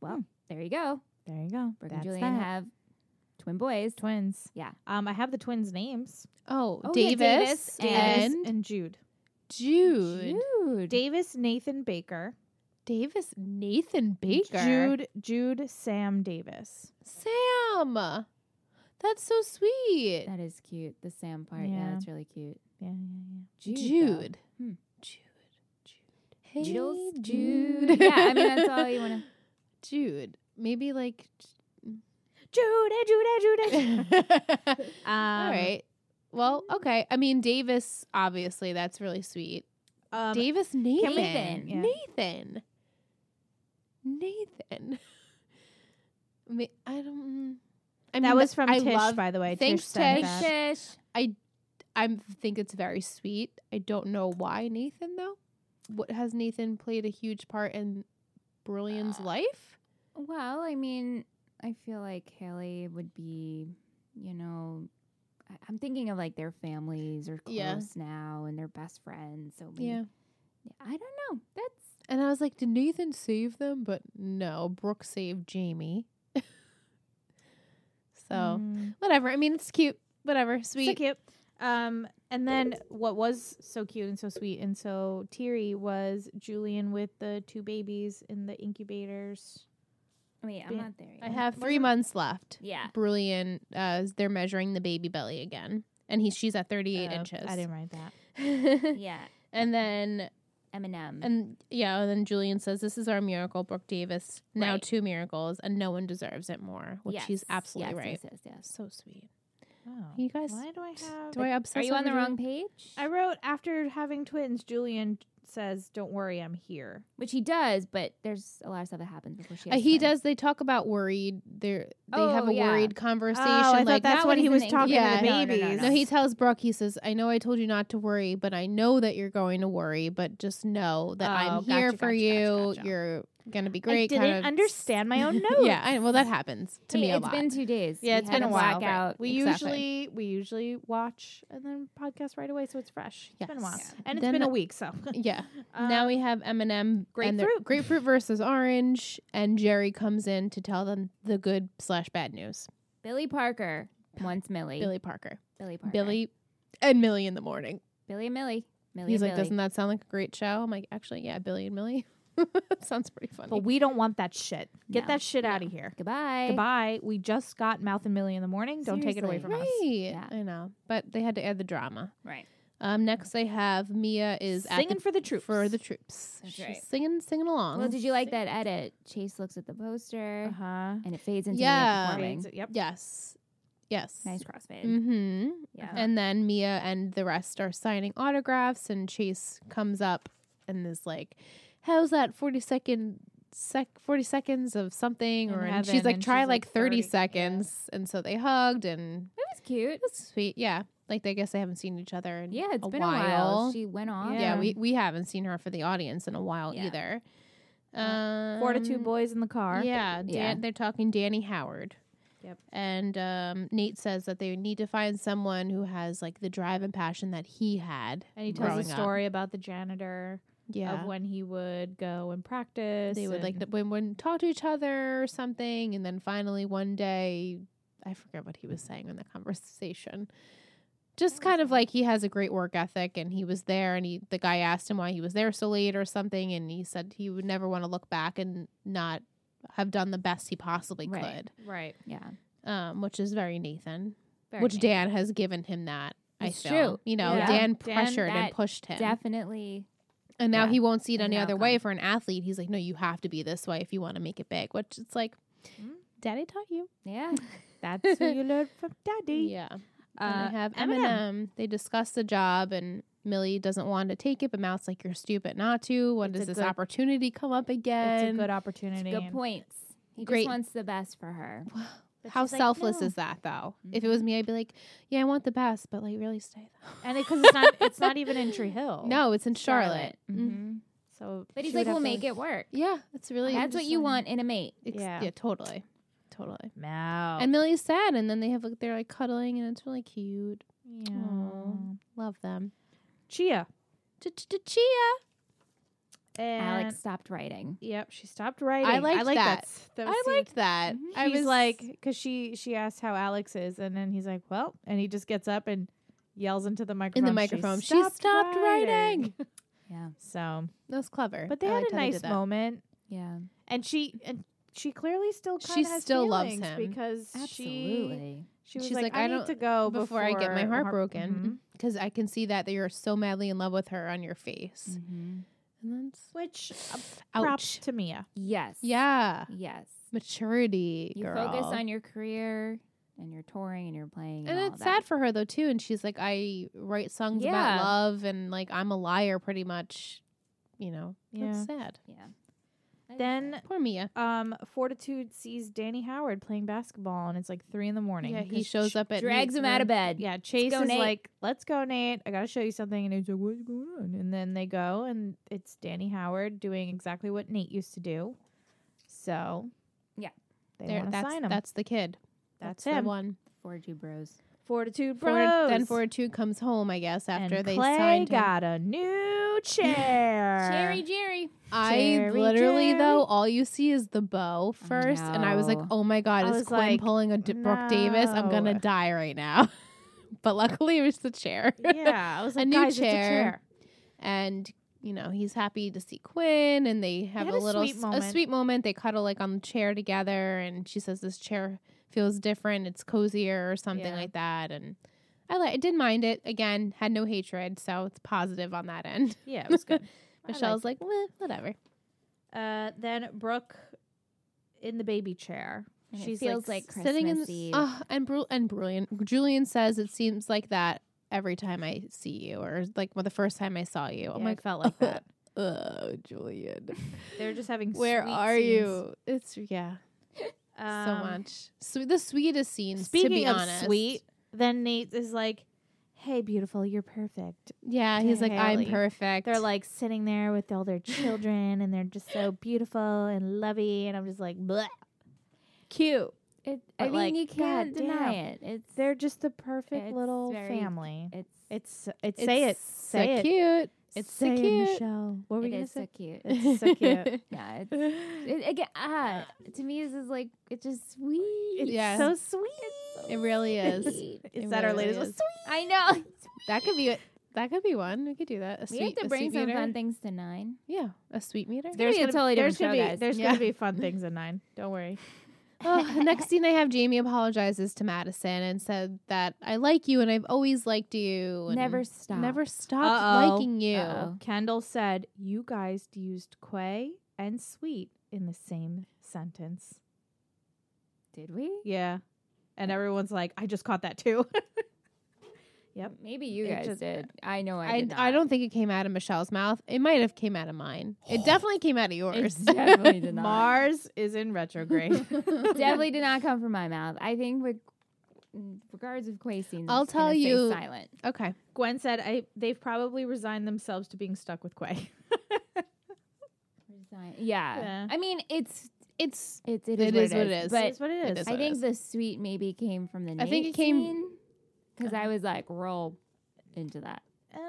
[SPEAKER 3] well,
[SPEAKER 2] Hmm.
[SPEAKER 3] there you go.
[SPEAKER 2] there you go.
[SPEAKER 3] Brooke
[SPEAKER 2] That's
[SPEAKER 3] and Julian
[SPEAKER 2] that.
[SPEAKER 3] have twin boys.
[SPEAKER 2] twins.
[SPEAKER 3] Yeah.
[SPEAKER 2] Um, I have the twins' names.
[SPEAKER 1] oh,
[SPEAKER 3] Oh, yeah,
[SPEAKER 1] Davis,
[SPEAKER 3] Davis
[SPEAKER 1] and,
[SPEAKER 2] Davis and Jude.
[SPEAKER 1] Jude.
[SPEAKER 3] Dude,
[SPEAKER 2] Davis Nathan Baker.
[SPEAKER 1] Davis Nathan Baker,
[SPEAKER 2] Jude Jude Sam Davis.
[SPEAKER 1] Sam. That's so sweet,
[SPEAKER 3] that is cute. The Sam part, yeah,
[SPEAKER 2] Yeah.
[SPEAKER 3] that's really cute.
[SPEAKER 2] Yeah, yeah,
[SPEAKER 1] Jude.
[SPEAKER 3] though.
[SPEAKER 1] Jude.
[SPEAKER 3] Hmm.
[SPEAKER 1] Jude. Hey,
[SPEAKER 3] Jules,
[SPEAKER 1] Jude.
[SPEAKER 3] yeah, I mean that's all you want to.
[SPEAKER 1] Jude. Maybe like.
[SPEAKER 2] Judy, Judy, Judy.
[SPEAKER 1] um,
[SPEAKER 2] Um,
[SPEAKER 1] All right. Well, okay. I mean, Davis. Obviously, that's really sweet.
[SPEAKER 2] Um,
[SPEAKER 1] Davis Nathan.
[SPEAKER 3] Nathan,
[SPEAKER 2] yeah.
[SPEAKER 1] Nathan. Nathan. Ma- I don't. mm. I mean,
[SPEAKER 2] that was from
[SPEAKER 1] I
[SPEAKER 2] Tish,
[SPEAKER 1] love-
[SPEAKER 2] by the way.
[SPEAKER 1] Thanks,
[SPEAKER 2] Tish. sent
[SPEAKER 1] Tish.
[SPEAKER 2] that.
[SPEAKER 3] Tish.
[SPEAKER 1] I think it's very sweet. I don't know why Nathan though. What has Nathan played a huge part in Brillian's
[SPEAKER 3] Uh,
[SPEAKER 1] life?
[SPEAKER 3] Well, I mean, I feel like Haley would be, you know, I- I'm thinking of like their families are close
[SPEAKER 1] Yeah.
[SPEAKER 3] now and they're best friends. So maybe, I don't know. That's
[SPEAKER 1] And I was like, did Nathan save them? But no, Brooke saved Jamie. so
[SPEAKER 3] Mm-hmm.
[SPEAKER 2] Mm.
[SPEAKER 1] whatever. I mean, it's cute. Whatever, sweet.
[SPEAKER 2] So cute. Um, and then what was so cute and so sweet and so teary was Julian with the two babies in the incubators.
[SPEAKER 3] wait, I'm
[SPEAKER 2] Yeah.
[SPEAKER 3] not there. Yet.
[SPEAKER 1] I have three
[SPEAKER 2] Wasn't-
[SPEAKER 1] months left.
[SPEAKER 3] Yeah.
[SPEAKER 1] Brilliant. Uh, they're measuring the baby belly again, and he she's at thirty eight
[SPEAKER 2] Uh,
[SPEAKER 1] inches.
[SPEAKER 2] I didn't write that.
[SPEAKER 3] Yeah.
[SPEAKER 1] and then
[SPEAKER 3] Eminem.
[SPEAKER 1] And yeah, and then Julian says, This is our miracle, Brooke Davis. Now
[SPEAKER 3] Right.
[SPEAKER 1] two miracles, and no one deserves it more, which
[SPEAKER 3] Yes,
[SPEAKER 1] she's absolutely
[SPEAKER 3] yes,
[SPEAKER 1] right.
[SPEAKER 3] Yes, yes, yes.
[SPEAKER 1] So sweet.
[SPEAKER 2] Oh.
[SPEAKER 1] You guys,
[SPEAKER 2] Why do I have?
[SPEAKER 1] do I obsess
[SPEAKER 3] Are you on the
[SPEAKER 1] over
[SPEAKER 3] wrong
[SPEAKER 1] Julian?
[SPEAKER 3] page?
[SPEAKER 2] I wrote after having twins, Julian says, "Don't worry, I'm here."
[SPEAKER 3] Which he does, but there's a lot of stuff that happens before she.
[SPEAKER 1] Uh,
[SPEAKER 3] Has
[SPEAKER 1] he
[SPEAKER 3] twins.
[SPEAKER 1] does. They talk about worried. They're, they have
[SPEAKER 3] Oh,
[SPEAKER 1] a
[SPEAKER 3] yeah.
[SPEAKER 1] worried conversation.
[SPEAKER 2] oh, I
[SPEAKER 1] like
[SPEAKER 2] thought that's
[SPEAKER 3] not
[SPEAKER 2] what
[SPEAKER 3] when
[SPEAKER 2] he
[SPEAKER 3] he's
[SPEAKER 2] was
[SPEAKER 3] in the
[SPEAKER 2] talking
[SPEAKER 1] Yeah.
[SPEAKER 2] to the
[SPEAKER 3] No, no, no,
[SPEAKER 2] babies.
[SPEAKER 1] no, he tells Brooke. He says, "I know I told you not to worry, but I know that you're going to worry. But just know that
[SPEAKER 2] Oh,
[SPEAKER 1] I'm
[SPEAKER 2] gotcha,
[SPEAKER 1] here
[SPEAKER 2] gotcha,
[SPEAKER 1] for
[SPEAKER 2] gotcha,
[SPEAKER 1] you.
[SPEAKER 2] gotcha.
[SPEAKER 1] You're gonna be great."
[SPEAKER 2] I
[SPEAKER 1] kind
[SPEAKER 2] didn't
[SPEAKER 1] of-
[SPEAKER 2] understand my own notes.
[SPEAKER 1] yeah, I, well, that happens to
[SPEAKER 3] Hey,
[SPEAKER 1] me a
[SPEAKER 3] it's
[SPEAKER 1] lot.
[SPEAKER 3] been two days.
[SPEAKER 2] Yeah,
[SPEAKER 3] We
[SPEAKER 2] it's
[SPEAKER 3] had
[SPEAKER 2] been a while.
[SPEAKER 3] blackout. out.
[SPEAKER 2] We
[SPEAKER 1] Exactly.
[SPEAKER 2] usually we usually watch and then podcast right away, so it's fresh. It's been a while,
[SPEAKER 1] Yes.
[SPEAKER 2] and it's
[SPEAKER 1] Then-
[SPEAKER 2] been a week. So
[SPEAKER 1] yeah.
[SPEAKER 2] Um,
[SPEAKER 1] now we have Eminem and the-
[SPEAKER 2] grapefruit.
[SPEAKER 1] grapefruit versus orange, and Jerry comes in to tell them the good slash bad news.
[SPEAKER 3] Billy Parker. Once Millie.
[SPEAKER 1] Billy Parker,
[SPEAKER 3] Billy Parker.
[SPEAKER 1] Billy, and Millie in the morning.
[SPEAKER 3] Billy and Millie. Millie
[SPEAKER 1] He's
[SPEAKER 3] and
[SPEAKER 1] like,
[SPEAKER 3] Billy.
[SPEAKER 1] "Doesn't that sound like a great show?" I'm like, "Actually, yeah, Billy and Millie." Sounds pretty funny.
[SPEAKER 2] but we don't want that shit. Get
[SPEAKER 3] No.
[SPEAKER 2] that shit out of here.
[SPEAKER 3] Goodbye.
[SPEAKER 2] Goodbye. We just got Mouth and Millie in the morning. Don't take it away from
[SPEAKER 3] Seriously.
[SPEAKER 1] right?
[SPEAKER 2] us.
[SPEAKER 3] Yeah.
[SPEAKER 1] I know, but they had to add the drama.
[SPEAKER 3] Right.
[SPEAKER 1] Um, next they have Mia is at
[SPEAKER 2] singing
[SPEAKER 1] the
[SPEAKER 2] for the troops.
[SPEAKER 1] for the troops.
[SPEAKER 3] That's
[SPEAKER 1] She's
[SPEAKER 3] right.
[SPEAKER 1] singing, singing along.
[SPEAKER 3] Well, did you like that edit? Chase looks at the
[SPEAKER 2] uh
[SPEAKER 3] poster
[SPEAKER 2] huh.
[SPEAKER 3] and it fades into
[SPEAKER 1] Uh-huh. Yeah.
[SPEAKER 3] Mia performing.
[SPEAKER 2] Yep.
[SPEAKER 1] Yes, yes.
[SPEAKER 3] Nice crossfade.
[SPEAKER 1] Mm-hmm.
[SPEAKER 3] Yeah.
[SPEAKER 2] Uh-huh.
[SPEAKER 1] And then Mia and the rest are signing autographs, and Chase comes up and is like, "How's that forty second sec forty seconds of something?"
[SPEAKER 2] In
[SPEAKER 1] Or and
[SPEAKER 2] heaven,
[SPEAKER 1] she's like,
[SPEAKER 2] and
[SPEAKER 1] "Try
[SPEAKER 2] she's
[SPEAKER 1] like
[SPEAKER 2] like,
[SPEAKER 1] thirty,
[SPEAKER 2] 30, yeah.
[SPEAKER 1] seconds." And so they hugged, and
[SPEAKER 3] It was cute.
[SPEAKER 1] it was sweet. Yeah, like I guess they haven't seen each other in
[SPEAKER 3] Yeah, it's
[SPEAKER 1] a
[SPEAKER 3] been
[SPEAKER 1] while.
[SPEAKER 3] a while. She went off.
[SPEAKER 1] yeah.
[SPEAKER 2] Yeah.
[SPEAKER 1] we we haven't seen her for the audience in a while
[SPEAKER 3] Yeah.
[SPEAKER 1] either. Um,
[SPEAKER 2] Uh, Four to two boys in the car.
[SPEAKER 1] yeah, Dan,
[SPEAKER 3] Yeah.
[SPEAKER 1] they're talking Danny Howard.
[SPEAKER 2] Yep.
[SPEAKER 1] And um, Nate says that they need to find someone who has like the drive and passion that he had.
[SPEAKER 2] And he tells
[SPEAKER 1] growing
[SPEAKER 2] a
[SPEAKER 1] up.
[SPEAKER 2] story about the janitor
[SPEAKER 1] Yeah.
[SPEAKER 2] of when he would go and practice.
[SPEAKER 1] They would like
[SPEAKER 2] and-
[SPEAKER 1] n- when wouldn't talk to each other or something, and then finally one day, I forget what he was saying in the conversation. Just kind
[SPEAKER 3] Mm-hmm.
[SPEAKER 1] of like he has a great work ethic, and he was there, and he the guy asked him why he was there so late or something, and he said he would never want to look back and not have done the best he possibly
[SPEAKER 3] Right.
[SPEAKER 1] could.
[SPEAKER 2] right.
[SPEAKER 3] Yeah.
[SPEAKER 1] um, which is very Nathan,
[SPEAKER 2] Very
[SPEAKER 1] which
[SPEAKER 2] neat.
[SPEAKER 1] Dan has given him that.
[SPEAKER 3] It's
[SPEAKER 1] I feel
[SPEAKER 3] true.
[SPEAKER 1] you know
[SPEAKER 2] Yeah.
[SPEAKER 1] Dan
[SPEAKER 3] Dan-
[SPEAKER 1] pressured
[SPEAKER 3] that
[SPEAKER 1] and pushed him,
[SPEAKER 3] Definitely.
[SPEAKER 1] and now
[SPEAKER 3] yeah,
[SPEAKER 1] he won't see it
[SPEAKER 3] is an
[SPEAKER 1] any other way
[SPEAKER 3] outcome.
[SPEAKER 1] for an athlete. He's like, no, you have to be this way if you want to make it big. Which it's like,
[SPEAKER 2] Mm.
[SPEAKER 1] Daddy taught you.
[SPEAKER 3] Yeah.
[SPEAKER 2] That's who you learned from daddy.
[SPEAKER 1] Yeah,
[SPEAKER 2] Uh,
[SPEAKER 1] and they have
[SPEAKER 2] Eminem.
[SPEAKER 1] Eminem. They discuss the job, and Millie doesn't want to take it, but Mouth's like, you're stupid not to. When
[SPEAKER 2] It's
[SPEAKER 1] does
[SPEAKER 2] a
[SPEAKER 1] this
[SPEAKER 2] good-
[SPEAKER 1] opportunity come up
[SPEAKER 2] It's a
[SPEAKER 1] again?
[SPEAKER 2] good
[SPEAKER 3] It's
[SPEAKER 2] opportunity.
[SPEAKER 3] good points. He
[SPEAKER 1] Great.
[SPEAKER 3] just wants the best for her. But
[SPEAKER 1] How
[SPEAKER 3] she's like,
[SPEAKER 1] selfless
[SPEAKER 3] "No."
[SPEAKER 1] is that though?
[SPEAKER 2] Mm-hmm.
[SPEAKER 1] If it was me, I'd be like, yeah, I want the best, but like, really stay. though."
[SPEAKER 2] and because it's not, it's not even in Tree Hill. Mm-hmm.
[SPEAKER 1] No, it's in Charlotte. Mhm.
[SPEAKER 3] Mhm.
[SPEAKER 2] So,
[SPEAKER 3] But he's
[SPEAKER 2] she would
[SPEAKER 3] like,
[SPEAKER 2] have
[SPEAKER 3] we'll
[SPEAKER 2] to-
[SPEAKER 3] make it work.
[SPEAKER 1] Yeah, it's really
[SPEAKER 3] That's what you want in a mate.
[SPEAKER 1] Ex- yeah.
[SPEAKER 2] Yeah. Oh.
[SPEAKER 1] totally, totally.
[SPEAKER 2] Now.
[SPEAKER 1] And Millie's sad, and then they have like they're like cuddling, and it's really cute.
[SPEAKER 2] Aw.
[SPEAKER 1] Love them.
[SPEAKER 2] Chia.
[SPEAKER 1] Chia.
[SPEAKER 2] And
[SPEAKER 3] Alex stopped writing.
[SPEAKER 2] Yep, she stopped writing.
[SPEAKER 1] liked
[SPEAKER 2] I like
[SPEAKER 1] that.
[SPEAKER 2] that.
[SPEAKER 1] I liked that.
[SPEAKER 3] Mhm.
[SPEAKER 1] I
[SPEAKER 2] I
[SPEAKER 1] was
[SPEAKER 2] was Mm-hmm. like, because she she asked how Alex is, and then he's like, well, and he just gets up and yells into the microphone.
[SPEAKER 1] in the microphone. She stopped, writing.
[SPEAKER 3] Yeah.
[SPEAKER 2] So,
[SPEAKER 1] That's clever.
[SPEAKER 2] but they
[SPEAKER 1] I
[SPEAKER 2] had
[SPEAKER 1] liked
[SPEAKER 2] a
[SPEAKER 1] how they
[SPEAKER 2] nice
[SPEAKER 1] did that.
[SPEAKER 2] moment,
[SPEAKER 3] Yeah.
[SPEAKER 2] and she and she clearly still kind
[SPEAKER 1] She
[SPEAKER 2] of has
[SPEAKER 1] still loves
[SPEAKER 2] feelings
[SPEAKER 1] him.
[SPEAKER 2] because she
[SPEAKER 3] Absolutely.
[SPEAKER 2] she was
[SPEAKER 1] She's
[SPEAKER 2] like,
[SPEAKER 1] like,
[SPEAKER 2] I,
[SPEAKER 1] I
[SPEAKER 2] need
[SPEAKER 1] don't-
[SPEAKER 2] to go
[SPEAKER 1] before I get my heart broken. Mm-hmm.
[SPEAKER 2] Mhm.
[SPEAKER 1] Because I can see that that you're so madly in love with her on your face.
[SPEAKER 3] Mhm.
[SPEAKER 1] And that's
[SPEAKER 2] Which uh, props
[SPEAKER 1] ouch.
[SPEAKER 2] to Mia.
[SPEAKER 3] Yes.
[SPEAKER 1] Yeah,
[SPEAKER 3] Yes.
[SPEAKER 1] maturity,
[SPEAKER 3] You
[SPEAKER 1] girl.
[SPEAKER 3] focus on your career and you're touring and you're playing. And,
[SPEAKER 1] and
[SPEAKER 3] all
[SPEAKER 1] it's
[SPEAKER 3] that.
[SPEAKER 1] sad for her though too. And she's like, I write songs
[SPEAKER 3] Yeah.
[SPEAKER 1] about love, and like I'm a liar, pretty much. You know, that's sad.
[SPEAKER 3] Yeah. That is
[SPEAKER 2] Then
[SPEAKER 1] Poor Mia.
[SPEAKER 2] um, Fortitude sees Danny Howard playing basketball, and it's like three in the morning.
[SPEAKER 1] Yeah, he
[SPEAKER 2] 'cause
[SPEAKER 1] shows up
[SPEAKER 3] sad.
[SPEAKER 1] at
[SPEAKER 3] drags
[SPEAKER 1] Nate's
[SPEAKER 3] him out of
[SPEAKER 1] room.
[SPEAKER 3] bed.
[SPEAKER 2] Yeah, Chase
[SPEAKER 3] go,
[SPEAKER 2] is
[SPEAKER 3] Nate.
[SPEAKER 2] like, "Let's go, Nate. I gotta show you something." And he's like, "What's going on?" And then they go, and it's Danny Howard doing exactly what Nate used to do. So,
[SPEAKER 3] Yeah.
[SPEAKER 2] they
[SPEAKER 1] There,
[SPEAKER 2] want to
[SPEAKER 1] that's
[SPEAKER 2] sign him.
[SPEAKER 1] that's the kid.
[SPEAKER 2] That's
[SPEAKER 1] the
[SPEAKER 2] him.
[SPEAKER 1] one.
[SPEAKER 3] Forge you bros.
[SPEAKER 2] Fortitude Bros.
[SPEAKER 1] Forward, then forward two comes home, I guess, after
[SPEAKER 2] and
[SPEAKER 1] they
[SPEAKER 2] Clay
[SPEAKER 1] signed him.
[SPEAKER 2] got a new chair.
[SPEAKER 3] Cherry Jerry.
[SPEAKER 1] I
[SPEAKER 2] Jerry,
[SPEAKER 1] literally
[SPEAKER 2] Jerry.
[SPEAKER 1] though, all you see is the bow first, and I was like,
[SPEAKER 3] know.
[SPEAKER 1] "Oh my god,
[SPEAKER 2] I
[SPEAKER 1] is
[SPEAKER 2] was
[SPEAKER 1] Quinn
[SPEAKER 2] like,
[SPEAKER 1] pulling a D- Brooke Davis? I'm gonna
[SPEAKER 2] no.
[SPEAKER 1] die right now." but luckily, it was the chair,
[SPEAKER 2] yeah, I was
[SPEAKER 1] A
[SPEAKER 2] like,
[SPEAKER 1] new
[SPEAKER 2] "Guys, it's a
[SPEAKER 1] chair.
[SPEAKER 2] chair."
[SPEAKER 1] and you know he's happy to see Quinn, and they have
[SPEAKER 2] had
[SPEAKER 1] a
[SPEAKER 2] a
[SPEAKER 1] little
[SPEAKER 2] sweet
[SPEAKER 1] s-
[SPEAKER 2] moment.
[SPEAKER 1] a sweet moment. They cuddle like on the chair together, and she says, "This chair feels different. It's cozier, or something
[SPEAKER 2] Yeah.
[SPEAKER 1] like that." And I li- I didn't mind it. Again, had no hatred, so it's positive on that end.
[SPEAKER 2] Yeah, it was good. I
[SPEAKER 1] Michelle's like, "Meh, whatever.
[SPEAKER 2] Uh, then Brooke in the baby chair.
[SPEAKER 3] And it
[SPEAKER 2] She's
[SPEAKER 3] feels
[SPEAKER 2] like,
[SPEAKER 3] like,
[SPEAKER 2] s-
[SPEAKER 3] Christmas
[SPEAKER 1] sitting in the
[SPEAKER 3] Eve.
[SPEAKER 1] oh, and Bru- and brilliant. Julian says it seems like that every time I see you, or like well, the first time I saw you. I'm
[SPEAKER 2] Yeah, I
[SPEAKER 1] like,
[SPEAKER 2] felt like that.
[SPEAKER 1] oh, Julian,
[SPEAKER 2] They're just having.
[SPEAKER 1] where
[SPEAKER 2] sweet
[SPEAKER 1] are
[SPEAKER 2] scenes.
[SPEAKER 1] you? It's yeah, so
[SPEAKER 2] Um,
[SPEAKER 1] much. So the sweetest scenes.
[SPEAKER 2] Speaking
[SPEAKER 1] to be
[SPEAKER 2] of
[SPEAKER 1] honest.
[SPEAKER 2] sweet, then Nate is like, "Hey, beautiful, you're perfect."
[SPEAKER 1] yeah, he's like, I'm
[SPEAKER 2] Haley.
[SPEAKER 1] perfect.
[SPEAKER 2] They're like sitting there with all their children, and they're just so beautiful and lovey. And I'm just like, Bleh. cute.
[SPEAKER 3] It,
[SPEAKER 2] But,
[SPEAKER 3] I mean,
[SPEAKER 2] like,
[SPEAKER 3] you can't
[SPEAKER 2] goddamn.
[SPEAKER 3] deny it. It's
[SPEAKER 2] They're just the perfect
[SPEAKER 3] It's
[SPEAKER 2] little
[SPEAKER 3] very-
[SPEAKER 2] family.
[SPEAKER 3] It's
[SPEAKER 2] It's it's say it,
[SPEAKER 1] so
[SPEAKER 2] say it,
[SPEAKER 1] cute. It's
[SPEAKER 2] say
[SPEAKER 1] so
[SPEAKER 2] it,
[SPEAKER 1] cute.
[SPEAKER 2] Michelle. What were you
[SPEAKER 3] it
[SPEAKER 2] gonna
[SPEAKER 3] is so
[SPEAKER 2] say?
[SPEAKER 3] cute.
[SPEAKER 2] It's so cute.
[SPEAKER 3] yeah. It's, it, again, ah, to me, this is like it's just sweet.
[SPEAKER 2] It's
[SPEAKER 1] Yeah.
[SPEAKER 2] so sweet.
[SPEAKER 1] it really is.
[SPEAKER 3] Sweet.
[SPEAKER 2] Is
[SPEAKER 1] It
[SPEAKER 2] that our
[SPEAKER 1] really
[SPEAKER 2] latest? one?
[SPEAKER 1] is.
[SPEAKER 2] Sweet.
[SPEAKER 3] I know.
[SPEAKER 1] That could be it. That could be one. We could do that. A
[SPEAKER 3] We
[SPEAKER 1] sweet,
[SPEAKER 3] have
[SPEAKER 1] a
[SPEAKER 3] to bring
[SPEAKER 1] sweet
[SPEAKER 3] some
[SPEAKER 1] meter.
[SPEAKER 3] fun things to nine.
[SPEAKER 1] Yeah, a sweet meter.
[SPEAKER 3] There's be a totally
[SPEAKER 2] there's
[SPEAKER 3] different
[SPEAKER 2] gonna
[SPEAKER 3] show,
[SPEAKER 2] be
[SPEAKER 3] guys.
[SPEAKER 2] there's
[SPEAKER 1] Yeah.
[SPEAKER 2] gonna be fun things in nine. Don't worry.
[SPEAKER 1] oh, the next scene I have Jamie apologizes to Madison and said that I like you and I've always liked you. And
[SPEAKER 3] Never stop.
[SPEAKER 1] never stopped
[SPEAKER 2] Uh-oh.
[SPEAKER 1] liking you.
[SPEAKER 3] Uh-oh.
[SPEAKER 2] Kendall said, "You guys used quay and sweet in the same sentence."
[SPEAKER 3] Did we?
[SPEAKER 2] Yeah, and everyone's like, "I just caught that too." Yep.
[SPEAKER 3] Maybe you
[SPEAKER 2] It
[SPEAKER 3] guys
[SPEAKER 2] just-
[SPEAKER 3] did. I know I
[SPEAKER 1] I,
[SPEAKER 3] did.
[SPEAKER 1] I
[SPEAKER 3] not.
[SPEAKER 1] don't think it came out of Michelle's mouth. It might have came out of mine. It definitely came out of yours.
[SPEAKER 3] It definitely did not.
[SPEAKER 2] Mars is in retrograde.
[SPEAKER 3] definitely did not come from my mouth. I think with in regards of Quay scenes,
[SPEAKER 1] I'll
[SPEAKER 3] it's
[SPEAKER 1] tell
[SPEAKER 3] gonna say
[SPEAKER 1] you-
[SPEAKER 3] silent.
[SPEAKER 1] okay.
[SPEAKER 2] Gwen said, "I they've probably resigned themselves to being stuck with quay."
[SPEAKER 3] Resign- Yeah.
[SPEAKER 2] Yeah.
[SPEAKER 3] I mean, it's
[SPEAKER 1] It's
[SPEAKER 3] it's it is,
[SPEAKER 1] It
[SPEAKER 3] what,
[SPEAKER 1] is
[SPEAKER 3] it
[SPEAKER 1] what
[SPEAKER 3] is,
[SPEAKER 1] it is.
[SPEAKER 3] But
[SPEAKER 2] That's what it
[SPEAKER 1] it is.
[SPEAKER 2] is.
[SPEAKER 3] I think the sweet maybe came from the.
[SPEAKER 1] I think it came- Uh-huh.
[SPEAKER 3] because I was like roll into that.
[SPEAKER 2] Uh,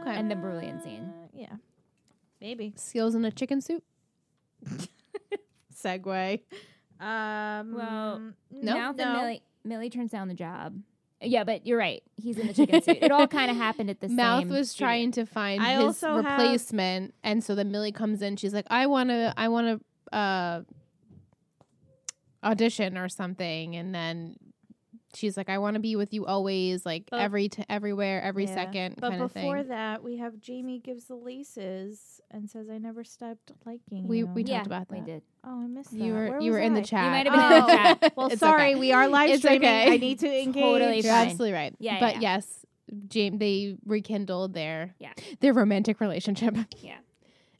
[SPEAKER 1] Okay.
[SPEAKER 3] And the brilliant scene.
[SPEAKER 2] Yeah, maybe.
[SPEAKER 1] skills in a chicken soup.
[SPEAKER 2] segue. Um,
[SPEAKER 3] Well,
[SPEAKER 1] No,
[SPEAKER 3] now that
[SPEAKER 2] no.
[SPEAKER 3] Millie Millie turns down the job. Yeah, but you're right. He's in the chicken suit. It all kind of happened at the
[SPEAKER 1] Mouth
[SPEAKER 3] same.
[SPEAKER 1] was
[SPEAKER 3] studio.
[SPEAKER 1] trying to find
[SPEAKER 2] I
[SPEAKER 1] his
[SPEAKER 2] also have-
[SPEAKER 1] replacement, and so then Millie comes in. She's like, "I want to, I want to uh, audition or something," and then she's like, "I want to be with you always, like
[SPEAKER 2] But-
[SPEAKER 1] every t- everywhere, every
[SPEAKER 2] Yeah.
[SPEAKER 1] second,
[SPEAKER 2] but
[SPEAKER 1] kind of
[SPEAKER 2] before
[SPEAKER 1] thing."
[SPEAKER 2] that, we have Jamie gives the laces and says, "I never stopped liking
[SPEAKER 1] We-
[SPEAKER 2] you."
[SPEAKER 1] we
[SPEAKER 3] yeah,
[SPEAKER 1] talked about
[SPEAKER 3] We
[SPEAKER 1] that.
[SPEAKER 3] did.
[SPEAKER 2] oh, I missed
[SPEAKER 1] you
[SPEAKER 2] that.
[SPEAKER 1] were
[SPEAKER 2] Where
[SPEAKER 1] you were
[SPEAKER 2] was
[SPEAKER 1] in the
[SPEAKER 2] I?
[SPEAKER 1] chat.
[SPEAKER 3] You might have been in the
[SPEAKER 2] Oh.
[SPEAKER 3] chat.
[SPEAKER 2] Well,
[SPEAKER 1] It's
[SPEAKER 2] sorry,
[SPEAKER 1] okay.
[SPEAKER 2] we are live
[SPEAKER 1] It's
[SPEAKER 2] streaming.
[SPEAKER 1] okay.
[SPEAKER 2] I need to engage.
[SPEAKER 3] Totally
[SPEAKER 1] You're
[SPEAKER 3] fine.
[SPEAKER 1] absolutely right.
[SPEAKER 3] Yeah, yeah,
[SPEAKER 1] but
[SPEAKER 3] yeah.
[SPEAKER 1] yes, James they rekindled their
[SPEAKER 3] Yeah.
[SPEAKER 1] their romantic relationship.
[SPEAKER 3] Yeah.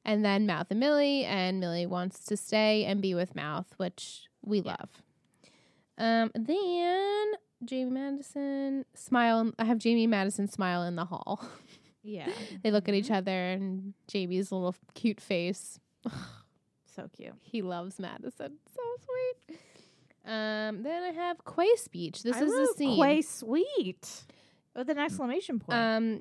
[SPEAKER 1] And then Mouth and Millie, and Millie wants to stay and be with Mouth, which we love. Um, then Jamie Madison smile. I have Jamie Madison smile in the hall.
[SPEAKER 2] Yeah,
[SPEAKER 1] they look
[SPEAKER 3] Mm-hmm.
[SPEAKER 1] at each other, and Jamie's little cute face.
[SPEAKER 2] so cute.
[SPEAKER 1] He loves Madison. So sweet. Um, then I have Quay speech. This
[SPEAKER 2] I
[SPEAKER 1] is the
[SPEAKER 2] wrote
[SPEAKER 1] scene.
[SPEAKER 2] Quay sweet with an exclamation point.
[SPEAKER 1] Um,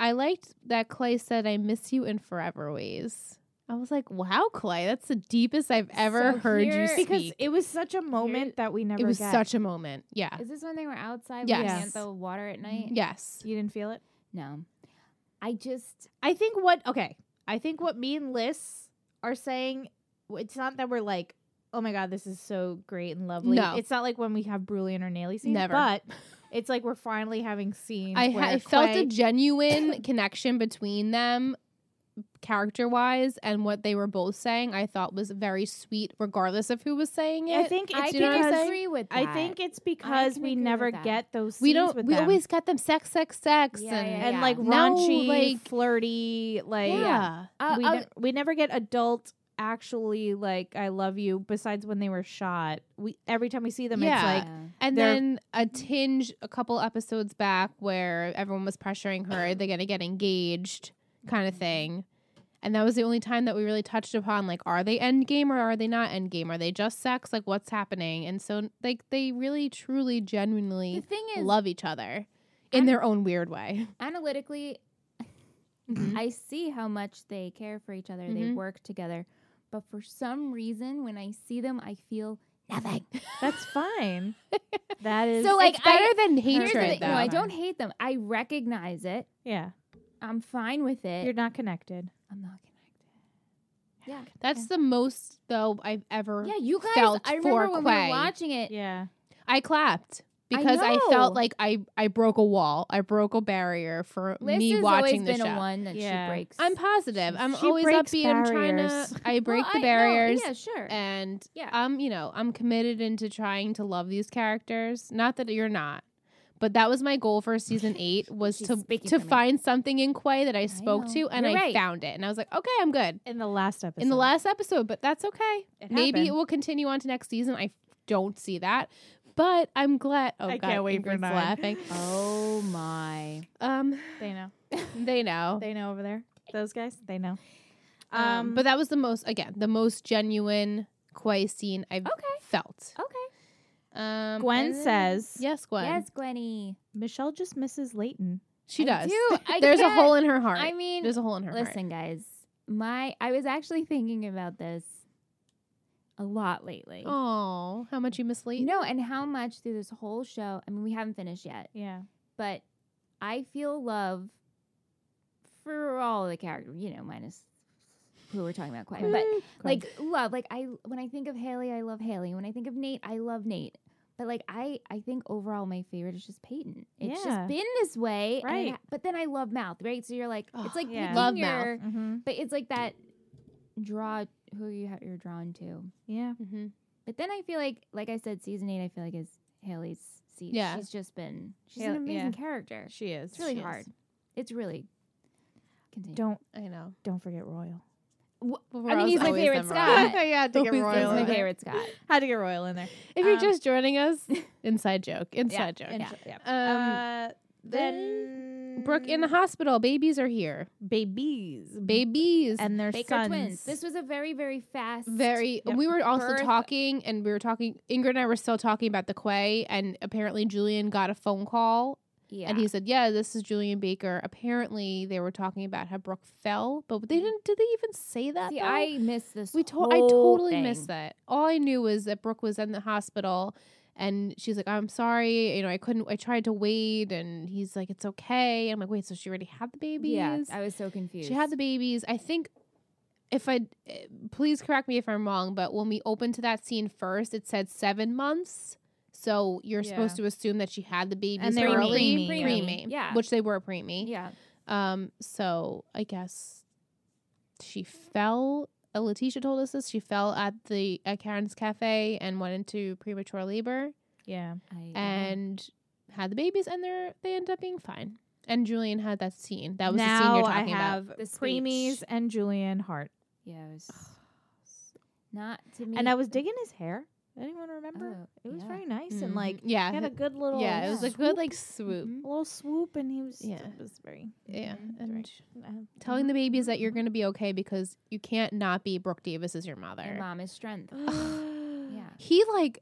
[SPEAKER 1] I liked that Clay said, "I miss you in forever ways." I was like, "Wow, Clay, that's the deepest I've ever
[SPEAKER 3] So
[SPEAKER 1] heard you
[SPEAKER 3] here-
[SPEAKER 1] speak."
[SPEAKER 2] because it was such a moment that we never.
[SPEAKER 1] it was
[SPEAKER 2] get.
[SPEAKER 1] such a moment. Yeah.
[SPEAKER 3] Is this when they were outside
[SPEAKER 1] Uh, Yes.
[SPEAKER 3] looking at the water at night?
[SPEAKER 1] Yes.
[SPEAKER 2] You didn't feel it.
[SPEAKER 3] No, I just
[SPEAKER 2] I think what okay. I think what me and Liz are saying. w- It's not that we're like, oh my god, this is so great and lovely.
[SPEAKER 1] No.
[SPEAKER 2] It's not like when we have Brilliant or Naily scenes.
[SPEAKER 1] Never.
[SPEAKER 2] But it's like we're finally having scenes.
[SPEAKER 1] I,
[SPEAKER 2] where
[SPEAKER 1] ha- I felt
[SPEAKER 2] Quay-
[SPEAKER 1] a genuine connection between them character wise and what they were both saying, I thought was very sweet, regardless of who was saying it.
[SPEAKER 2] I think it's
[SPEAKER 3] I
[SPEAKER 1] you know what I'm
[SPEAKER 2] because
[SPEAKER 1] saying?
[SPEAKER 3] agree with that.
[SPEAKER 2] I think it's because
[SPEAKER 3] can
[SPEAKER 2] we
[SPEAKER 3] agree
[SPEAKER 2] never
[SPEAKER 3] with that.
[SPEAKER 2] get those.
[SPEAKER 1] we
[SPEAKER 2] scenes
[SPEAKER 1] don't.
[SPEAKER 2] With
[SPEAKER 1] We
[SPEAKER 2] them.
[SPEAKER 1] always got them sex, sex, sex,
[SPEAKER 3] Yeah,
[SPEAKER 1] and
[SPEAKER 3] yeah,
[SPEAKER 2] and like
[SPEAKER 1] No,
[SPEAKER 2] raunchy,
[SPEAKER 1] like-
[SPEAKER 2] flirty, like
[SPEAKER 1] yeah.
[SPEAKER 3] Uh,
[SPEAKER 2] we
[SPEAKER 3] uh,
[SPEAKER 2] ne- we never get adult actually like I love you. Besides when they were shot, we every time we see them,
[SPEAKER 3] Uh,
[SPEAKER 1] Yeah.
[SPEAKER 2] it's like
[SPEAKER 3] Yeah.
[SPEAKER 1] And
[SPEAKER 2] They're-
[SPEAKER 1] then a tinge a couple episodes back where everyone was pressuring her, they're gonna get engaged kind
[SPEAKER 3] Mm-hmm.
[SPEAKER 1] of thing. And that was the only time that we really touched upon like are they end game or are they not end game? Are they just sex? Like what's happening? And so like they really truly
[SPEAKER 3] the
[SPEAKER 1] genuinely
[SPEAKER 3] thing is,
[SPEAKER 1] love each other in
[SPEAKER 3] I'm-
[SPEAKER 1] their own weird way.
[SPEAKER 3] analytically,
[SPEAKER 1] Mhm.
[SPEAKER 3] I see how much they care for each other. They
[SPEAKER 1] Mhm.
[SPEAKER 3] work together. But for some reason, when I see them, I feel nothing.
[SPEAKER 2] that's fine. that is
[SPEAKER 3] So,
[SPEAKER 1] So
[SPEAKER 3] like,
[SPEAKER 1] like better
[SPEAKER 3] I-
[SPEAKER 1] than
[SPEAKER 3] Here's the
[SPEAKER 1] hatred
[SPEAKER 3] thing-
[SPEAKER 1] though.
[SPEAKER 3] no, I don't hate them. I recognize it.
[SPEAKER 2] yeah,
[SPEAKER 3] I'm fine with
[SPEAKER 1] Eh.
[SPEAKER 3] it.
[SPEAKER 2] you're not connected.
[SPEAKER 3] I'm not connected. Yeah.
[SPEAKER 1] That's the most though I've ever
[SPEAKER 3] Yeah, you guys.
[SPEAKER 1] Felt
[SPEAKER 3] I remember
[SPEAKER 1] for
[SPEAKER 3] when we were
[SPEAKER 1] Quay.
[SPEAKER 3] watching
[SPEAKER 1] Eh.
[SPEAKER 3] it.
[SPEAKER 2] Yeah,
[SPEAKER 1] I clapped because I,
[SPEAKER 3] know.
[SPEAKER 1] felt like I I broke a wall. I broke a barrier for
[SPEAKER 3] Liz
[SPEAKER 1] me
[SPEAKER 3] has
[SPEAKER 1] watching
[SPEAKER 3] always
[SPEAKER 1] the
[SPEAKER 3] been a
[SPEAKER 1] show.
[SPEAKER 3] one that
[SPEAKER 2] Yeah.
[SPEAKER 3] she breaks.
[SPEAKER 1] I'm positive. I'm
[SPEAKER 2] She
[SPEAKER 1] always
[SPEAKER 2] breaks
[SPEAKER 1] upbeat. I'm trying to.
[SPEAKER 2] barriers.
[SPEAKER 1] I break
[SPEAKER 3] Well,
[SPEAKER 1] the
[SPEAKER 3] I- no,
[SPEAKER 1] barriers,
[SPEAKER 3] yeah, sure.
[SPEAKER 1] and
[SPEAKER 3] yeah.
[SPEAKER 1] I'm you know I'm committed into trying to love these characters. Not that you're not, but that was my goal for season eight was
[SPEAKER 3] She's
[SPEAKER 1] to
[SPEAKER 3] speaking
[SPEAKER 1] to
[SPEAKER 3] for me.
[SPEAKER 1] find something in Quay that I spoke
[SPEAKER 3] know.
[SPEAKER 1] to, and
[SPEAKER 3] You're
[SPEAKER 1] I
[SPEAKER 3] right.
[SPEAKER 1] found it, and I was like, okay, I'm good.
[SPEAKER 2] in the last episode.
[SPEAKER 1] In the last episode, but that's okay.
[SPEAKER 2] It
[SPEAKER 1] Maybe
[SPEAKER 2] happened.
[SPEAKER 1] it will continue on to next season. I don't see that, but I'm glad. Oh
[SPEAKER 2] I
[SPEAKER 1] God,
[SPEAKER 2] can't wait for
[SPEAKER 1] Ingrid's
[SPEAKER 2] nine.
[SPEAKER 1] laughing.
[SPEAKER 3] oh my.
[SPEAKER 1] Um,
[SPEAKER 2] they know,
[SPEAKER 1] they know.
[SPEAKER 2] they know over there. Those guys, they know. Um,
[SPEAKER 1] um, but that was the most again the most genuine Quay scene I've
[SPEAKER 3] Okay.
[SPEAKER 1] felt.
[SPEAKER 3] Okay.
[SPEAKER 1] Um,
[SPEAKER 2] Gwen
[SPEAKER 1] and then-
[SPEAKER 2] says
[SPEAKER 1] "Yes, Gwen.
[SPEAKER 3] Yes, Gwenny.
[SPEAKER 2] Michelle just misses Leighton.
[SPEAKER 1] she
[SPEAKER 3] I
[SPEAKER 1] does.
[SPEAKER 3] do. I
[SPEAKER 1] There's a
[SPEAKER 3] can't-
[SPEAKER 1] hole in her heart.
[SPEAKER 3] I mean,
[SPEAKER 1] There's a hole in her heart.
[SPEAKER 3] listen, guys. My I was actually thinking about this a lot lately.
[SPEAKER 1] Oh, how much you
[SPEAKER 3] You
[SPEAKER 1] mislead?
[SPEAKER 3] know, and how much through this whole show? I mean, we haven't finished yet,
[SPEAKER 2] Yeah,
[SPEAKER 3] but I feel love for all the characters. You know, minus who we're talking about,
[SPEAKER 1] Hmm.
[SPEAKER 3] quite. But
[SPEAKER 2] Gwen.
[SPEAKER 3] like love like i when i think of haley i love haley when i think of nate i love nate but like i i think overall my favorite is just peyton it's
[SPEAKER 2] Yeah.
[SPEAKER 3] just been this way and it
[SPEAKER 2] Right.
[SPEAKER 3] ha- but then i love mouth right so you're like it's
[SPEAKER 1] Oh,
[SPEAKER 3] like
[SPEAKER 2] yeah.
[SPEAKER 3] picking
[SPEAKER 1] Love
[SPEAKER 3] your,
[SPEAKER 1] Mouth.
[SPEAKER 2] Mhm.
[SPEAKER 3] but it's like that draw who you ha- you're drawn to
[SPEAKER 2] yeah,
[SPEAKER 1] Mhm.
[SPEAKER 3] but then i feel like like i said season eight i feel like is haley's seat
[SPEAKER 1] Yeah.
[SPEAKER 3] she's just been she's
[SPEAKER 2] Hal-
[SPEAKER 3] an amazing
[SPEAKER 2] yeah.
[SPEAKER 3] character
[SPEAKER 2] she is.
[SPEAKER 3] it's really
[SPEAKER 1] she is.
[SPEAKER 3] hard it's really continue
[SPEAKER 2] Don't
[SPEAKER 1] I know.
[SPEAKER 2] don't forget Royal.
[SPEAKER 1] But
[SPEAKER 3] I mean, he's my
[SPEAKER 1] always
[SPEAKER 3] favorite
[SPEAKER 1] number
[SPEAKER 3] Scott.
[SPEAKER 1] one.
[SPEAKER 2] you had to get
[SPEAKER 1] Always
[SPEAKER 3] He's
[SPEAKER 2] Royal.
[SPEAKER 1] Royal
[SPEAKER 3] my
[SPEAKER 2] in there.
[SPEAKER 3] favorite scott
[SPEAKER 2] Had to get Royal in there.
[SPEAKER 1] If you're
[SPEAKER 2] Um,
[SPEAKER 1] just joining us, inside joke. Inside joke.
[SPEAKER 3] Yeah.
[SPEAKER 1] Um,
[SPEAKER 2] uh, then
[SPEAKER 1] Brooke
[SPEAKER 3] um,
[SPEAKER 1] in the hospital. Babies are here.
[SPEAKER 2] babies,
[SPEAKER 3] Mm-hmm.
[SPEAKER 1] Babies.
[SPEAKER 2] and their
[SPEAKER 3] Baker
[SPEAKER 2] sons.
[SPEAKER 3] twins. This was a very, very fast.
[SPEAKER 1] Very.
[SPEAKER 2] Yep.
[SPEAKER 1] We were also
[SPEAKER 3] Birth-
[SPEAKER 1] talking, and we were talking. Ingrid and I were still talking about the Quay, and apparently Julian got a phone call,
[SPEAKER 3] Yeah.
[SPEAKER 1] and he said, "Yeah, this is Julian Baker." Apparently, they were talking about how Brooke fell, but they didn't. Did they even say that?
[SPEAKER 3] Mm-hmm. See,
[SPEAKER 1] though?
[SPEAKER 3] I missed this.
[SPEAKER 1] we to- I
[SPEAKER 3] whole
[SPEAKER 1] totally
[SPEAKER 3] thing.
[SPEAKER 1] missed that. All I knew was that Brooke was in the hospital. And she's like, I'm sorry, you know, I couldn't. I tried to wait, and he's like, it's okay. I'm like, wait, so she already had the babies?
[SPEAKER 3] Yeah, I was so confused.
[SPEAKER 1] She had the babies. I think if I eh, please correct me if I'm wrong, but when we opened to that scene first, it said seven months. So you're
[SPEAKER 2] Yeah.
[SPEAKER 1] supposed to assume that she had the babies
[SPEAKER 2] they were
[SPEAKER 1] early,
[SPEAKER 2] preemie.
[SPEAKER 1] preemie,
[SPEAKER 3] Yeah.
[SPEAKER 1] which they were preemie.
[SPEAKER 3] yeah.
[SPEAKER 1] Um, so I guess she fell. uh, Letitia told us this. She fell at the at Karen's cafe and went into premature labor
[SPEAKER 2] Yeah,
[SPEAKER 3] I,
[SPEAKER 1] and had the babies, and they're they end up being fine. And Julian had that scene. That was
[SPEAKER 2] now
[SPEAKER 1] the scene you're talking
[SPEAKER 2] I
[SPEAKER 1] about.
[SPEAKER 2] have
[SPEAKER 3] The speech.
[SPEAKER 2] preemies and Julian Hart,
[SPEAKER 3] yeah, it was not to me.
[SPEAKER 2] and I was digging his hair. Anyone remember?
[SPEAKER 3] Oh,
[SPEAKER 2] it was
[SPEAKER 3] yeah.
[SPEAKER 2] very nice and like
[SPEAKER 1] Mhm. yeah,
[SPEAKER 2] he Mm-hmm. had a good little Mm-hmm.
[SPEAKER 1] yeah, it was a good like swoop.
[SPEAKER 3] Mhm.
[SPEAKER 2] a little swoop, and he was yeah,
[SPEAKER 1] Yeah.
[SPEAKER 2] it was very
[SPEAKER 1] Yeah,
[SPEAKER 2] Mhm.
[SPEAKER 1] and
[SPEAKER 2] Right. uh,
[SPEAKER 1] telling the babies that you're going to be okay because you can't not be Brooke Davis as your mother.
[SPEAKER 3] Your mom is strength. Yeah.
[SPEAKER 1] He like,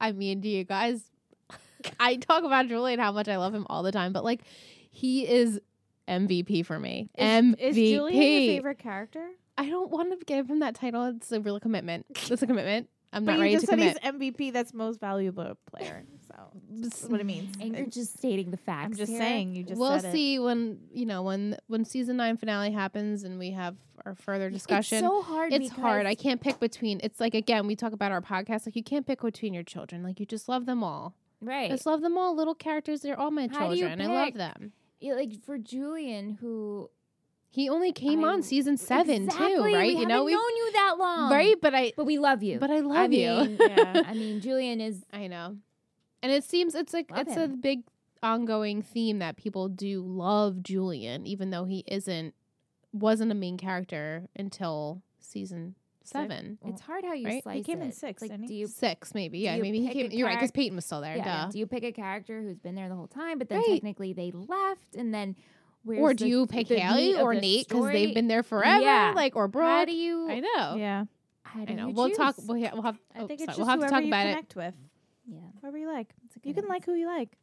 [SPEAKER 1] I mean, do you guys? I talk about Julian how much I love him all the time, but like, he is MVP for me.
[SPEAKER 2] Is,
[SPEAKER 1] MVP.
[SPEAKER 2] is Julian your favorite character?
[SPEAKER 1] I don't want to give him that title. It's a real commitment. It's a commitment. I'm
[SPEAKER 2] but
[SPEAKER 1] not
[SPEAKER 2] you
[SPEAKER 1] ready
[SPEAKER 2] just
[SPEAKER 1] to
[SPEAKER 2] said
[SPEAKER 1] commit.
[SPEAKER 2] he's MVP. That's most valuable player. So that's what it means.
[SPEAKER 3] And you're just stating the facts.
[SPEAKER 2] I'm just
[SPEAKER 3] here.
[SPEAKER 2] saying. You just
[SPEAKER 1] we'll
[SPEAKER 2] said it.
[SPEAKER 1] see when you know when when season nine finale happens and we have our further
[SPEAKER 3] It's
[SPEAKER 1] discussion.
[SPEAKER 3] so hard.
[SPEAKER 1] it's hard. I
[SPEAKER 3] because
[SPEAKER 1] can't pick between. It's like again, we talk about our podcast. Like you can't pick between your children. Like you just love them all.
[SPEAKER 3] right.
[SPEAKER 1] Just love them all. Little characters. They're all my
[SPEAKER 3] How do you
[SPEAKER 1] children. I love
[SPEAKER 3] pick?
[SPEAKER 1] them.
[SPEAKER 3] Yeah, like for Julian, who
[SPEAKER 1] He only came
[SPEAKER 3] I-
[SPEAKER 1] on season seven too,
[SPEAKER 3] Exactly,
[SPEAKER 1] right?
[SPEAKER 3] We
[SPEAKER 1] you know,
[SPEAKER 3] haven't known you that long,
[SPEAKER 1] right, but I,
[SPEAKER 3] But we love you.
[SPEAKER 1] but I love
[SPEAKER 3] I
[SPEAKER 1] you.
[SPEAKER 3] mean,
[SPEAKER 2] yeah.
[SPEAKER 3] I mean, Julian is
[SPEAKER 1] I know. And it seems it's like
[SPEAKER 3] Love
[SPEAKER 1] it's a
[SPEAKER 3] him.
[SPEAKER 1] big ongoing theme that people do love Julian, even though he isn't wasn't a main character until season seven.
[SPEAKER 2] Seven.
[SPEAKER 3] It's hard how you
[SPEAKER 1] Right? He
[SPEAKER 3] slice
[SPEAKER 2] came
[SPEAKER 3] it.
[SPEAKER 2] in sixth,
[SPEAKER 3] Like,
[SPEAKER 2] didn't he?
[SPEAKER 3] do you?
[SPEAKER 1] Six, maybe. Yeah,
[SPEAKER 3] you
[SPEAKER 1] maybe he
[SPEAKER 3] pick a
[SPEAKER 1] came. You're right, because
[SPEAKER 3] charac-
[SPEAKER 1] Peyton was still there.
[SPEAKER 3] yeah,
[SPEAKER 1] duh.
[SPEAKER 3] Do you pick a character who's been there the whole time, but then
[SPEAKER 1] Right.
[SPEAKER 3] technically they left, and then where's
[SPEAKER 1] or do
[SPEAKER 3] the-
[SPEAKER 1] you pick
[SPEAKER 3] the meat
[SPEAKER 1] Haley
[SPEAKER 3] of
[SPEAKER 1] or
[SPEAKER 3] the
[SPEAKER 1] Nate because they've
[SPEAKER 3] story?
[SPEAKER 1] been there forever?
[SPEAKER 3] Yeah.
[SPEAKER 1] Like or
[SPEAKER 3] How
[SPEAKER 1] Brad.
[SPEAKER 3] do you?
[SPEAKER 1] I know.
[SPEAKER 2] yeah.
[SPEAKER 3] how do
[SPEAKER 1] I know.
[SPEAKER 3] you
[SPEAKER 1] We'll talk.
[SPEAKER 3] choose?
[SPEAKER 1] We'll, ha- we'll have.
[SPEAKER 2] I
[SPEAKER 1] oh,
[SPEAKER 2] think it's
[SPEAKER 1] sorry,
[SPEAKER 2] just
[SPEAKER 1] we'll have to
[SPEAKER 2] whoever
[SPEAKER 1] talk
[SPEAKER 2] you
[SPEAKER 1] about it.
[SPEAKER 2] connect with,
[SPEAKER 3] Yeah,
[SPEAKER 2] whoever you like.
[SPEAKER 3] it's a good
[SPEAKER 2] You can
[SPEAKER 3] answer.
[SPEAKER 2] like who you like.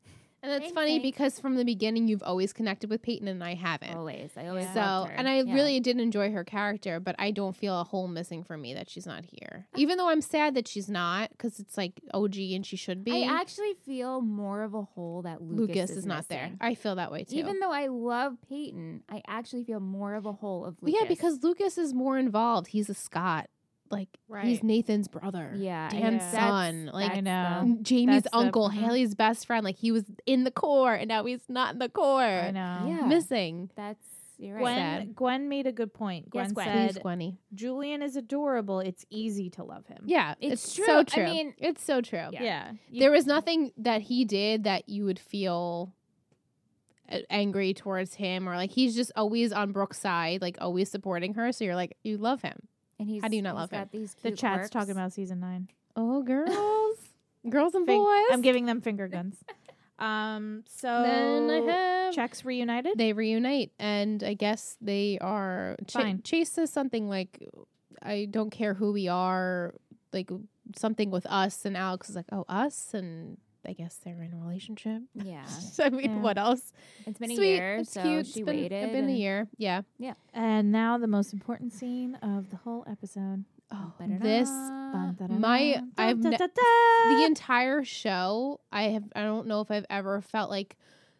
[SPEAKER 1] And it's
[SPEAKER 3] Same
[SPEAKER 1] funny
[SPEAKER 3] thing.
[SPEAKER 1] because from the beginning you've always connected with Peyton and I haven't.
[SPEAKER 3] always. I always
[SPEAKER 2] Yeah.
[SPEAKER 1] So,
[SPEAKER 3] loved her.
[SPEAKER 1] and I
[SPEAKER 3] Oh, Yeah.
[SPEAKER 1] really did enjoy her character, but I don't feel a hole missing for me that she's not here. Even though I'm sad that she's not, because it's like OG and she should be.
[SPEAKER 3] I actually feel more of a hole that
[SPEAKER 1] Lucas, is, not there.
[SPEAKER 3] missing.
[SPEAKER 1] I feel that way too.
[SPEAKER 3] Even though I love Peyton, I actually feel more of a hole of
[SPEAKER 1] Well,
[SPEAKER 3] Lucas.
[SPEAKER 1] yeah, because Lucas is more involved. He's a Scott, like he's
[SPEAKER 2] Right.
[SPEAKER 1] Nathan's brother.
[SPEAKER 3] yeah,
[SPEAKER 1] Dan's
[SPEAKER 2] Yeah.
[SPEAKER 1] son, like
[SPEAKER 2] I
[SPEAKER 3] I
[SPEAKER 2] know.
[SPEAKER 3] know.
[SPEAKER 1] m- Jamie's
[SPEAKER 2] That's the-
[SPEAKER 1] uncle,
[SPEAKER 2] mhm.
[SPEAKER 1] Haley's best friend. Like he was in the core, and now he's not in the core.
[SPEAKER 2] I know.
[SPEAKER 3] Yeah.
[SPEAKER 1] Missing.
[SPEAKER 3] That's you're right.
[SPEAKER 2] Gwen,
[SPEAKER 1] Sad.
[SPEAKER 2] Gwen made a good point. Gwen, Mm-hmm.
[SPEAKER 3] Yes, Gwen.
[SPEAKER 2] said,
[SPEAKER 1] Please, Gwenny.
[SPEAKER 2] Julian is adorable. It's easy to love him.
[SPEAKER 1] Yeah,
[SPEAKER 3] It's
[SPEAKER 1] it's,
[SPEAKER 3] true. I
[SPEAKER 1] so true.
[SPEAKER 3] mean-
[SPEAKER 1] it's so true.
[SPEAKER 2] Yeah. You-
[SPEAKER 1] there was nothing that he did that you would feel a- angry towards him or like he's just always on Brooke's side, like always supporting her. So you're like, you love him.
[SPEAKER 3] And he's
[SPEAKER 1] How do you not
[SPEAKER 3] he's
[SPEAKER 1] love him?
[SPEAKER 3] got These
[SPEAKER 2] the
[SPEAKER 3] cute
[SPEAKER 2] chat's
[SPEAKER 3] quirks.
[SPEAKER 2] talking about season nine.
[SPEAKER 1] Oh, girls, girls and
[SPEAKER 2] Fing-
[SPEAKER 1] boys.
[SPEAKER 2] I'm giving them finger guns. Um, so
[SPEAKER 1] Then I have
[SPEAKER 2] checks reunited.
[SPEAKER 1] they reunite, and I guess they are Ch-
[SPEAKER 2] Fine.
[SPEAKER 1] Chase says something like, "I don't care who we are, like something with us." And Alex is like, "Oh, us," and I guess they're in a relationship.
[SPEAKER 3] Yeah,
[SPEAKER 1] I mean,
[SPEAKER 2] Yeah.
[SPEAKER 1] what else?
[SPEAKER 3] it's been a
[SPEAKER 1] Sweet,
[SPEAKER 3] year.
[SPEAKER 1] It's
[SPEAKER 3] so
[SPEAKER 1] cute.
[SPEAKER 3] she
[SPEAKER 1] it's been,
[SPEAKER 3] waited.
[SPEAKER 1] It's been a
[SPEAKER 3] and-
[SPEAKER 1] year. Yeah.
[SPEAKER 2] and now the most important scene of the whole episode.
[SPEAKER 1] Oh,
[SPEAKER 3] Ba-da-da.
[SPEAKER 1] this
[SPEAKER 2] Bun, da-da-da,
[SPEAKER 1] my-
[SPEAKER 2] dun,
[SPEAKER 1] I've
[SPEAKER 2] da,
[SPEAKER 1] ne-
[SPEAKER 2] da,
[SPEAKER 1] the
[SPEAKER 2] da.
[SPEAKER 1] entire show. I have. I don't know if I've ever felt like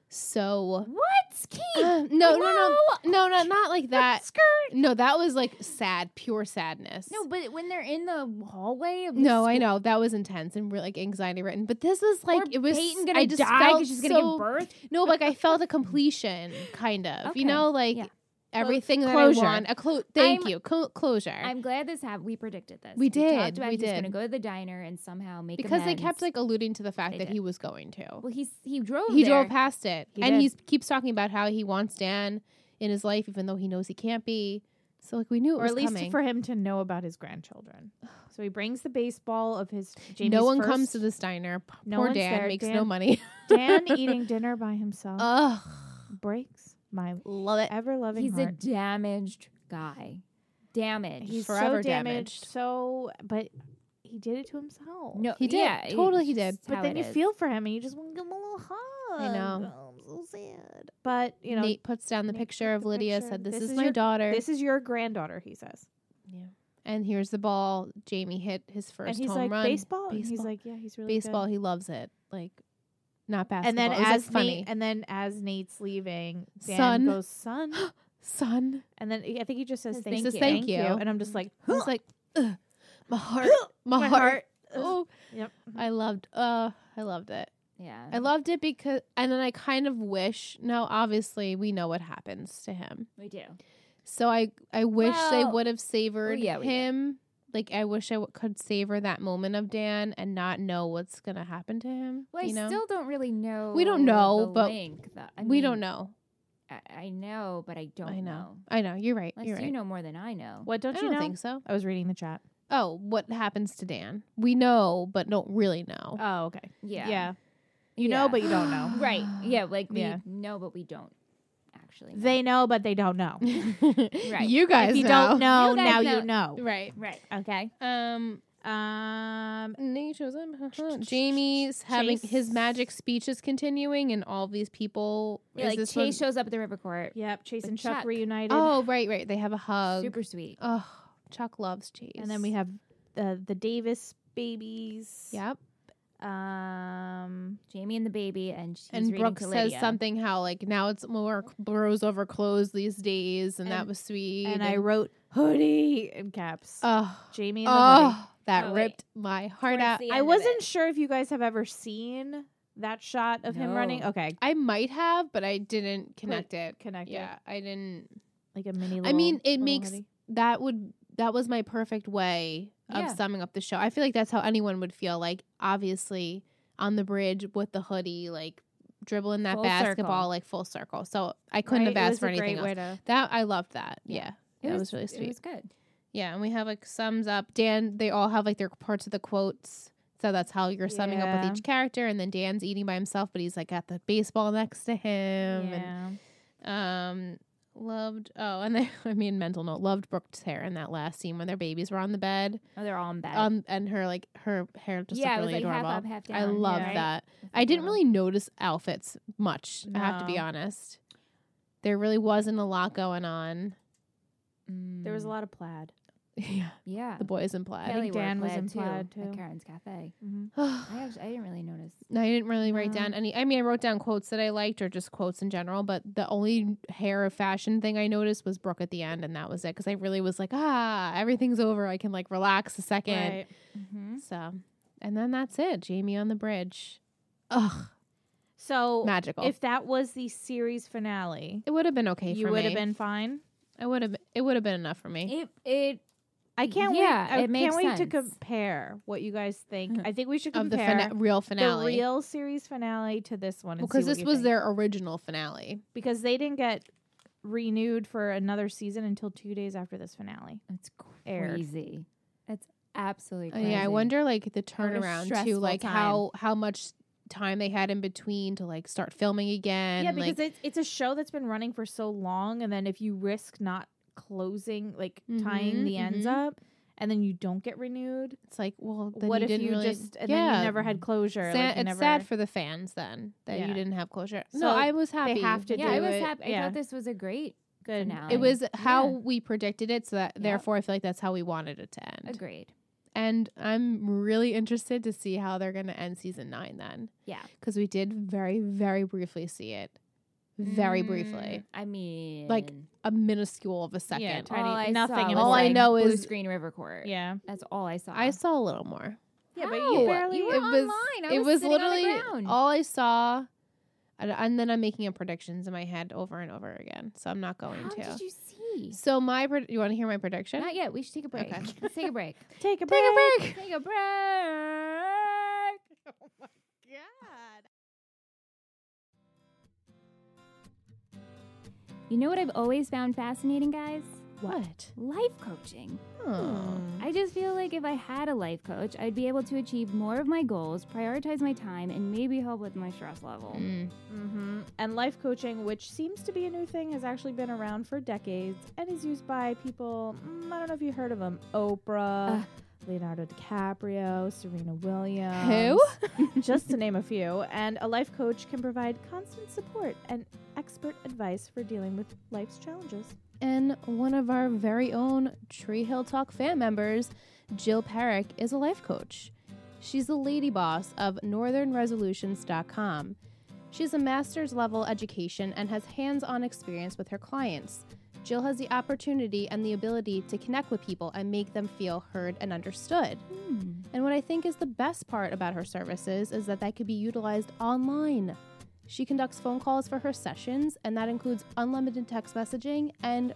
[SPEAKER 1] so.
[SPEAKER 3] What? Keith?
[SPEAKER 1] Uh, no, no, no, no, no, not like that.
[SPEAKER 2] skirt.
[SPEAKER 1] No, that was like sad, pure sadness.
[SPEAKER 3] No, but when they're in the hallway of the
[SPEAKER 1] no, I
[SPEAKER 3] school-
[SPEAKER 1] know that was intense and real like anxiety written. But this is like
[SPEAKER 3] Poor
[SPEAKER 1] it was.
[SPEAKER 3] Peyton gonna
[SPEAKER 1] I just
[SPEAKER 3] die
[SPEAKER 1] felt
[SPEAKER 3] 'cause she's
[SPEAKER 1] so,
[SPEAKER 3] gonna give birth.
[SPEAKER 1] No, like I felt a completion, kind of.
[SPEAKER 3] Okay.
[SPEAKER 1] You know, like
[SPEAKER 3] Yeah.
[SPEAKER 1] everything that
[SPEAKER 2] closure.
[SPEAKER 1] I want. A clo- Thank
[SPEAKER 3] I'm-
[SPEAKER 1] you, cl- closure.
[SPEAKER 3] I'm glad this happened. We predicted this.
[SPEAKER 1] We
[SPEAKER 3] talked
[SPEAKER 1] did,
[SPEAKER 3] about
[SPEAKER 1] we
[SPEAKER 3] he's going to
[SPEAKER 1] did.
[SPEAKER 3] go to the diner and somehow make
[SPEAKER 1] because they
[SPEAKER 3] amends.
[SPEAKER 1] kept like alluding to the fact
[SPEAKER 3] They
[SPEAKER 1] that
[SPEAKER 3] did.
[SPEAKER 1] he was going to.
[SPEAKER 3] well, he's he drove.
[SPEAKER 1] he
[SPEAKER 3] there.
[SPEAKER 1] drove past it
[SPEAKER 2] He
[SPEAKER 1] and
[SPEAKER 2] did.
[SPEAKER 1] he keeps talking about how he wants dan in his life even though he knows he can't be so like we knew it
[SPEAKER 2] Or
[SPEAKER 1] was
[SPEAKER 2] at least
[SPEAKER 1] coming
[SPEAKER 2] for him to know about his grandchildren. So he brings the baseball of his. Jamie's
[SPEAKER 1] no one
[SPEAKER 2] first-
[SPEAKER 1] comes to this diner P-
[SPEAKER 2] No
[SPEAKER 1] poor
[SPEAKER 2] one's
[SPEAKER 1] dan
[SPEAKER 2] there.
[SPEAKER 1] makes
[SPEAKER 2] Dan-
[SPEAKER 1] no money
[SPEAKER 2] Dan eating dinner by himself
[SPEAKER 1] ugh
[SPEAKER 2] breaks my
[SPEAKER 1] Uh, love it
[SPEAKER 2] ever loving
[SPEAKER 3] He's
[SPEAKER 2] heart.
[SPEAKER 3] a damaged guy. Damaged.
[SPEAKER 2] He's
[SPEAKER 1] forever
[SPEAKER 2] so
[SPEAKER 1] damaged.
[SPEAKER 2] So, but he did it to himself.
[SPEAKER 3] no,
[SPEAKER 1] He did.
[SPEAKER 3] yeah,
[SPEAKER 1] Totally he
[SPEAKER 3] it's
[SPEAKER 1] did.
[SPEAKER 3] just
[SPEAKER 2] but
[SPEAKER 3] how
[SPEAKER 2] then
[SPEAKER 3] it
[SPEAKER 2] you
[SPEAKER 3] is.
[SPEAKER 2] feel for him and you just want to give him a little hug.
[SPEAKER 1] I know.
[SPEAKER 2] Oh, I'm so sad. But you know,
[SPEAKER 1] nate puts down the
[SPEAKER 2] Nate
[SPEAKER 1] picture
[SPEAKER 2] took
[SPEAKER 1] of
[SPEAKER 2] the
[SPEAKER 1] lydia
[SPEAKER 2] picture.
[SPEAKER 1] said this,
[SPEAKER 2] This
[SPEAKER 1] is,
[SPEAKER 2] is
[SPEAKER 1] my
[SPEAKER 2] your-
[SPEAKER 1] daughter
[SPEAKER 2] this is your granddaughter. He says,
[SPEAKER 1] and here's the ball jamie hit his first
[SPEAKER 2] and he's
[SPEAKER 1] home
[SPEAKER 2] like
[SPEAKER 1] run
[SPEAKER 2] baseball? And he's
[SPEAKER 1] Baseball.
[SPEAKER 2] like, yeah, he's really good."
[SPEAKER 1] baseball he loves it like not basketball
[SPEAKER 2] And then
[SPEAKER 1] It was, like,
[SPEAKER 2] as
[SPEAKER 1] funny
[SPEAKER 2] Nate, and then as Nate's leaving, Dan
[SPEAKER 1] Son.
[SPEAKER 2] goes son,
[SPEAKER 1] son
[SPEAKER 2] and then I think he just says
[SPEAKER 3] Says
[SPEAKER 2] thank,
[SPEAKER 1] thank you.
[SPEAKER 2] you,
[SPEAKER 1] Thank you.
[SPEAKER 2] and I'm just like,
[SPEAKER 1] i was like ugh, my heart my,
[SPEAKER 2] my
[SPEAKER 1] heart,
[SPEAKER 2] heart.
[SPEAKER 1] oh
[SPEAKER 2] Yep.
[SPEAKER 1] i loved uh i loved it
[SPEAKER 3] Yeah.
[SPEAKER 1] I loved it because, and then I kind of wish. No, obviously we know what happens to him.
[SPEAKER 3] we do.
[SPEAKER 1] So I, I wish they
[SPEAKER 3] Well-
[SPEAKER 1] would have savored
[SPEAKER 3] Oh, yeah, we did.
[SPEAKER 1] him. Like I wish I w- could savor that moment of Dan and not know what's gonna happen to him.
[SPEAKER 3] Well, I
[SPEAKER 1] you know,
[SPEAKER 3] still don't really know.
[SPEAKER 1] We don't know,
[SPEAKER 3] the
[SPEAKER 1] but
[SPEAKER 3] link, though. I
[SPEAKER 1] we don't
[SPEAKER 3] mean,
[SPEAKER 1] know.
[SPEAKER 3] I, I know, but I don't
[SPEAKER 1] I know.
[SPEAKER 3] know.
[SPEAKER 1] I know you're right.
[SPEAKER 3] Unless
[SPEAKER 1] you're right.
[SPEAKER 3] you know more than I know.
[SPEAKER 2] What don't
[SPEAKER 1] I
[SPEAKER 2] you
[SPEAKER 1] don't
[SPEAKER 2] know?
[SPEAKER 1] think so.
[SPEAKER 2] I was reading the chat.
[SPEAKER 1] Oh, what happens to Dan? We know, but don't really know.
[SPEAKER 2] Oh, okay.
[SPEAKER 3] Yeah.
[SPEAKER 2] You
[SPEAKER 3] Yeah.
[SPEAKER 2] know, but you don't know.
[SPEAKER 3] Right. Yeah. Like we
[SPEAKER 2] Yeah.
[SPEAKER 3] know, but we don't actually. Know.
[SPEAKER 2] They know, but they don't know.
[SPEAKER 1] right. You guys
[SPEAKER 2] if you
[SPEAKER 1] know.
[SPEAKER 2] don't know,
[SPEAKER 3] You guys
[SPEAKER 2] now
[SPEAKER 3] know.
[SPEAKER 2] you know.
[SPEAKER 1] Right.
[SPEAKER 3] Right.
[SPEAKER 2] Okay.
[SPEAKER 1] Um.
[SPEAKER 2] Um.
[SPEAKER 1] Nate shows up. huh? Jamie's having
[SPEAKER 2] Chase.
[SPEAKER 1] his magic speech is continuing, and all these people.
[SPEAKER 3] Yeah,
[SPEAKER 1] is
[SPEAKER 3] like
[SPEAKER 1] this
[SPEAKER 3] Chase
[SPEAKER 1] one-
[SPEAKER 3] shows up at the river court.
[SPEAKER 2] Yep. Chase
[SPEAKER 3] With
[SPEAKER 2] and Chuck,
[SPEAKER 3] Chuck.
[SPEAKER 2] reunited.
[SPEAKER 1] Oh, right, right. They have a hug.
[SPEAKER 3] Super sweet.
[SPEAKER 1] Oh, Chuck loves Chase.
[SPEAKER 2] And then we have the the Davis babies.
[SPEAKER 1] Yep.
[SPEAKER 2] Um.
[SPEAKER 3] Jamie and the baby, and she's
[SPEAKER 1] And
[SPEAKER 3] reading
[SPEAKER 1] Brooke
[SPEAKER 3] to
[SPEAKER 1] says
[SPEAKER 3] Lydia.
[SPEAKER 1] something how like now it's more bros over clothes these days, and, that
[SPEAKER 2] And-
[SPEAKER 1] was sweet.
[SPEAKER 2] And I wrote hoodie in caps.
[SPEAKER 1] oh,
[SPEAKER 2] Jamie. And the hoodie.
[SPEAKER 1] oh, that
[SPEAKER 3] Oh, wait.
[SPEAKER 1] ripped my heart
[SPEAKER 3] Towards
[SPEAKER 1] out.
[SPEAKER 3] the
[SPEAKER 2] I
[SPEAKER 3] end of
[SPEAKER 2] wasn't
[SPEAKER 3] it.
[SPEAKER 2] sure if you guys have ever seen that shot of him running.
[SPEAKER 3] No.
[SPEAKER 2] Okay.
[SPEAKER 1] I might have, but I didn't connect it.
[SPEAKER 2] Connected.
[SPEAKER 1] Yeah, I didn't.
[SPEAKER 2] like a mini.
[SPEAKER 1] I mean,
[SPEAKER 2] little-
[SPEAKER 1] it
[SPEAKER 2] little
[SPEAKER 1] makes-
[SPEAKER 2] hoodie.
[SPEAKER 1] that would that was my perfect way of
[SPEAKER 3] Yeah.
[SPEAKER 1] summing up the show. I feel like that's how anyone would feel. Like obviously on the bridge with the hoodie, like dribbling that
[SPEAKER 3] Full
[SPEAKER 1] basketball
[SPEAKER 3] circle.
[SPEAKER 1] like full circle. So I couldn't have
[SPEAKER 2] Right? It
[SPEAKER 1] asked
[SPEAKER 2] was
[SPEAKER 1] for
[SPEAKER 2] a great
[SPEAKER 1] anything else.
[SPEAKER 2] way to-
[SPEAKER 1] That I loved that. Yeah.
[SPEAKER 3] It
[SPEAKER 1] That was really
[SPEAKER 3] It
[SPEAKER 1] sweet.
[SPEAKER 3] was good.
[SPEAKER 1] Yeah, and we have like sums up. Dan, they all have like their parts of the quotes. So that's how you're summing up
[SPEAKER 2] Yeah.
[SPEAKER 1] with each character. And then Dan's eating by himself, but he's like got the baseball next to him.
[SPEAKER 2] yeah.
[SPEAKER 1] And, um, loved, oh, and then, I mean, mental note, loved Brooke's hair in that last scene when their babies were on the bed.
[SPEAKER 3] Oh, they're all in bed.
[SPEAKER 1] Um, and her, like, her hair just
[SPEAKER 3] yeah,
[SPEAKER 1] looked
[SPEAKER 3] it
[SPEAKER 1] really
[SPEAKER 3] was like
[SPEAKER 1] adorable.
[SPEAKER 3] half up, half down.
[SPEAKER 1] I love
[SPEAKER 2] yeah.
[SPEAKER 1] that. I didn't really notice outfits much, I have to be
[SPEAKER 2] No.
[SPEAKER 1] honest. There really wasn't a lot going on.
[SPEAKER 2] There was a lot of plaid.
[SPEAKER 1] yeah.
[SPEAKER 3] Mm. Yeah,
[SPEAKER 1] The boys in plaid.
[SPEAKER 2] Kelly wore Dan was
[SPEAKER 3] plaid
[SPEAKER 2] in plaid,
[SPEAKER 3] at
[SPEAKER 2] too.
[SPEAKER 3] Karen's Cafe.
[SPEAKER 1] Mm-hmm.
[SPEAKER 3] I
[SPEAKER 1] I
[SPEAKER 3] actually, I didn't really notice.
[SPEAKER 1] No, I didn't really write
[SPEAKER 2] No.
[SPEAKER 1] down any. I mean, I wrote down quotes that I liked or just quotes in general, but the only hair of fashion thing I noticed was Brooke at the end, and that was it because I really was like, ah, everything's over. I can like relax a second.
[SPEAKER 2] Right.
[SPEAKER 3] Mm-hmm.
[SPEAKER 1] So, and then that's it. Jamie on the bridge. Ugh,
[SPEAKER 2] So
[SPEAKER 1] magical.
[SPEAKER 2] if that was the series finale,
[SPEAKER 1] it would have been okay
[SPEAKER 2] you
[SPEAKER 1] for
[SPEAKER 2] would have
[SPEAKER 1] me.
[SPEAKER 2] been fine.
[SPEAKER 1] I would have. It would have been enough for me.
[SPEAKER 3] It it
[SPEAKER 2] I can't
[SPEAKER 3] Yeah,
[SPEAKER 2] wait. I
[SPEAKER 3] it
[SPEAKER 2] can't
[SPEAKER 3] makes
[SPEAKER 2] wait to
[SPEAKER 3] sense.
[SPEAKER 2] compare what you guys think. I think we should
[SPEAKER 1] Uh-huh. of the
[SPEAKER 2] compare
[SPEAKER 1] fina- real finale.
[SPEAKER 2] the real series finale to this one. and see
[SPEAKER 1] because
[SPEAKER 2] what
[SPEAKER 1] this
[SPEAKER 2] you
[SPEAKER 1] was
[SPEAKER 2] think.
[SPEAKER 1] their original finale.
[SPEAKER 2] because they didn't get renewed for another season until two days after this finale.
[SPEAKER 3] it's
[SPEAKER 2] Aired.
[SPEAKER 3] crazy. It's absolutely
[SPEAKER 1] Uh,
[SPEAKER 3] crazy.
[SPEAKER 1] Yeah, I wonder like the
[SPEAKER 3] what a
[SPEAKER 1] turnaround to
[SPEAKER 3] stressful
[SPEAKER 1] like
[SPEAKER 3] time.
[SPEAKER 1] how how much time they had in between to like start filming again.
[SPEAKER 2] yeah, because
[SPEAKER 1] like,
[SPEAKER 2] it's it's a show that's been running for so long, and then if you risk not closing, like tying
[SPEAKER 1] Mhm,
[SPEAKER 2] the ends up, and then you don't get renewed,
[SPEAKER 1] it's like, well, then
[SPEAKER 2] what
[SPEAKER 1] you
[SPEAKER 2] if
[SPEAKER 1] didn't
[SPEAKER 2] you
[SPEAKER 1] really,
[SPEAKER 2] just and
[SPEAKER 1] yeah,
[SPEAKER 2] then you never had closure?
[SPEAKER 1] sad-
[SPEAKER 2] like you
[SPEAKER 1] it's
[SPEAKER 2] never,
[SPEAKER 1] sad for the fans then that
[SPEAKER 2] Yeah.
[SPEAKER 1] you didn't have closure.
[SPEAKER 2] So
[SPEAKER 1] no, I was happy.
[SPEAKER 2] have to
[SPEAKER 3] Yeah, I
[SPEAKER 2] do
[SPEAKER 3] was
[SPEAKER 2] it.
[SPEAKER 3] happy. I
[SPEAKER 2] Yeah.
[SPEAKER 3] thought this was a great
[SPEAKER 2] good.
[SPEAKER 3] finale.
[SPEAKER 1] It was how
[SPEAKER 3] Yeah.
[SPEAKER 1] we predicted it, so that therefore I feel like that's how we wanted it to end.
[SPEAKER 3] agreed.
[SPEAKER 1] And I'm really interested to see how they're going to end season nine then.
[SPEAKER 3] Yeah.
[SPEAKER 1] because we did very, very briefly see it, very briefly,
[SPEAKER 3] Mm, I mean,
[SPEAKER 1] Like, a minuscule of a second.
[SPEAKER 2] tiny-
[SPEAKER 3] all I
[SPEAKER 2] nothing
[SPEAKER 3] Saw
[SPEAKER 2] in
[SPEAKER 3] was,
[SPEAKER 2] the
[SPEAKER 1] All I
[SPEAKER 3] like,
[SPEAKER 1] know
[SPEAKER 3] Blue
[SPEAKER 1] is-
[SPEAKER 3] Screen River Court.
[SPEAKER 2] Yeah,
[SPEAKER 3] that's all I saw.
[SPEAKER 1] I saw a little more.
[SPEAKER 2] yeah, but
[SPEAKER 3] How?
[SPEAKER 2] you barely.
[SPEAKER 3] Oh, You were
[SPEAKER 1] it was
[SPEAKER 3] online. I
[SPEAKER 1] it
[SPEAKER 3] was
[SPEAKER 1] was
[SPEAKER 3] sitting on the
[SPEAKER 1] literally
[SPEAKER 3] ground.
[SPEAKER 1] all I saw, and, and then I'm making up predictions in my head over and over again. So I'm not going
[SPEAKER 3] How
[SPEAKER 1] to.
[SPEAKER 3] did you see?
[SPEAKER 1] so my pred- you want to hear my prediction?
[SPEAKER 3] Not yet. We should take a break.
[SPEAKER 1] Okay.
[SPEAKER 3] Let's take a break.
[SPEAKER 2] Take a break.
[SPEAKER 1] Take a break.
[SPEAKER 3] Take a break. You know what I've always found fascinating, guys?
[SPEAKER 1] What?
[SPEAKER 3] Life coaching.
[SPEAKER 1] Oh.
[SPEAKER 3] I just feel like if I had a life coach, I'd be able to achieve more of my goals, prioritize my time, and maybe help with my stress level.
[SPEAKER 1] Mm.
[SPEAKER 2] Mm-hmm. And life coaching, which seems to be a new thing, has actually been around for decades and is used by people. Mm, I don't know if you heard of them: Oprah,
[SPEAKER 3] Uh.
[SPEAKER 2] Leonardo DiCaprio, Serena Williams,
[SPEAKER 1] Who? Mm.
[SPEAKER 2] just to name a few. And a life coach can provide constant support and expert advice for dealing with life's challenges.
[SPEAKER 1] And one of our very own Tree Hill Talk fan members, Jill Perrick, is a life coach. She's the lady boss of northernresolutions.com. She has a master's level education and has hands on experience with her clients. Jill has the opportunity and the ability to connect with people and make them feel heard and understood.
[SPEAKER 3] Hmm.
[SPEAKER 1] And what I think is the best part about her services is that they could be utilized online. She conducts phone calls for her sessions, and that includes unlimited text messaging and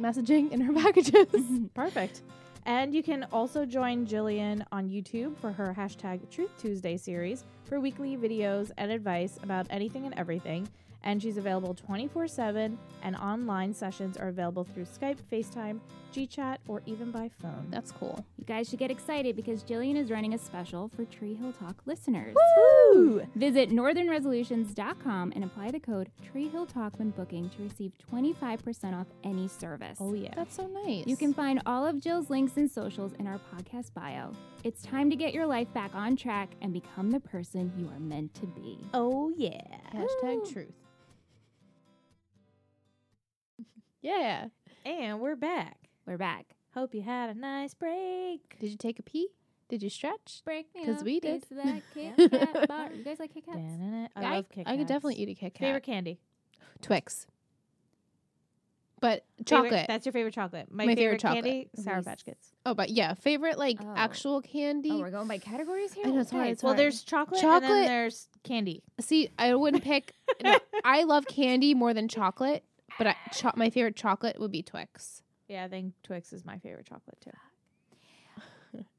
[SPEAKER 1] messaging in her
[SPEAKER 3] Mm-hmm.
[SPEAKER 1] packages.
[SPEAKER 2] Perfect. And you can also join Jillian on YouTube for her hashtag Truth Tuesday series for weekly videos and advice about anything and everything. And she's available 24 7, and online sessions are available through Skype, FaceTime, GChat, or even by phone.
[SPEAKER 1] That's cool.
[SPEAKER 3] You guys should get excited because Jillian is running a special for Tree Hill Talk listeners.
[SPEAKER 2] Woo!
[SPEAKER 3] Visit northernresolutions.com and apply the code Tree Hill Talk when booking to receive 25% off any service.
[SPEAKER 2] Oh, yeah.
[SPEAKER 1] That's so nice.
[SPEAKER 3] You can find all of Jill's links and socials in our podcast bio. It's time to get your life back on track and become the person you are meant to be.
[SPEAKER 2] Oh, yeah.
[SPEAKER 1] hashtag truth. Yeah.
[SPEAKER 2] And we're back.
[SPEAKER 3] We're back.
[SPEAKER 2] Hope you had a nice break.
[SPEAKER 1] Did you take a pee? Did you stretch?
[SPEAKER 3] Break me
[SPEAKER 1] 'Cause
[SPEAKER 3] up,
[SPEAKER 1] we
[SPEAKER 3] taste
[SPEAKER 1] did.
[SPEAKER 3] of That Kit Kat bar. You guys like Kit Kats?
[SPEAKER 2] Da-na-na. I, love Kit
[SPEAKER 1] I could
[SPEAKER 2] Kats.
[SPEAKER 1] definitely eat a Kit Kat.
[SPEAKER 2] Favorite candy?
[SPEAKER 1] Twix. But
[SPEAKER 2] Favorite-
[SPEAKER 1] chocolate.
[SPEAKER 2] that's your favorite chocolate. My,
[SPEAKER 1] My
[SPEAKER 2] favorite,
[SPEAKER 1] favorite chocolate.
[SPEAKER 2] candy? Sour
[SPEAKER 3] Reese.
[SPEAKER 2] Patch Kids.
[SPEAKER 1] oh, but yeah, favorite like
[SPEAKER 3] Oh.
[SPEAKER 1] actual candy.
[SPEAKER 3] Oh, we're going by categories here?
[SPEAKER 1] I know, it's hard,
[SPEAKER 3] Okay.
[SPEAKER 1] it's
[SPEAKER 2] Well,
[SPEAKER 1] hard.
[SPEAKER 2] there's chocolate, and then
[SPEAKER 1] Chocolate-
[SPEAKER 2] there's candy.
[SPEAKER 1] See, I wouldn't pick. no, I love candy more than chocolate, But I, cho- my favorite chocolate would be Twix.
[SPEAKER 2] Yeah, I think Twix is my favorite chocolate too.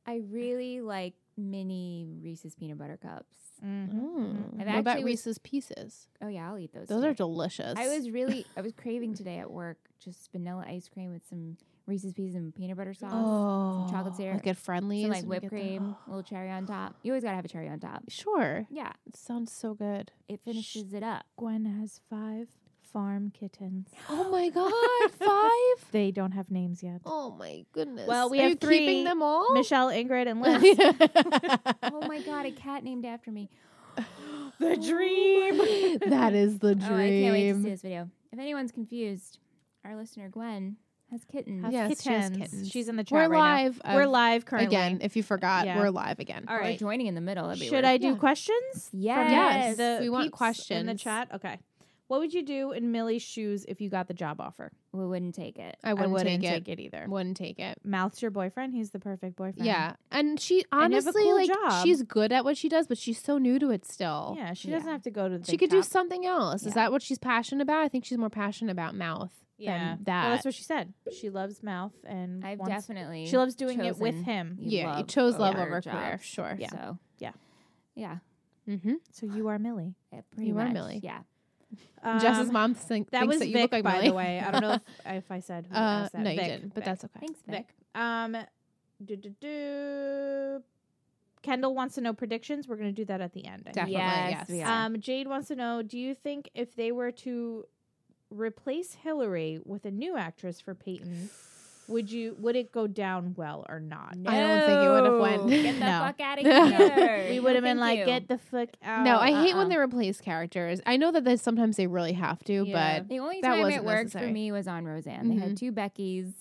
[SPEAKER 3] I really like mini Reese's peanut butter cups.
[SPEAKER 2] Mm-hmm.
[SPEAKER 1] Mm.
[SPEAKER 3] I've
[SPEAKER 1] What
[SPEAKER 3] actually
[SPEAKER 1] about
[SPEAKER 3] was-
[SPEAKER 1] Reese's Pieces?
[SPEAKER 3] Oh yeah, I'll eat those.
[SPEAKER 1] Those
[SPEAKER 3] too.
[SPEAKER 1] are delicious.
[SPEAKER 3] I was really I was craving today at work just vanilla ice cream with some Reese's pieces and peanut butter sauce,
[SPEAKER 1] oh,
[SPEAKER 3] some chocolate syrup,
[SPEAKER 1] like at Friendly's,
[SPEAKER 3] some like
[SPEAKER 1] when you
[SPEAKER 3] whipped
[SPEAKER 1] get the-
[SPEAKER 3] cream, a little cherry on top. You always gotta have a cherry on top.
[SPEAKER 1] Sure,
[SPEAKER 3] Yeah,
[SPEAKER 1] it sounds so good.
[SPEAKER 3] it finishes it up.
[SPEAKER 2] Gwen has five farm kittens.
[SPEAKER 1] Oh my god, five!
[SPEAKER 2] They don't have names yet.
[SPEAKER 1] Oh my goodness.
[SPEAKER 2] Well, we
[SPEAKER 1] Are
[SPEAKER 2] have
[SPEAKER 1] you
[SPEAKER 2] three
[SPEAKER 1] keeping them all.
[SPEAKER 2] Michelle, Ingrid, and Liz.
[SPEAKER 1] oh
[SPEAKER 3] Oh my god, a cat named after me.
[SPEAKER 2] the dream.
[SPEAKER 1] that is the
[SPEAKER 3] Oh, I can't wait to see
[SPEAKER 1] dream.
[SPEAKER 3] this video. If anyone's confused, our listener Gwen has kittens.
[SPEAKER 2] Has
[SPEAKER 1] Yes, she has
[SPEAKER 2] kittens.
[SPEAKER 1] kittens.
[SPEAKER 2] She's in the chat
[SPEAKER 1] we're
[SPEAKER 2] right now.
[SPEAKER 1] live.
[SPEAKER 2] We're
[SPEAKER 1] I've-
[SPEAKER 2] live currently.
[SPEAKER 1] again. If you forgot,
[SPEAKER 2] Yeah.
[SPEAKER 1] we're live again.
[SPEAKER 2] All
[SPEAKER 3] Or
[SPEAKER 2] right.
[SPEAKER 3] joining in the middle. That'd be
[SPEAKER 2] Should
[SPEAKER 3] weird.
[SPEAKER 2] I do
[SPEAKER 1] Yeah.
[SPEAKER 2] questions? from
[SPEAKER 3] Yes.
[SPEAKER 2] the
[SPEAKER 1] We want
[SPEAKER 2] peeps in the
[SPEAKER 1] questions.
[SPEAKER 2] chat. Okay. What would you do in Millie's shoes if you got the job offer?
[SPEAKER 3] we wouldn't take it.
[SPEAKER 1] I wouldn't, take, it.
[SPEAKER 2] either.
[SPEAKER 1] Wouldn't take it.
[SPEAKER 2] Mouth's your boyfriend. He's the perfect boyfriend.
[SPEAKER 1] Yeah, and she
[SPEAKER 2] And you have a
[SPEAKER 1] honestly
[SPEAKER 2] cool
[SPEAKER 1] like
[SPEAKER 2] job.
[SPEAKER 1] she's good at what she does, but she's so new to it still.
[SPEAKER 2] Yeah. She
[SPEAKER 3] Yeah.
[SPEAKER 2] doesn't have to go to the.
[SPEAKER 1] She
[SPEAKER 2] big
[SPEAKER 1] could do
[SPEAKER 2] top.
[SPEAKER 1] something else.
[SPEAKER 3] Yeah.
[SPEAKER 1] Is that what she's passionate about? I think she's more passionate about mouth
[SPEAKER 2] Yeah.
[SPEAKER 1] than
[SPEAKER 2] Well,
[SPEAKER 1] that.
[SPEAKER 2] that's what she said. She loves mouth and
[SPEAKER 3] I've
[SPEAKER 2] wants-
[SPEAKER 3] definitely
[SPEAKER 2] She loves doing it with
[SPEAKER 3] chosen
[SPEAKER 2] him.
[SPEAKER 1] yeah, you chose love over career,
[SPEAKER 3] jobs.
[SPEAKER 1] sure.
[SPEAKER 2] Yeah.
[SPEAKER 3] So
[SPEAKER 2] Yeah.
[SPEAKER 3] yeah,
[SPEAKER 1] Mm-hmm.
[SPEAKER 2] So you are Millie.
[SPEAKER 3] yeah, pretty
[SPEAKER 1] You are
[SPEAKER 3] much.
[SPEAKER 1] Millie.
[SPEAKER 3] Yeah,
[SPEAKER 1] Jess's
[SPEAKER 2] Um,
[SPEAKER 1] mom think,
[SPEAKER 2] That
[SPEAKER 1] thinks
[SPEAKER 2] was
[SPEAKER 1] that you
[SPEAKER 2] Vic,
[SPEAKER 1] look like
[SPEAKER 2] by
[SPEAKER 1] Millie.
[SPEAKER 2] the way. I don't know if, if I said who
[SPEAKER 1] Uh,
[SPEAKER 2] asked that.
[SPEAKER 1] no, you
[SPEAKER 2] Vic,
[SPEAKER 1] didn't. But
[SPEAKER 2] Vic,
[SPEAKER 1] that's okay.
[SPEAKER 3] thanks, Vic.
[SPEAKER 2] Vic. Um, do, do, do. Kendall wants to know predictions. We're going to do that at the end. I think.
[SPEAKER 1] Definitely,
[SPEAKER 3] Yes,
[SPEAKER 1] yes.
[SPEAKER 3] we are.
[SPEAKER 2] Um, Jade wants to know Do you think if they were to replace Hillary with a new actress for Peyton, would you would it go down well or not?
[SPEAKER 1] I don't think it would've went-
[SPEAKER 3] Oh, Get the
[SPEAKER 1] No.
[SPEAKER 3] fuck out of
[SPEAKER 1] No.
[SPEAKER 3] here.
[SPEAKER 2] We
[SPEAKER 3] No,
[SPEAKER 2] would have been like,
[SPEAKER 3] thank you.
[SPEAKER 2] Get the fuck out.
[SPEAKER 1] No, I hate
[SPEAKER 3] uh-uh.
[SPEAKER 1] when they replace characters. I know that they, sometimes they really have to,
[SPEAKER 2] Yeah.
[SPEAKER 1] but
[SPEAKER 3] The only
[SPEAKER 1] That
[SPEAKER 3] time it
[SPEAKER 1] wasn't
[SPEAKER 3] worked for
[SPEAKER 1] necessary.
[SPEAKER 3] me was on Roseanne. They had two Beckys.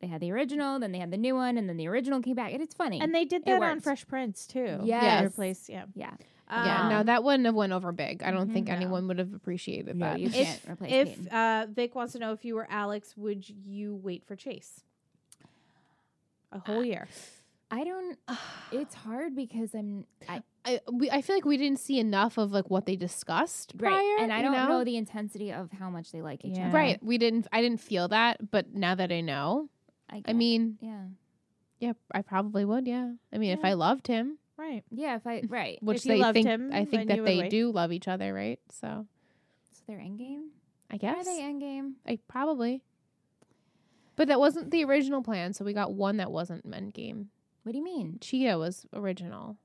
[SPEAKER 3] They had the original, then they had the new one, and then the original came back, and it's funny.
[SPEAKER 2] And they did
[SPEAKER 3] It
[SPEAKER 2] that on
[SPEAKER 3] worked.
[SPEAKER 2] Fresh Prince too. Yeah.
[SPEAKER 3] Yes.
[SPEAKER 2] Replace, yeah.
[SPEAKER 3] Yeah.
[SPEAKER 1] yeah,
[SPEAKER 2] Um,
[SPEAKER 1] no, that wouldn't have went over big. I don't
[SPEAKER 2] Mhm.
[SPEAKER 1] think
[SPEAKER 2] No.
[SPEAKER 1] anyone would have appreciated
[SPEAKER 3] no,
[SPEAKER 1] that.
[SPEAKER 3] you
[SPEAKER 2] If-
[SPEAKER 3] can't replace Peyton.
[SPEAKER 2] If uh, Vic wants to know if you were Alex, would you wait for Chase? A
[SPEAKER 3] Ah.
[SPEAKER 2] whole year.
[SPEAKER 3] I don't. It's hard because I'm I,
[SPEAKER 1] I we, I feel like we didn't see enough of like what they discussed
[SPEAKER 3] right,
[SPEAKER 1] prior,
[SPEAKER 3] and I
[SPEAKER 1] you
[SPEAKER 3] don't know?
[SPEAKER 1] know?
[SPEAKER 3] the intensity of how much they like each
[SPEAKER 2] Yeah.
[SPEAKER 3] other.
[SPEAKER 1] Right, we didn't. I didn't feel that, but now that I know,
[SPEAKER 3] I,
[SPEAKER 1] I
[SPEAKER 3] get-
[SPEAKER 1] mean,
[SPEAKER 3] yeah,
[SPEAKER 1] yeah, I probably would. Yeah, I mean, if
[SPEAKER 2] Yeah.
[SPEAKER 1] I loved him,
[SPEAKER 2] Right.
[SPEAKER 3] yeah. If I right,
[SPEAKER 1] which
[SPEAKER 2] you
[SPEAKER 1] they
[SPEAKER 2] loved
[SPEAKER 1] think,
[SPEAKER 2] him,
[SPEAKER 1] I
[SPEAKER 2] then
[SPEAKER 1] think
[SPEAKER 2] you
[SPEAKER 1] that
[SPEAKER 2] would
[SPEAKER 1] they
[SPEAKER 2] wait.
[SPEAKER 1] do love each other, right? So
[SPEAKER 3] so they're in game.
[SPEAKER 1] I
[SPEAKER 3] Are
[SPEAKER 1] guess
[SPEAKER 3] they in game?
[SPEAKER 1] I probably. But that wasn't the original plan, so we got one that wasn't Endgame.
[SPEAKER 3] What do you mean?
[SPEAKER 1] Chia was original,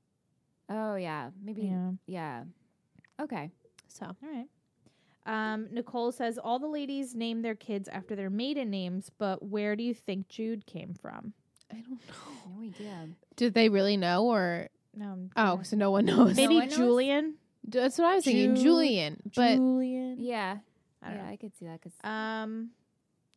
[SPEAKER 3] Oh yeah, maybe yeah.
[SPEAKER 2] Yeah.
[SPEAKER 3] Okay.
[SPEAKER 1] so
[SPEAKER 2] All right. Um, Nicole says all the ladies name their kids after their maiden names, but where do you think Jude came from?
[SPEAKER 1] I don't know.
[SPEAKER 3] No idea.
[SPEAKER 1] Did they really know, or
[SPEAKER 2] No. I'm-
[SPEAKER 1] oh, so no one knows?
[SPEAKER 2] maybe
[SPEAKER 3] one knows?
[SPEAKER 2] Julian.
[SPEAKER 1] That's what I was thinking,
[SPEAKER 2] Ju-
[SPEAKER 1] Julian. But
[SPEAKER 2] Julian.
[SPEAKER 3] Yeah,
[SPEAKER 2] I don't
[SPEAKER 3] yeah, I could see that because
[SPEAKER 2] know. Um,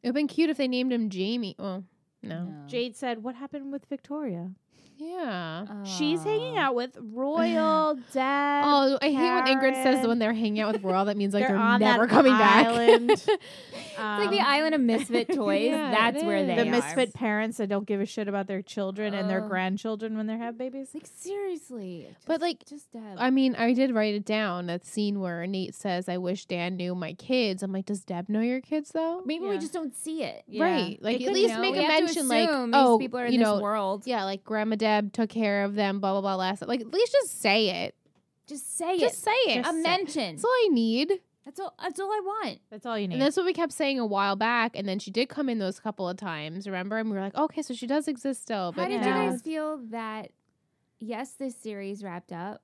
[SPEAKER 1] It would have been cute if they named him Jamie. Oh, no.
[SPEAKER 2] Jade said, "What happened with Victoria?
[SPEAKER 3] Um,
[SPEAKER 1] Yeah.
[SPEAKER 2] She's hanging out with royal dad.
[SPEAKER 1] Oh, I hate when Ingrid says
[SPEAKER 2] Karen.
[SPEAKER 1] that when they're hanging out with Royal, that means like they're,
[SPEAKER 2] They're on that
[SPEAKER 1] never coming
[SPEAKER 2] island.
[SPEAKER 1] back.
[SPEAKER 3] It's like the
[SPEAKER 2] Um,
[SPEAKER 3] island of misfit toys.
[SPEAKER 1] Yeah,
[SPEAKER 3] That's
[SPEAKER 1] it
[SPEAKER 3] where they
[SPEAKER 2] the
[SPEAKER 3] are.
[SPEAKER 2] misfit parents that don't give a shit about their children and their
[SPEAKER 3] Oh.
[SPEAKER 2] grandchildren when they have babies.
[SPEAKER 3] Like seriously,
[SPEAKER 1] But,
[SPEAKER 3] just-
[SPEAKER 1] like,
[SPEAKER 3] just Deb.
[SPEAKER 1] I mean, I did write it down that scene where Nate says, I wish Dan knew my kids. I'm like, does Deb know your kids though?
[SPEAKER 3] maybe
[SPEAKER 2] yeah.
[SPEAKER 3] we just don't see it.
[SPEAKER 2] Yeah.
[SPEAKER 1] Right. Like,
[SPEAKER 2] It
[SPEAKER 1] at
[SPEAKER 2] could-
[SPEAKER 1] least
[SPEAKER 3] You know,
[SPEAKER 1] make
[SPEAKER 3] we
[SPEAKER 1] a
[SPEAKER 3] have to
[SPEAKER 1] mention, like,
[SPEAKER 3] assume
[SPEAKER 1] oh,
[SPEAKER 3] these people are in
[SPEAKER 1] you
[SPEAKER 3] this
[SPEAKER 1] know,
[SPEAKER 3] world.
[SPEAKER 1] yeah, like Grandma Deb took care of them, blah, blah, blah, last. Like, at least just say it.
[SPEAKER 3] Just say
[SPEAKER 1] Just
[SPEAKER 3] it.
[SPEAKER 1] say it.
[SPEAKER 2] Just-
[SPEAKER 3] a
[SPEAKER 2] say it.
[SPEAKER 3] mention.
[SPEAKER 1] That's all I need.
[SPEAKER 3] That's all. That's all I want.
[SPEAKER 2] That's all you need.
[SPEAKER 1] And that's what we kept saying a while back. And then she did come in those couple of times, remember? And we were like, okay, so she does exist still. But
[SPEAKER 3] How did
[SPEAKER 1] now-
[SPEAKER 3] you guys feel that? Yes, this series wrapped up.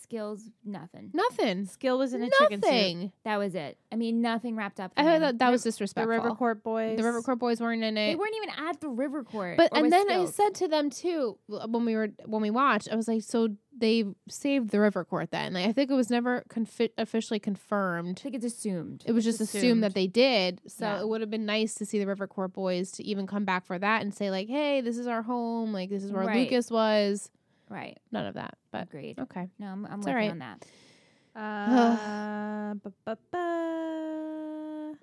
[SPEAKER 3] Skills, nothing.
[SPEAKER 1] Nothing.
[SPEAKER 2] Skill was in a chicken soup.
[SPEAKER 1] Nothing.
[SPEAKER 3] That was it. I mean, nothing wrapped up. for
[SPEAKER 1] I thought
[SPEAKER 3] him.
[SPEAKER 1] that, that was
[SPEAKER 2] The
[SPEAKER 1] disrespectful.
[SPEAKER 2] River Court Boys.
[SPEAKER 1] The River Court boys weren't in
[SPEAKER 3] They
[SPEAKER 1] it.
[SPEAKER 3] weren't even at the river court.
[SPEAKER 1] but
[SPEAKER 3] or
[SPEAKER 1] and
[SPEAKER 3] with
[SPEAKER 1] then I
[SPEAKER 3] Skills.
[SPEAKER 1] said to them too when we were when we watched, I was like, so they saved the River Court then. Like, I think it was never confi- officially
[SPEAKER 3] I
[SPEAKER 1] confirmed.
[SPEAKER 3] think it's assumed.
[SPEAKER 1] It was just assumed that they did. So
[SPEAKER 3] Yeah.
[SPEAKER 1] it would have been nice to see the River Court boys to even come back for that and say like, hey, this is our home. Like this is where
[SPEAKER 3] Right.
[SPEAKER 1] Lucas was.
[SPEAKER 3] right.
[SPEAKER 1] None of that. But
[SPEAKER 3] Agreed.
[SPEAKER 1] okay.
[SPEAKER 3] No, I'm,
[SPEAKER 1] It's
[SPEAKER 3] I'm with
[SPEAKER 1] all right.
[SPEAKER 3] you on that.
[SPEAKER 2] Uh, bu- bu- bu-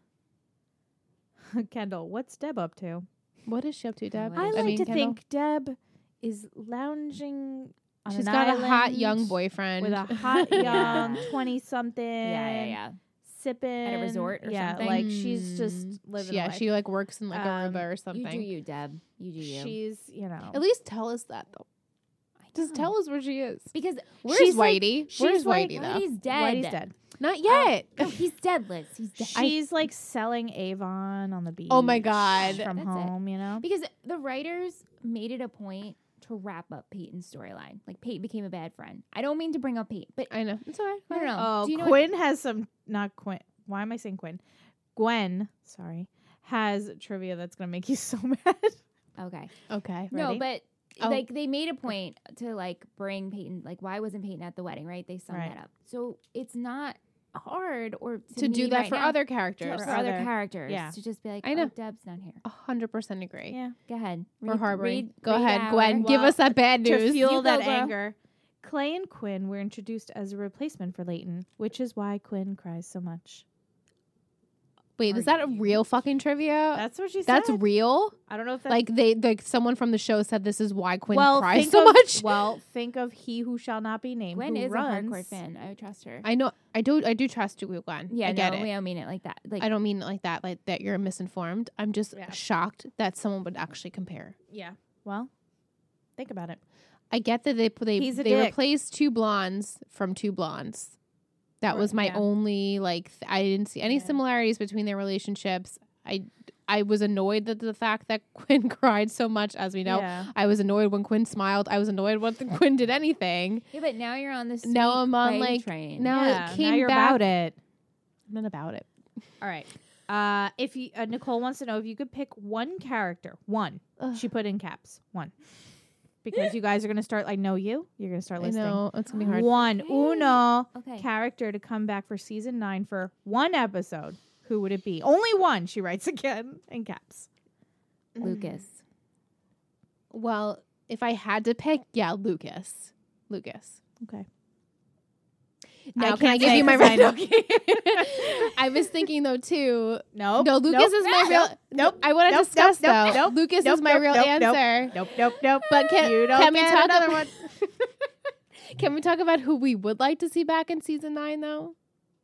[SPEAKER 2] Kendall, what's Deb up to?
[SPEAKER 1] Mm. What is she up to, Deb?
[SPEAKER 3] What
[SPEAKER 2] I
[SPEAKER 3] is
[SPEAKER 2] like
[SPEAKER 3] she-
[SPEAKER 2] to
[SPEAKER 1] Kendall?
[SPEAKER 2] think Deb is lounging. On
[SPEAKER 1] She's
[SPEAKER 2] an
[SPEAKER 1] got a hot
[SPEAKER 2] island
[SPEAKER 1] young boyfriend.
[SPEAKER 2] with a hot
[SPEAKER 3] Yeah.
[SPEAKER 2] young twenty something.
[SPEAKER 3] Yeah, yeah, yeah.
[SPEAKER 2] sipping
[SPEAKER 3] a resort or
[SPEAKER 2] yeah,
[SPEAKER 3] something?
[SPEAKER 2] Like she's
[SPEAKER 1] Mm.
[SPEAKER 2] just living.
[SPEAKER 1] yeah,
[SPEAKER 2] the life.
[SPEAKER 1] she like works in like
[SPEAKER 2] Um,
[SPEAKER 1] Aruba or
[SPEAKER 3] You do
[SPEAKER 1] something.
[SPEAKER 3] you, Deb. You do you.
[SPEAKER 2] She's you know.
[SPEAKER 1] At least tell us that though.
[SPEAKER 3] I
[SPEAKER 1] Just
[SPEAKER 3] know.
[SPEAKER 1] tell us where she is.
[SPEAKER 3] because
[SPEAKER 1] Where's
[SPEAKER 3] she's like-
[SPEAKER 1] Whitey?
[SPEAKER 2] Oh. she's
[SPEAKER 1] Where's
[SPEAKER 2] like- Oh,
[SPEAKER 1] Whitey though?
[SPEAKER 3] Whitey's dead.
[SPEAKER 2] Whitey's dead.
[SPEAKER 1] Not yet.
[SPEAKER 3] No, he's dead, Liz. He's dead. I-
[SPEAKER 2] She's like selling Avon on the beach.
[SPEAKER 1] Oh my God.
[SPEAKER 2] From
[SPEAKER 3] That's it.
[SPEAKER 2] home, you know.
[SPEAKER 3] because the writers made it a point to wrap up Peyton's storyline. Like Peyton became a bad friend. I don't mean to bring up Peyton, but
[SPEAKER 1] I know. It's all right.
[SPEAKER 3] no, no, no.
[SPEAKER 2] Oh,
[SPEAKER 3] Do you know what-
[SPEAKER 2] Quinn has some. Not Quinn. Why am I saying Quinn? Gwen. Sorry. Has trivia that's gonna make you so mad.
[SPEAKER 3] okay.
[SPEAKER 1] Okay.
[SPEAKER 3] No,
[SPEAKER 2] Ready?
[SPEAKER 3] but
[SPEAKER 1] Oh.
[SPEAKER 3] like they made a point to like bring Peyton. Like, why wasn't Peyton at the wedding? Right? They summed
[SPEAKER 2] Right.
[SPEAKER 3] that up. So it's not hard or to,
[SPEAKER 1] To do
[SPEAKER 3] me
[SPEAKER 1] that
[SPEAKER 3] right
[SPEAKER 1] for
[SPEAKER 3] now,
[SPEAKER 1] other
[SPEAKER 3] to-
[SPEAKER 1] characters.
[SPEAKER 3] for
[SPEAKER 2] For
[SPEAKER 3] other
[SPEAKER 2] other-
[SPEAKER 3] characters.
[SPEAKER 2] yeah.
[SPEAKER 3] To just be like,
[SPEAKER 1] I know.
[SPEAKER 3] oh, Deb's not here.
[SPEAKER 1] A hundred percent agree.
[SPEAKER 2] Yeah.
[SPEAKER 3] Go ahead.
[SPEAKER 1] We're
[SPEAKER 3] Read-
[SPEAKER 1] harboring.
[SPEAKER 3] read-
[SPEAKER 1] Go
[SPEAKER 3] read
[SPEAKER 1] ahead,
[SPEAKER 3] our-
[SPEAKER 1] Gwen. give
[SPEAKER 2] Well,
[SPEAKER 1] us that bad
[SPEAKER 2] to
[SPEAKER 1] news.
[SPEAKER 2] fuel
[SPEAKER 3] You
[SPEAKER 2] that
[SPEAKER 3] go, girl.
[SPEAKER 2] anger. Clay and Quinn were introduced as a replacement for Leighton, which is why Quinn cries so much.
[SPEAKER 1] Wait,
[SPEAKER 3] Are
[SPEAKER 1] is that a
[SPEAKER 3] you-
[SPEAKER 1] real fucking
[SPEAKER 3] Uh,
[SPEAKER 1] trivia?
[SPEAKER 2] That's what she
[SPEAKER 1] That's,
[SPEAKER 2] said.
[SPEAKER 1] real.
[SPEAKER 2] I don't know if that's
[SPEAKER 1] Like they, like someone from the show said, this is why Quinn
[SPEAKER 2] well,
[SPEAKER 1] cries
[SPEAKER 2] think
[SPEAKER 1] so
[SPEAKER 2] of-
[SPEAKER 1] much.
[SPEAKER 2] Well, think of he who shall not be named.
[SPEAKER 3] Gwen
[SPEAKER 2] who
[SPEAKER 3] is
[SPEAKER 2] runs.
[SPEAKER 3] a hardcore fan. I would trust her.
[SPEAKER 1] I know. I do. I do trust you, Gwen.
[SPEAKER 3] yeah,
[SPEAKER 1] I
[SPEAKER 3] no,
[SPEAKER 1] get it.
[SPEAKER 3] we don't mean it like that. Like,
[SPEAKER 1] I don't mean it like that. Like that you're misinformed. I'm just
[SPEAKER 2] Yeah.
[SPEAKER 1] shocked that someone would actually compare.
[SPEAKER 2] Yeah. Well, think about it.
[SPEAKER 1] I get that they they
[SPEAKER 2] He's a
[SPEAKER 1] they
[SPEAKER 2] dick.
[SPEAKER 1] replaced two blondes from two blondes. That
[SPEAKER 2] Right,
[SPEAKER 1] was my
[SPEAKER 2] yeah.
[SPEAKER 1] only like. Th- I didn't see any
[SPEAKER 2] Yeah.
[SPEAKER 1] similarities between their relationships. I I was annoyed that the fact that Quinn cried so much, as we know.
[SPEAKER 2] Yeah.
[SPEAKER 1] I was annoyed when Quinn smiled. I was annoyed when Quinn did anything.
[SPEAKER 3] Yeah, but now you're on this.
[SPEAKER 1] Now I'm on, like,
[SPEAKER 3] train.
[SPEAKER 1] now- it
[SPEAKER 2] yeah.
[SPEAKER 1] came
[SPEAKER 2] now you're
[SPEAKER 1] back-
[SPEAKER 2] about it.
[SPEAKER 1] I'm not about it.
[SPEAKER 2] All right. Uh, if you, uh, Nicole wants to know if you could pick one character, one.
[SPEAKER 1] Ugh.
[SPEAKER 2] She put in caps one, because you guys are gonna start. I know you. You're gonna start
[SPEAKER 1] I
[SPEAKER 2] listening.
[SPEAKER 1] know it's gonna be hard.
[SPEAKER 2] One uno
[SPEAKER 3] Okay.
[SPEAKER 2] character to come back for season nine for one episode. Who would it be? Only one. She writes again in caps.
[SPEAKER 3] Lucas.
[SPEAKER 1] Well, if I had to pick, yeah, Lucas. Lucas.
[SPEAKER 2] Okay.
[SPEAKER 1] Now
[SPEAKER 2] I
[SPEAKER 1] can I
[SPEAKER 2] can't
[SPEAKER 1] give
[SPEAKER 2] say
[SPEAKER 1] you my
[SPEAKER 2] 'cause I
[SPEAKER 1] real?
[SPEAKER 2] know.
[SPEAKER 1] I was thinking though too.
[SPEAKER 2] Nope.
[SPEAKER 1] no, Lucas
[SPEAKER 2] nope,
[SPEAKER 1] is my real.
[SPEAKER 2] Nope.
[SPEAKER 1] I want to
[SPEAKER 2] Nope, nope,
[SPEAKER 1] discuss
[SPEAKER 2] nope,
[SPEAKER 1] though.
[SPEAKER 2] nope,
[SPEAKER 1] Lucas
[SPEAKER 2] nope,
[SPEAKER 1] is my
[SPEAKER 2] nope,
[SPEAKER 1] real
[SPEAKER 2] nope, nope.
[SPEAKER 1] answer.
[SPEAKER 2] Nope. Nope. Nope.
[SPEAKER 1] But can-
[SPEAKER 2] you don't
[SPEAKER 1] can we
[SPEAKER 2] get
[SPEAKER 1] talk-
[SPEAKER 2] another one?
[SPEAKER 1] Can we talk about who we would like to see back in season nine though?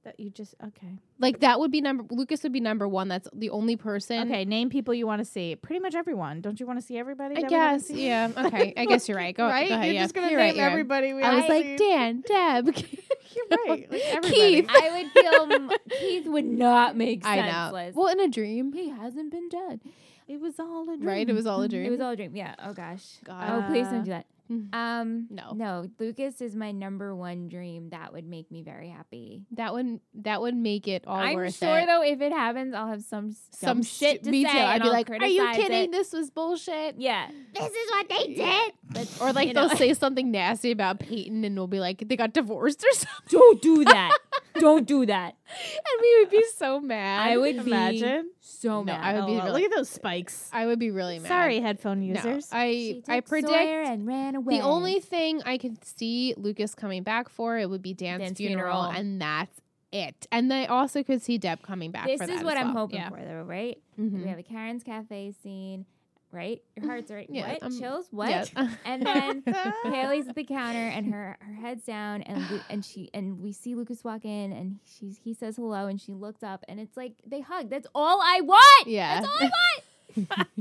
[SPEAKER 2] that you just okay.
[SPEAKER 1] Like that would be number. Lucas would be number one. That's the only person.
[SPEAKER 2] Okay. Name people you want to see. Pretty much everyone. Don't you want to see everybody?
[SPEAKER 1] I
[SPEAKER 2] that we haven't
[SPEAKER 1] guess.
[SPEAKER 2] seen?
[SPEAKER 1] Yeah. Okay. I guess you're right. Go,
[SPEAKER 2] right.
[SPEAKER 1] go ahead.
[SPEAKER 2] You're
[SPEAKER 1] yeah.
[SPEAKER 2] just gonna
[SPEAKER 1] You're
[SPEAKER 2] name
[SPEAKER 1] right, you're right.
[SPEAKER 2] everybody. We
[SPEAKER 1] I was
[SPEAKER 2] haven't
[SPEAKER 1] like
[SPEAKER 2] seen.
[SPEAKER 1] Dan, Deb.
[SPEAKER 2] You're right. Like everybody.
[SPEAKER 1] Keith.
[SPEAKER 3] I would feel m- Keith would not make sense.
[SPEAKER 1] I know.
[SPEAKER 3] Liz.
[SPEAKER 1] Well, in a dream,
[SPEAKER 3] he hasn't been dead.
[SPEAKER 2] It was all a dream.
[SPEAKER 1] right? It was all a dream.
[SPEAKER 3] Mm-hmm. It was all a dream. Yeah. Oh gosh.
[SPEAKER 1] God.
[SPEAKER 3] oh please
[SPEAKER 2] Uh,
[SPEAKER 3] don't do that.
[SPEAKER 1] Mhm.
[SPEAKER 3] Um.
[SPEAKER 1] No.
[SPEAKER 3] No. Lucas is my number one dream. That would make me very happy.
[SPEAKER 1] that would that would make it all
[SPEAKER 3] I'm
[SPEAKER 1] worth
[SPEAKER 3] sure
[SPEAKER 1] it.
[SPEAKER 3] though, if it happens, I'll have some s- dumb
[SPEAKER 1] Some
[SPEAKER 3] shit
[SPEAKER 1] shit.
[SPEAKER 3] to
[SPEAKER 1] Me
[SPEAKER 3] say.
[SPEAKER 1] too. I'd
[SPEAKER 3] and
[SPEAKER 1] be
[SPEAKER 3] I'll
[SPEAKER 1] like, "Are you
[SPEAKER 3] criticize
[SPEAKER 1] kidding?
[SPEAKER 3] It.
[SPEAKER 1] This was bullshit."
[SPEAKER 3] Yeah. This is what they did. But,
[SPEAKER 1] Or like
[SPEAKER 3] you know,
[SPEAKER 1] they'll say something nasty about Peyton, and we'll be like, "They got divorced or something,"
[SPEAKER 3] don't do that. don't do that.
[SPEAKER 1] and we would be so mad.
[SPEAKER 3] I would be
[SPEAKER 2] Imagine.
[SPEAKER 3] so
[SPEAKER 1] No,
[SPEAKER 3] mad.
[SPEAKER 1] I would be
[SPEAKER 2] LOL.
[SPEAKER 1] really-
[SPEAKER 2] Look at those spikes.
[SPEAKER 1] I would be really mad.
[SPEAKER 2] Sorry, headphone
[SPEAKER 1] No,
[SPEAKER 2] users.
[SPEAKER 1] I I predict
[SPEAKER 3] and ran away.
[SPEAKER 1] the only thing I could see Lucas coming back for it would be Dan's,
[SPEAKER 3] Dan's
[SPEAKER 1] funeral,
[SPEAKER 3] funeral.
[SPEAKER 1] and that's it. And I also could see Deb coming back.
[SPEAKER 3] This
[SPEAKER 1] for
[SPEAKER 3] is
[SPEAKER 1] that
[SPEAKER 3] what
[SPEAKER 1] as
[SPEAKER 3] I'm
[SPEAKER 1] well.
[SPEAKER 3] hoping
[SPEAKER 1] Yeah.
[SPEAKER 3] for, though, right?
[SPEAKER 1] Mhm.
[SPEAKER 3] We have a Karen's Cafe scene, right? Your heart's right.
[SPEAKER 1] Yeah,
[SPEAKER 3] what
[SPEAKER 1] um,
[SPEAKER 3] chills? What?
[SPEAKER 1] Yeah.
[SPEAKER 3] And then Haley's at the counter, and her her head's down, and Lu- and she and we see Lucas walk in, and she's he says hello, and she looks up, and it's like they hug. That's all I want.
[SPEAKER 1] Yeah.
[SPEAKER 3] That's all I want.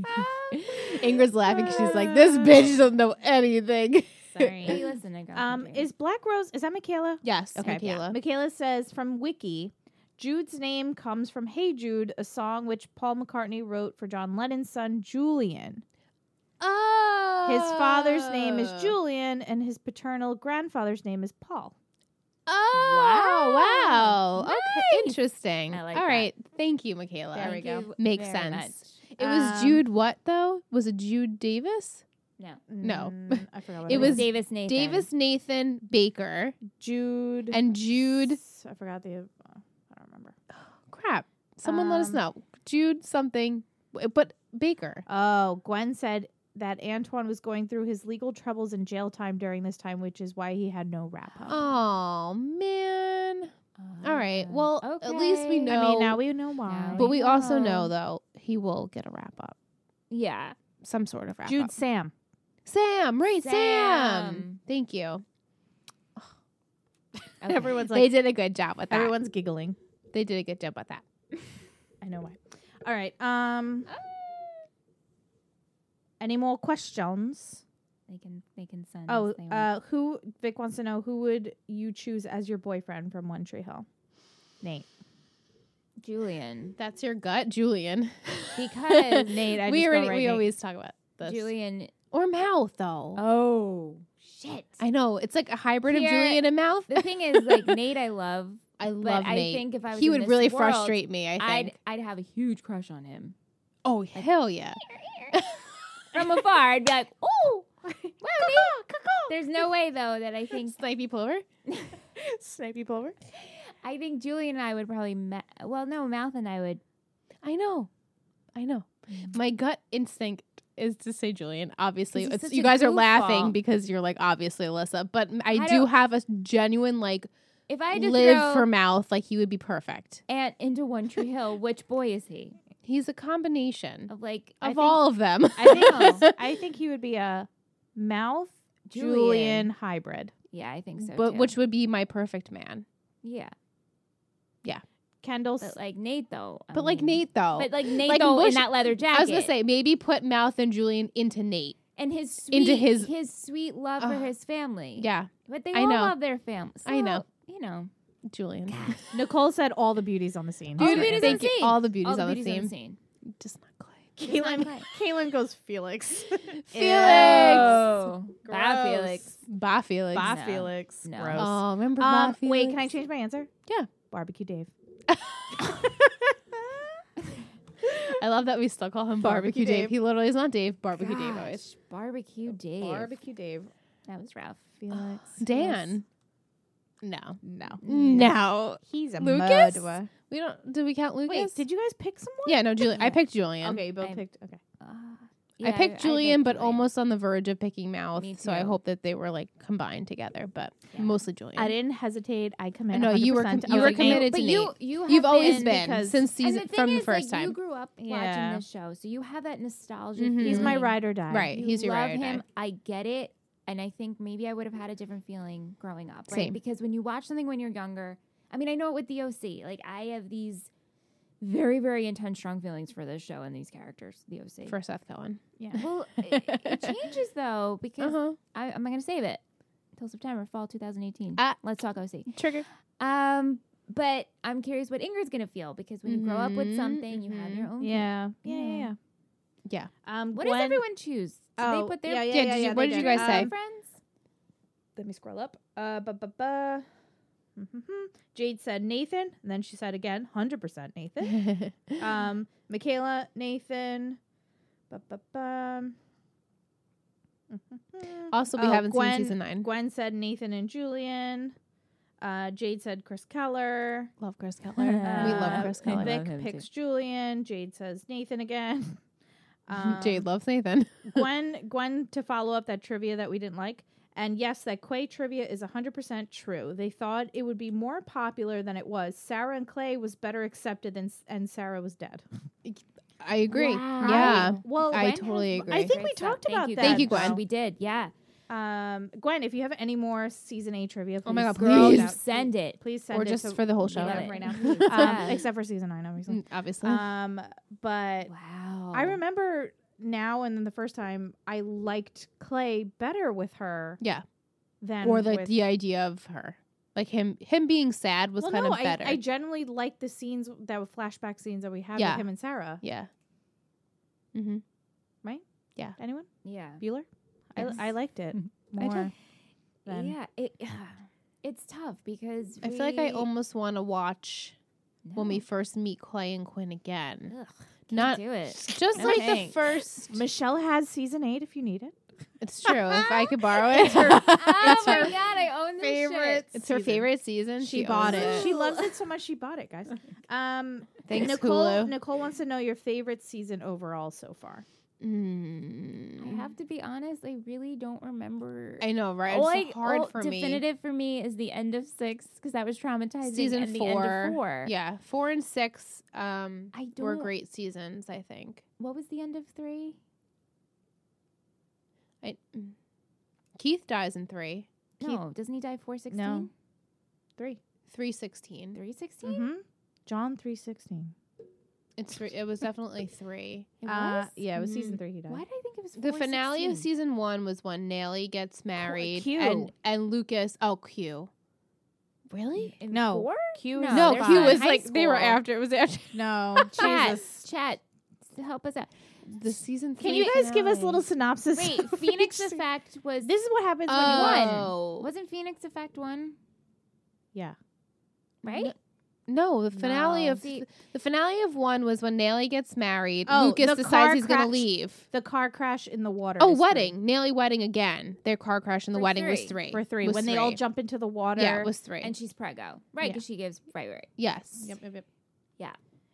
[SPEAKER 1] Ingrid's laughing 'cause she's like, "This bitch doesn't know anything."
[SPEAKER 3] hey,
[SPEAKER 2] Sorry.
[SPEAKER 3] listen, I got
[SPEAKER 2] um, is Black Rose? Is that Michaela?
[SPEAKER 1] yes,
[SPEAKER 2] Okay,
[SPEAKER 1] Michaela.
[SPEAKER 2] Yeah. Michaela says from Wiki, Jude's name comes from "Hey Jude," a song which Paul McCartney wrote for John Lennon's son Julian.
[SPEAKER 1] Oh,
[SPEAKER 2] His father's name is
[SPEAKER 1] Ah.
[SPEAKER 2] Julian, and his paternal grandfather's name is Paul.
[SPEAKER 1] Oh, wow.
[SPEAKER 3] Wow.
[SPEAKER 1] Okay, interesting.
[SPEAKER 3] I like
[SPEAKER 1] All
[SPEAKER 3] that.
[SPEAKER 1] right. Thank you, Michaela.
[SPEAKER 2] There we go.
[SPEAKER 1] Makes sense. It was
[SPEAKER 2] Um,
[SPEAKER 1] Jude what though? Was it Jude Davis?
[SPEAKER 3] No,
[SPEAKER 1] No.
[SPEAKER 2] Mm, I forgot. What
[SPEAKER 1] It
[SPEAKER 2] it,
[SPEAKER 1] was
[SPEAKER 3] Davis Nathan.
[SPEAKER 1] Davis Nathan Baker
[SPEAKER 2] Jude
[SPEAKER 1] and Jude
[SPEAKER 2] I forgot the. Uh, I don't remember.
[SPEAKER 1] crap. Someone let us
[SPEAKER 3] Um,
[SPEAKER 1] know. Jude something w- but Baker.
[SPEAKER 2] Oh, Gwen said that Antoine was going through his legal troubles and jail time during this time, which is why he had no wrap up.
[SPEAKER 1] Oh man. All right. Well, at least we
[SPEAKER 3] Uh-huh. Okay.
[SPEAKER 1] know
[SPEAKER 2] I mean, now we know why.
[SPEAKER 1] But we also know
[SPEAKER 3] Oh.
[SPEAKER 1] though he will get a wrap up.
[SPEAKER 3] Yeah.
[SPEAKER 1] Some sort of wrap
[SPEAKER 2] Jude
[SPEAKER 1] up.
[SPEAKER 2] Sam.
[SPEAKER 1] Sam, right, Sam.
[SPEAKER 3] Sam.
[SPEAKER 1] Thank you.
[SPEAKER 3] Okay.
[SPEAKER 2] Everyone's
[SPEAKER 1] they
[SPEAKER 2] like,
[SPEAKER 1] did a good job with that.
[SPEAKER 2] everyone's giggling.
[SPEAKER 1] They did a good job about that.
[SPEAKER 2] I know why. All right. Um.
[SPEAKER 1] Ah.
[SPEAKER 2] Any more questions?
[SPEAKER 3] They can they can send.
[SPEAKER 2] Oh,
[SPEAKER 3] us, they want-
[SPEAKER 2] uh, who Vic wants to know who would you choose as your boyfriend from One Tree Hill? Nate.
[SPEAKER 3] Julian,
[SPEAKER 1] That's your gut, Julian.
[SPEAKER 3] because
[SPEAKER 2] Nate. I
[SPEAKER 1] we
[SPEAKER 2] just go
[SPEAKER 1] already
[SPEAKER 2] right
[SPEAKER 1] we
[SPEAKER 2] Nate.
[SPEAKER 1] always talk about this.
[SPEAKER 3] Julian.
[SPEAKER 1] Or mouth though.
[SPEAKER 3] Oh shit!
[SPEAKER 1] I know it's like a hybrid of
[SPEAKER 3] Here-
[SPEAKER 1] Julian and mouth.
[SPEAKER 3] the thing is, like Nate, I love,
[SPEAKER 1] I
[SPEAKER 3] but
[SPEAKER 1] love
[SPEAKER 3] I
[SPEAKER 1] Nate.
[SPEAKER 3] think if I was
[SPEAKER 1] he
[SPEAKER 3] in
[SPEAKER 1] would
[SPEAKER 3] this
[SPEAKER 1] really
[SPEAKER 3] world,
[SPEAKER 1] frustrate me. I
[SPEAKER 3] I'd
[SPEAKER 1] think.
[SPEAKER 3] I'd have a huge crush on him
[SPEAKER 1] oh hell yeah!
[SPEAKER 3] from afar. I'd be like, oh, wow, Nate. There's no way though that I think
[SPEAKER 1] Snipey Plover.
[SPEAKER 2] Snipey Pulver.
[SPEAKER 3] I think Julian and I would probably ma- well, no, Mouth and I would.
[SPEAKER 1] I know, I know.
[SPEAKER 3] Mm.
[SPEAKER 1] My gut instinct is to say Julian. Obviously,
[SPEAKER 3] 'Cause he's
[SPEAKER 1] it's,
[SPEAKER 3] such
[SPEAKER 1] you
[SPEAKER 3] a
[SPEAKER 1] guys are laughing
[SPEAKER 3] goofball.
[SPEAKER 1] because you're like obviously Alyssa, but m- I,
[SPEAKER 3] I
[SPEAKER 1] do
[SPEAKER 3] don't-
[SPEAKER 1] have a genuine like
[SPEAKER 3] If I had to
[SPEAKER 1] live
[SPEAKER 3] throw
[SPEAKER 1] for mouth. Like he would be perfect.
[SPEAKER 3] Ant into One Tree Hill, which boy is he?
[SPEAKER 1] He's a combination
[SPEAKER 3] Of like Oh, I
[SPEAKER 1] of
[SPEAKER 3] think
[SPEAKER 1] all of them.
[SPEAKER 3] I think-
[SPEAKER 2] I think he would be a mouth Julian,
[SPEAKER 3] Julian.
[SPEAKER 2] hybrid.
[SPEAKER 3] Yeah, I think so.
[SPEAKER 1] but
[SPEAKER 3] too.
[SPEAKER 1] which would be my perfect man.
[SPEAKER 3] Yeah,
[SPEAKER 2] Kendall's
[SPEAKER 3] but like Nate though. I
[SPEAKER 1] But like
[SPEAKER 3] mean-
[SPEAKER 1] Nate though.
[SPEAKER 3] Um, But like Nate
[SPEAKER 1] Like,
[SPEAKER 3] though
[SPEAKER 1] Bush-
[SPEAKER 3] in that leather jacket.
[SPEAKER 1] I was gonna say maybe put mouth and Julian into Nate.
[SPEAKER 3] and his sweet,
[SPEAKER 1] into his-
[SPEAKER 3] his sweet love for
[SPEAKER 1] Ugh.
[SPEAKER 3] his family.
[SPEAKER 1] Yeah,
[SPEAKER 3] but they
[SPEAKER 1] I
[SPEAKER 3] all
[SPEAKER 1] know.
[SPEAKER 3] love their family.
[SPEAKER 1] I know.
[SPEAKER 3] you know.
[SPEAKER 1] Julian.
[SPEAKER 2] Nicole said all the beauties on the scene.
[SPEAKER 3] All the
[SPEAKER 1] Dude,
[SPEAKER 3] beauties on
[SPEAKER 1] thank
[SPEAKER 3] the
[SPEAKER 1] you.
[SPEAKER 3] scene.
[SPEAKER 1] All the beauties
[SPEAKER 3] all the
[SPEAKER 1] on the
[SPEAKER 3] beauties on the
[SPEAKER 1] scene.
[SPEAKER 3] scene.
[SPEAKER 1] Just not Clay.
[SPEAKER 3] Caitlin-
[SPEAKER 2] Caitlin, Caitlin goes Felix.
[SPEAKER 1] Felix.
[SPEAKER 3] Bye,
[SPEAKER 2] Gross.
[SPEAKER 3] Felix.
[SPEAKER 1] Bye, Felix.
[SPEAKER 2] Bye,
[SPEAKER 3] No.
[SPEAKER 2] Felix.
[SPEAKER 3] No.
[SPEAKER 2] Gross.
[SPEAKER 1] Oh, remember
[SPEAKER 2] um,
[SPEAKER 1] Bye, Felix?
[SPEAKER 2] wait, can I change my answer?
[SPEAKER 1] Yeah.
[SPEAKER 2] Barbecue Dave.
[SPEAKER 1] I love that we still call him Barbecue,
[SPEAKER 2] Barbecue
[SPEAKER 1] Dave.
[SPEAKER 2] Dave.
[SPEAKER 1] He literally is not Dave. Barbecue Dave always.
[SPEAKER 3] Gosh, barbecue Dave.
[SPEAKER 2] Barbecue Dave.
[SPEAKER 3] That was rough.
[SPEAKER 2] Felix.
[SPEAKER 1] Dan. No.
[SPEAKER 2] No.
[SPEAKER 1] No.
[SPEAKER 2] He's a
[SPEAKER 1] Lucas?
[SPEAKER 2] murderer.
[SPEAKER 1] We don't. Did we count Lucas?
[SPEAKER 2] Wait, did you guys pick someone?
[SPEAKER 1] Yeah, no, Julian. I
[SPEAKER 3] Yeah.
[SPEAKER 1] picked Julian.
[SPEAKER 2] Okay, you both
[SPEAKER 3] I-
[SPEAKER 2] picked. Okay.
[SPEAKER 3] Ah.
[SPEAKER 1] I
[SPEAKER 3] Yeah,
[SPEAKER 1] picked Julian, but
[SPEAKER 3] Julian.
[SPEAKER 1] almost on the verge of picking Mouth.
[SPEAKER 3] Me
[SPEAKER 1] So I
[SPEAKER 3] too.
[SPEAKER 1] hope that they were like combined together, but
[SPEAKER 3] Yeah.
[SPEAKER 1] mostly Julian.
[SPEAKER 2] I didn't hesitate. I committed.
[SPEAKER 1] No, you were
[SPEAKER 2] 100%.
[SPEAKER 1] com- you
[SPEAKER 2] I was
[SPEAKER 1] were
[SPEAKER 2] like, Nate,
[SPEAKER 1] committed
[SPEAKER 3] but
[SPEAKER 1] to
[SPEAKER 3] you, you have
[SPEAKER 1] You've always
[SPEAKER 3] been
[SPEAKER 1] been,
[SPEAKER 2] because-
[SPEAKER 1] since
[SPEAKER 3] And
[SPEAKER 1] season
[SPEAKER 3] the thing
[SPEAKER 1] from the
[SPEAKER 3] is,
[SPEAKER 1] first
[SPEAKER 3] like,
[SPEAKER 1] time.
[SPEAKER 3] You grew up
[SPEAKER 2] Yeah.
[SPEAKER 3] watching this show, so you have that nostalgia.
[SPEAKER 1] Mhm.
[SPEAKER 2] He's my
[SPEAKER 3] feeling.
[SPEAKER 2] ride or die.
[SPEAKER 1] Right.
[SPEAKER 3] You
[SPEAKER 1] He's your
[SPEAKER 3] love
[SPEAKER 1] ride or
[SPEAKER 3] him.
[SPEAKER 1] die.
[SPEAKER 3] I get it, and I think maybe I would have had a different feeling growing up, right?
[SPEAKER 1] Same.
[SPEAKER 3] Because when you watch something when you're younger, I mean, I know it with the OC. Like I have these very, very intense, strong feelings for this show and these characters. The OC.
[SPEAKER 1] for Seth Cohen.
[SPEAKER 3] well, it, it changes though because
[SPEAKER 1] Uh-huh.
[SPEAKER 3] I, I'm not going to save it until September, fall 2018.
[SPEAKER 1] Ah.
[SPEAKER 3] Let's talk OC.
[SPEAKER 1] Trigger.
[SPEAKER 3] Um, but I'm curious what Ingrid's going to feel because when you grow up
[SPEAKER 1] Mhm,
[SPEAKER 3] with something, you have
[SPEAKER 1] mhm.
[SPEAKER 3] your own.
[SPEAKER 2] Yeah. Yeah. Yeah. Yeah.
[SPEAKER 1] Yeah.
[SPEAKER 2] Um,
[SPEAKER 3] What
[SPEAKER 2] Gwen-
[SPEAKER 3] does everyone choose? Do
[SPEAKER 2] Oh,
[SPEAKER 3] they put their
[SPEAKER 2] yeah,
[SPEAKER 1] Yeah,
[SPEAKER 2] yeah, yeah,
[SPEAKER 1] did you-
[SPEAKER 2] yeah,
[SPEAKER 1] what
[SPEAKER 2] they
[SPEAKER 1] did you
[SPEAKER 2] did.
[SPEAKER 1] guys
[SPEAKER 2] Um,
[SPEAKER 1] say?
[SPEAKER 3] friends?
[SPEAKER 2] let me scroll up. Uh, ba ba ba. Mhm. Jade said Nathan, and then she said again, hundred percent Nathan. Um, Michaela, Nathan. Ba ba ba. Mhm.
[SPEAKER 1] also, we
[SPEAKER 2] oh,
[SPEAKER 1] haven't
[SPEAKER 2] Gwen-
[SPEAKER 1] seen season nine.
[SPEAKER 2] Gwen said Nathan and Julian. Uh, Jade said Chris Keller.
[SPEAKER 1] Love Chris Keller. we love
[SPEAKER 2] Uh,
[SPEAKER 1] Chris
[SPEAKER 3] I
[SPEAKER 1] Keller.
[SPEAKER 3] love
[SPEAKER 2] Vic
[SPEAKER 3] him
[SPEAKER 2] picks Julian. Jade says Nathan again. Um,
[SPEAKER 1] Jade loves Nathan.
[SPEAKER 2] Gwen, Gwen, to follow up that trivia that we didn't like. And yes, that Quay trivia is 100% true. They thought it would be more popular than it was. Sarah and Clay was better accepted than, and Sarah was dead.
[SPEAKER 1] I agree.
[SPEAKER 3] Wow.
[SPEAKER 1] Yeah.
[SPEAKER 2] Well,
[SPEAKER 1] I
[SPEAKER 3] Gwen
[SPEAKER 1] totally
[SPEAKER 3] has-
[SPEAKER 1] agree.
[SPEAKER 2] I think we
[SPEAKER 3] Great stuff.
[SPEAKER 2] talked
[SPEAKER 3] Thank
[SPEAKER 2] about
[SPEAKER 3] you, Oh,
[SPEAKER 2] that.
[SPEAKER 1] Thank you, Gwen.
[SPEAKER 3] We did, yeah.
[SPEAKER 2] Um, Gwen, if you have any more season eight trivia, please
[SPEAKER 1] Oh my God,
[SPEAKER 2] send it
[SPEAKER 3] Girl,
[SPEAKER 1] Please.
[SPEAKER 3] you
[SPEAKER 2] out.
[SPEAKER 3] send it.
[SPEAKER 2] Please send
[SPEAKER 1] or
[SPEAKER 2] it
[SPEAKER 1] just
[SPEAKER 2] to-
[SPEAKER 1] for the whole
[SPEAKER 2] we
[SPEAKER 1] show.
[SPEAKER 2] love
[SPEAKER 3] Love
[SPEAKER 2] it
[SPEAKER 3] it.
[SPEAKER 2] right now.
[SPEAKER 3] Yeah.
[SPEAKER 2] um, except for season nine, obviously.
[SPEAKER 1] Mm, Obviously.
[SPEAKER 2] Um, but
[SPEAKER 3] Wow.
[SPEAKER 2] I remember now and then the first time I liked Clay better with her.
[SPEAKER 1] Yeah.
[SPEAKER 2] Than
[SPEAKER 1] or like
[SPEAKER 2] with-
[SPEAKER 1] the idea of her. Like him him being sad was
[SPEAKER 2] well,
[SPEAKER 1] kind
[SPEAKER 2] no,
[SPEAKER 1] of better.
[SPEAKER 2] I, I generally liked the scenes that were flashback scenes that we had
[SPEAKER 1] Yeah.
[SPEAKER 2] with him and Sarah.
[SPEAKER 1] yeah. Mm-hmm.
[SPEAKER 2] Anyone?
[SPEAKER 3] Yeah.
[SPEAKER 2] Bueller?
[SPEAKER 3] Yes.
[SPEAKER 2] I, I liked it
[SPEAKER 3] Mm.
[SPEAKER 1] I did.
[SPEAKER 2] more. than-
[SPEAKER 3] Yeah. It, it's tough because
[SPEAKER 1] I feel like I
[SPEAKER 3] we-
[SPEAKER 1] almost want to watch when we
[SPEAKER 3] No.
[SPEAKER 1] first meet Clay and Quinn again.
[SPEAKER 3] Ugh, can't
[SPEAKER 1] Not
[SPEAKER 3] do
[SPEAKER 2] Mm,
[SPEAKER 3] it.
[SPEAKER 1] just
[SPEAKER 3] No
[SPEAKER 1] like the
[SPEAKER 3] thanks.
[SPEAKER 1] first.
[SPEAKER 2] Michelle has season eight if you need it.
[SPEAKER 1] It's true. if I could borrow it,
[SPEAKER 2] It's her-
[SPEAKER 3] Oh
[SPEAKER 1] it's
[SPEAKER 3] my
[SPEAKER 1] her
[SPEAKER 3] god, I own this
[SPEAKER 2] favorite
[SPEAKER 3] shit.
[SPEAKER 1] It's her
[SPEAKER 2] season.
[SPEAKER 1] favorite season.
[SPEAKER 2] She,
[SPEAKER 1] She,
[SPEAKER 2] bought
[SPEAKER 1] owns Oh
[SPEAKER 2] it.
[SPEAKER 3] it.
[SPEAKER 2] She loves it so much she bought it, guys. Um
[SPEAKER 1] Thanks,
[SPEAKER 2] Nicole
[SPEAKER 1] Hulu.
[SPEAKER 2] Nicole wants to know your favorite season overall so far.
[SPEAKER 1] Mm.
[SPEAKER 3] I have to be honest, I really don't remember.
[SPEAKER 1] I know, right?
[SPEAKER 3] All
[SPEAKER 1] it's
[SPEAKER 3] I-
[SPEAKER 1] hard
[SPEAKER 3] all
[SPEAKER 1] for me.
[SPEAKER 3] Definitive for me is the end of six because that was traumatizing.
[SPEAKER 1] Season
[SPEAKER 3] and The
[SPEAKER 1] four.
[SPEAKER 3] end of four.
[SPEAKER 1] Yeah, four and six um,
[SPEAKER 3] I
[SPEAKER 1] were
[SPEAKER 3] don't.
[SPEAKER 1] great seasons. I think.
[SPEAKER 3] What was the end of three?
[SPEAKER 1] I, mm. Keith dies in three,
[SPEAKER 2] Keith-
[SPEAKER 3] No, doesn't he die four sixteen?
[SPEAKER 2] Three.
[SPEAKER 1] three sixteen.
[SPEAKER 3] Three sixteen?
[SPEAKER 2] Mm-hmm. John three sixteen.
[SPEAKER 1] It's three, it was definitely three.
[SPEAKER 3] It
[SPEAKER 2] Uh,
[SPEAKER 3] was?
[SPEAKER 2] yeah, it was
[SPEAKER 1] Mm.
[SPEAKER 2] season three. He died.
[SPEAKER 3] Why did I think it was
[SPEAKER 1] The finale of
[SPEAKER 3] 416?
[SPEAKER 1] season one was when Nelly gets married
[SPEAKER 2] Q.
[SPEAKER 1] and and Lucas. Oh, Q. Really?
[SPEAKER 3] It was
[SPEAKER 2] No.
[SPEAKER 3] four?
[SPEAKER 2] Q
[SPEAKER 3] No,
[SPEAKER 2] is
[SPEAKER 1] No,
[SPEAKER 3] they're
[SPEAKER 1] Q
[SPEAKER 3] still in
[SPEAKER 1] was
[SPEAKER 3] high
[SPEAKER 1] like they were
[SPEAKER 3] school.
[SPEAKER 1] after. It was after
[SPEAKER 2] no.
[SPEAKER 3] Chat,
[SPEAKER 2] Jesus.
[SPEAKER 3] chat, s- help us out.
[SPEAKER 1] the season. Three
[SPEAKER 2] Can you guys give us a
[SPEAKER 3] finale.
[SPEAKER 2] little synopsis?
[SPEAKER 3] Wait,
[SPEAKER 2] of
[SPEAKER 3] Phoenix
[SPEAKER 2] each-
[SPEAKER 3] Effect was
[SPEAKER 2] This is what happens when you
[SPEAKER 3] one.
[SPEAKER 2] watch.
[SPEAKER 1] Oh.
[SPEAKER 3] Wasn't Phoenix Effect one?
[SPEAKER 2] Yeah.
[SPEAKER 3] Right?
[SPEAKER 1] No, the finale
[SPEAKER 3] No.
[SPEAKER 1] of
[SPEAKER 3] See-
[SPEAKER 1] the finale of one was when Nelly gets married.
[SPEAKER 2] Oh, the
[SPEAKER 1] Lucas
[SPEAKER 2] car
[SPEAKER 1] decides he's going
[SPEAKER 2] crash-
[SPEAKER 1] to leave.
[SPEAKER 2] The car crash in the water.
[SPEAKER 1] Oh,
[SPEAKER 2] is
[SPEAKER 1] wedding! Nelly wedding again. Their car crash and the
[SPEAKER 3] For
[SPEAKER 1] wedding was
[SPEAKER 3] three.
[SPEAKER 1] three.
[SPEAKER 2] three. for three
[SPEAKER 1] Was
[SPEAKER 2] when they all
[SPEAKER 1] three.
[SPEAKER 2] jump into the water.
[SPEAKER 1] Yeah, it was three.
[SPEAKER 3] And she's preggo. Right,
[SPEAKER 2] Yeah.
[SPEAKER 3] because she gives right, right.
[SPEAKER 1] yes.
[SPEAKER 2] yep, yep.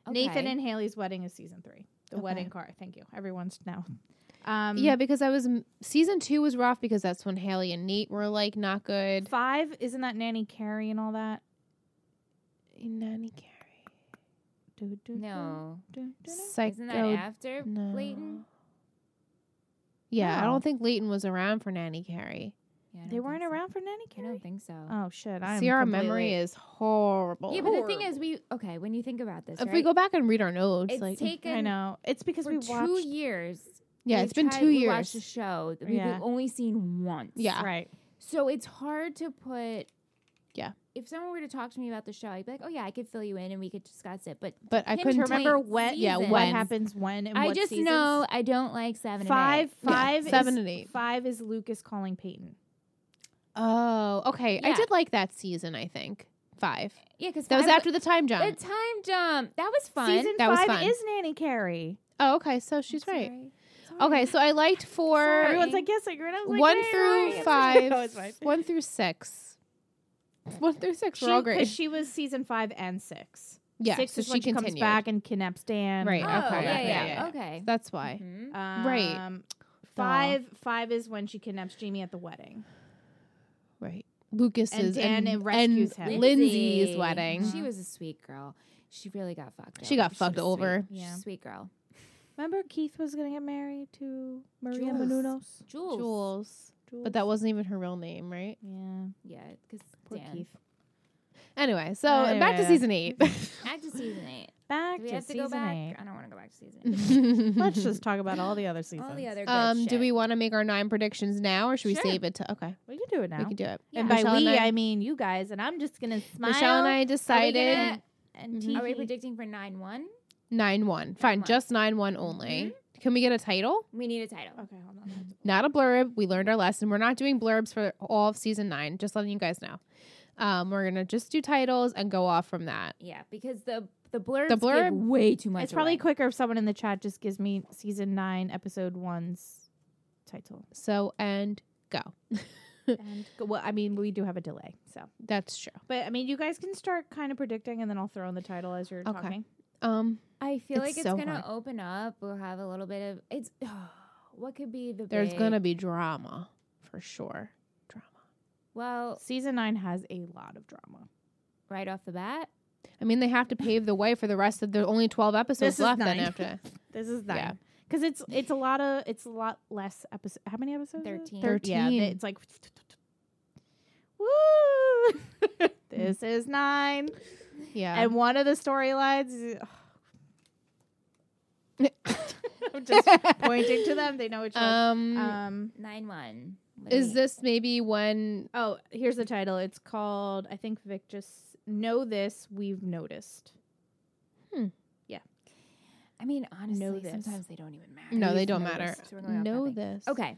[SPEAKER 3] Okay.
[SPEAKER 2] Nathan and Haley's wedding is season three. The
[SPEAKER 3] Okay.
[SPEAKER 2] wedding car. Thank you. Everyone's now. Um,
[SPEAKER 1] yeah, because I was season two was rough because that's when Haley and Nate were like not good.
[SPEAKER 2] Five isn't that Nanny Carey and all that?
[SPEAKER 1] Nanny Carey.
[SPEAKER 2] Do, do,
[SPEAKER 3] No.
[SPEAKER 2] do, do, do, do.
[SPEAKER 1] Psycho.
[SPEAKER 3] Isn't that after
[SPEAKER 1] no.
[SPEAKER 3] Leighton?
[SPEAKER 1] Yeah, I
[SPEAKER 2] No.
[SPEAKER 1] don't think Leighton was around for Nanny Carey.
[SPEAKER 3] Yeah, I don't
[SPEAKER 2] They
[SPEAKER 3] think
[SPEAKER 2] weren't
[SPEAKER 3] so.
[SPEAKER 2] around for Nanny
[SPEAKER 3] I
[SPEAKER 2] Carey.
[SPEAKER 3] don't think so.
[SPEAKER 2] Oh shit! I'm
[SPEAKER 1] See, our
[SPEAKER 2] completely-
[SPEAKER 1] memory is horrible.
[SPEAKER 3] yeah, but the thing is, we okay. When you think about this,
[SPEAKER 1] if
[SPEAKER 3] right,
[SPEAKER 1] we go back and read our notes,
[SPEAKER 3] it's
[SPEAKER 1] like
[SPEAKER 3] taken.
[SPEAKER 2] I know it's because
[SPEAKER 3] for
[SPEAKER 2] we watched.
[SPEAKER 3] two years.
[SPEAKER 1] yeah,
[SPEAKER 3] we've
[SPEAKER 1] it's been
[SPEAKER 3] tried-
[SPEAKER 1] two
[SPEAKER 3] We watched a
[SPEAKER 1] years.
[SPEAKER 3] show that we've
[SPEAKER 2] Yeah.
[SPEAKER 3] only seen once.
[SPEAKER 1] Yeah.
[SPEAKER 2] Right.
[SPEAKER 3] So it's hard to put.
[SPEAKER 1] Yeah.
[SPEAKER 3] If someone were to talk to me about the show, I'd be like, "Oh yeah, I could fill you in and we could discuss it." But
[SPEAKER 1] But I
[SPEAKER 3] Him
[SPEAKER 1] couldn't
[SPEAKER 3] turning-
[SPEAKER 1] remember.
[SPEAKER 2] Remember when?
[SPEAKER 1] Yeah,
[SPEAKER 3] seasons.
[SPEAKER 2] What
[SPEAKER 1] when?
[SPEAKER 2] happens when? And
[SPEAKER 3] I
[SPEAKER 2] what
[SPEAKER 3] just
[SPEAKER 2] seasons?
[SPEAKER 3] know I don't like seven.
[SPEAKER 2] Five.
[SPEAKER 1] Yeah,
[SPEAKER 2] Five.
[SPEAKER 1] seven
[SPEAKER 2] is,
[SPEAKER 1] and eight.
[SPEAKER 2] Five is Lucas calling Peyton.
[SPEAKER 1] Oh, okay. I
[SPEAKER 3] Yeah.
[SPEAKER 1] did like that season. I think five.
[SPEAKER 3] And eight. Yeah, because
[SPEAKER 1] That was after the time jump.
[SPEAKER 3] the time jump. That was fun.
[SPEAKER 2] Season
[SPEAKER 1] That was
[SPEAKER 2] five
[SPEAKER 1] fun.
[SPEAKER 2] is Nanny Carey.
[SPEAKER 1] Oh, okay. So she's right.
[SPEAKER 3] Sorry.
[SPEAKER 1] Okay, so I liked four,
[SPEAKER 3] Sorry.
[SPEAKER 2] Everyone's like, "Oh yes, I agree. and I was like,
[SPEAKER 1] one
[SPEAKER 2] "Yeah,
[SPEAKER 1] through
[SPEAKER 2] right."
[SPEAKER 1] five,
[SPEAKER 2] No, it's fine.
[SPEAKER 1] one through six, one through six.
[SPEAKER 2] She,
[SPEAKER 1] we're all
[SPEAKER 2] 'cause
[SPEAKER 1] great.
[SPEAKER 2] she was season five and six.
[SPEAKER 1] yeah,
[SPEAKER 2] six
[SPEAKER 1] so
[SPEAKER 2] is
[SPEAKER 1] she
[SPEAKER 2] when she
[SPEAKER 1] continued.
[SPEAKER 2] comes back and kidnaps Dan.
[SPEAKER 1] Right,
[SPEAKER 3] Oh,
[SPEAKER 1] okay, yeah,
[SPEAKER 3] yeah, yeah,
[SPEAKER 1] yeah, yeah.
[SPEAKER 3] Okay.
[SPEAKER 1] That's why.
[SPEAKER 3] Mhm.
[SPEAKER 2] Um,
[SPEAKER 1] Right.
[SPEAKER 2] Five. Five is when she kidnaps Jamie at the weddang.
[SPEAKER 1] Right. Lucas's
[SPEAKER 2] Mm-hmm. And Dan
[SPEAKER 1] and,
[SPEAKER 2] rescues
[SPEAKER 1] and
[SPEAKER 2] him.
[SPEAKER 1] Lindsay's wedding.
[SPEAKER 3] She was a sweet girl. She really got fucked.
[SPEAKER 1] She
[SPEAKER 3] up.
[SPEAKER 1] got
[SPEAKER 3] was
[SPEAKER 1] fucked
[SPEAKER 3] sweet.
[SPEAKER 1] over.
[SPEAKER 3] She's a
[SPEAKER 2] Yeah.
[SPEAKER 3] sweet girl.
[SPEAKER 2] Remember, Keith was going to get married to Maria
[SPEAKER 3] Jules.
[SPEAKER 2] Menounos.
[SPEAKER 3] Jules.
[SPEAKER 1] Jules.
[SPEAKER 2] Jules.
[SPEAKER 1] But that wasn't even her real name, right?
[SPEAKER 2] yeah.
[SPEAKER 3] Yeah, because
[SPEAKER 2] Poor Keith.
[SPEAKER 1] Anyway, so back to
[SPEAKER 2] Anyway.
[SPEAKER 1] season eight.
[SPEAKER 3] Back to season eight.
[SPEAKER 2] Back
[SPEAKER 3] Do we
[SPEAKER 2] to
[SPEAKER 3] have to
[SPEAKER 2] season
[SPEAKER 3] go back?
[SPEAKER 2] eight.
[SPEAKER 3] I don't want to go back to season eight.
[SPEAKER 1] Let's
[SPEAKER 2] Let's just talk about all the other seasons.
[SPEAKER 3] All the other good
[SPEAKER 1] Um, do
[SPEAKER 3] shit.
[SPEAKER 1] we want to make our nine predictions now, or should we
[SPEAKER 3] Sure.
[SPEAKER 1] save it to? Okay,
[SPEAKER 2] We can do it now.
[SPEAKER 1] we can do it.
[SPEAKER 3] Yeah.
[SPEAKER 2] And by
[SPEAKER 1] Michelle
[SPEAKER 2] we,
[SPEAKER 1] and I-
[SPEAKER 2] I mean you guys. And I'm just gonna smile.
[SPEAKER 1] Michelle and I
[SPEAKER 3] Are we
[SPEAKER 1] decided
[SPEAKER 3] gonna-
[SPEAKER 2] and
[SPEAKER 1] Mhm.
[SPEAKER 3] Are we
[SPEAKER 2] tee-hee.
[SPEAKER 3] predicting for nine one?
[SPEAKER 1] nine one. Fine,
[SPEAKER 3] one.
[SPEAKER 1] just nine one only.
[SPEAKER 2] Mm-hmm.
[SPEAKER 1] Can we get a title?
[SPEAKER 3] We need a title.
[SPEAKER 2] Okay, hold on.
[SPEAKER 1] Not a blurb. We learned our lesson. We're not doing blurbs for all of season nine. Just letting you guys know. Um, we're gonna just do titles and go off from that.
[SPEAKER 3] Yeah, because the the blurb
[SPEAKER 1] blurb-
[SPEAKER 3] way too much.
[SPEAKER 2] It's probably
[SPEAKER 3] away.
[SPEAKER 2] quicker if someone in the chat just gives me season nine, episode one's title.
[SPEAKER 1] So and go.
[SPEAKER 2] and well, I mean, we do have a delay, so.
[SPEAKER 1] That's true.
[SPEAKER 2] But I mean, you guys can start kind of predicting, and then I'll throw in the title as you're
[SPEAKER 1] Okay.
[SPEAKER 2] talking.
[SPEAKER 1] Um,
[SPEAKER 3] I feel
[SPEAKER 1] It's
[SPEAKER 3] like it's
[SPEAKER 1] so
[SPEAKER 3] gonna open up. We'll have a little bit of it's. what could be the?
[SPEAKER 1] there's
[SPEAKER 3] big-
[SPEAKER 1] gonna be drama for sure. Drama.
[SPEAKER 3] well
[SPEAKER 2] Season nine has a lot of drama.
[SPEAKER 3] right off the bat.
[SPEAKER 1] I mean, they have to pave the way for the rest of. There's only twelve
[SPEAKER 2] This
[SPEAKER 1] episodes
[SPEAKER 2] is
[SPEAKER 1] left. Then
[SPEAKER 2] nine.
[SPEAKER 1] after that.
[SPEAKER 2] This is
[SPEAKER 1] Yeah.
[SPEAKER 2] nine because it's it's a lot of it's a lot less episode. How many episodes? is it?
[SPEAKER 3] Thirteen.
[SPEAKER 2] Thir- Yeah,
[SPEAKER 1] Thirteen.
[SPEAKER 2] th- it's like. Woo! this is nine,
[SPEAKER 1] yeah.
[SPEAKER 2] and one of the storylines. is- I'm just pointing to them. They know which one.
[SPEAKER 1] Um,
[SPEAKER 2] Um,
[SPEAKER 3] Nine one. What do
[SPEAKER 1] is
[SPEAKER 3] we-
[SPEAKER 1] this maybe when?
[SPEAKER 2] Oh, here's the title. It's called I think Vic just know this we've noticed.
[SPEAKER 3] I mean, honestly,
[SPEAKER 2] this.
[SPEAKER 3] sometimes they don't even matter.
[SPEAKER 1] No, they
[SPEAKER 3] We've
[SPEAKER 1] don't
[SPEAKER 3] noticed.
[SPEAKER 1] matter.
[SPEAKER 3] So we're going off
[SPEAKER 1] Know
[SPEAKER 3] topic.
[SPEAKER 1] this.
[SPEAKER 3] Okay.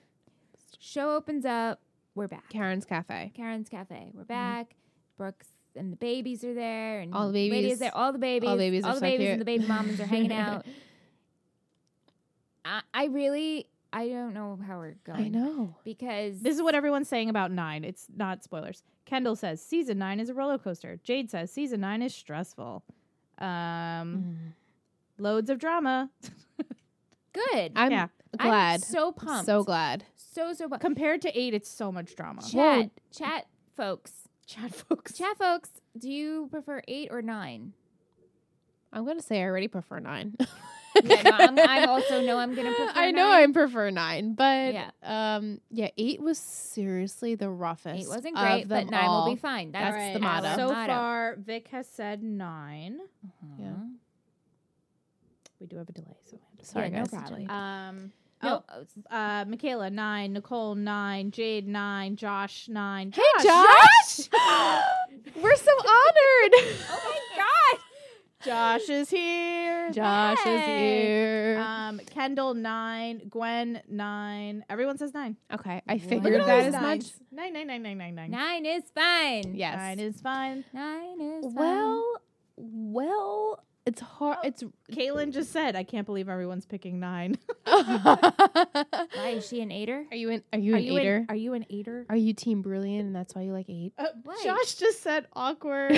[SPEAKER 3] Show opens up. We're back.
[SPEAKER 1] Karen's Cafe.
[SPEAKER 3] Karen's Cafe. We're back. Brooks and the babies are there. And
[SPEAKER 1] Mm-hmm. All the
[SPEAKER 3] Lady
[SPEAKER 1] babies.
[SPEAKER 3] is there. All the babies.
[SPEAKER 1] All the babies are so
[SPEAKER 3] and
[SPEAKER 1] cute.
[SPEAKER 3] the baby mamas are hanging out. I, I really, I don't know how we're going.
[SPEAKER 1] I know.
[SPEAKER 3] Because
[SPEAKER 2] This is what everyone's saying about nine. It's not spoilers. Kendall says season nine is a roller coaster. Jade says season nine is stressful. Um,
[SPEAKER 1] Mm.
[SPEAKER 3] Mm.
[SPEAKER 2] loads of drama.
[SPEAKER 3] good.
[SPEAKER 1] I'm
[SPEAKER 2] Yeah.
[SPEAKER 3] I'm
[SPEAKER 1] glad.
[SPEAKER 3] so pumped.
[SPEAKER 1] So glad.
[SPEAKER 3] So, so pumped.
[SPEAKER 2] Compared to eight, it's so much drama.
[SPEAKER 3] Chat, chat, folks.
[SPEAKER 2] Chat folks.
[SPEAKER 3] Chat, folks. Do you prefer eight or nine?
[SPEAKER 1] I'm gonna say I already prefer nine.
[SPEAKER 3] yeah, no, I'm, I also know I'm gonna prefer.
[SPEAKER 1] I know
[SPEAKER 3] nine.
[SPEAKER 1] I prefer nine, but
[SPEAKER 3] Yeah.
[SPEAKER 1] um, yeah, eight was seriously the roughest.
[SPEAKER 3] Eight wasn't
[SPEAKER 1] of
[SPEAKER 3] great, but
[SPEAKER 1] them
[SPEAKER 3] nine
[SPEAKER 1] all.
[SPEAKER 3] will be fine. That's
[SPEAKER 1] All right.
[SPEAKER 3] the motto.
[SPEAKER 2] So
[SPEAKER 3] Motto.
[SPEAKER 2] far, Vic has said nine.
[SPEAKER 1] Yeah.
[SPEAKER 3] Uh-huh.
[SPEAKER 2] We do have a delay, so we
[SPEAKER 1] Sorry,
[SPEAKER 3] Yeah, no
[SPEAKER 1] guys.
[SPEAKER 3] problem.
[SPEAKER 1] Uh,
[SPEAKER 2] have to. Um,
[SPEAKER 3] No,
[SPEAKER 2] oh, uh, Michaela nine, Nicole nine, Jade nine, Josh nine.
[SPEAKER 1] Hey, Josh! We're so honored.
[SPEAKER 3] oh my god!
[SPEAKER 2] Josh is here.
[SPEAKER 1] Josh is
[SPEAKER 3] Hey.
[SPEAKER 1] here.
[SPEAKER 3] Uh,
[SPEAKER 2] Um, Kendall nine, Gwen nine. Everyone says nine.
[SPEAKER 1] okay, I
[SPEAKER 3] Look
[SPEAKER 1] figured
[SPEAKER 3] at all
[SPEAKER 1] that
[SPEAKER 3] these
[SPEAKER 1] as much.
[SPEAKER 2] nines. Nine, nine, nine, nine, nine, nine.
[SPEAKER 3] Nine is fine.
[SPEAKER 1] Yes.
[SPEAKER 2] Nine is fine.
[SPEAKER 3] Nine is fine.
[SPEAKER 1] Well, well, it's hard.
[SPEAKER 3] Oh,
[SPEAKER 1] It's
[SPEAKER 2] Kaylin just said, "I can't believe everyone's picking nine.
[SPEAKER 3] why is she an eighter?
[SPEAKER 1] Are you an Are you an
[SPEAKER 2] you
[SPEAKER 1] eater?
[SPEAKER 2] An, are you an eighter?
[SPEAKER 1] are you Team Brilliant, and that's why you like eight?
[SPEAKER 2] Uh,
[SPEAKER 3] What?
[SPEAKER 2] Josh just said awkward.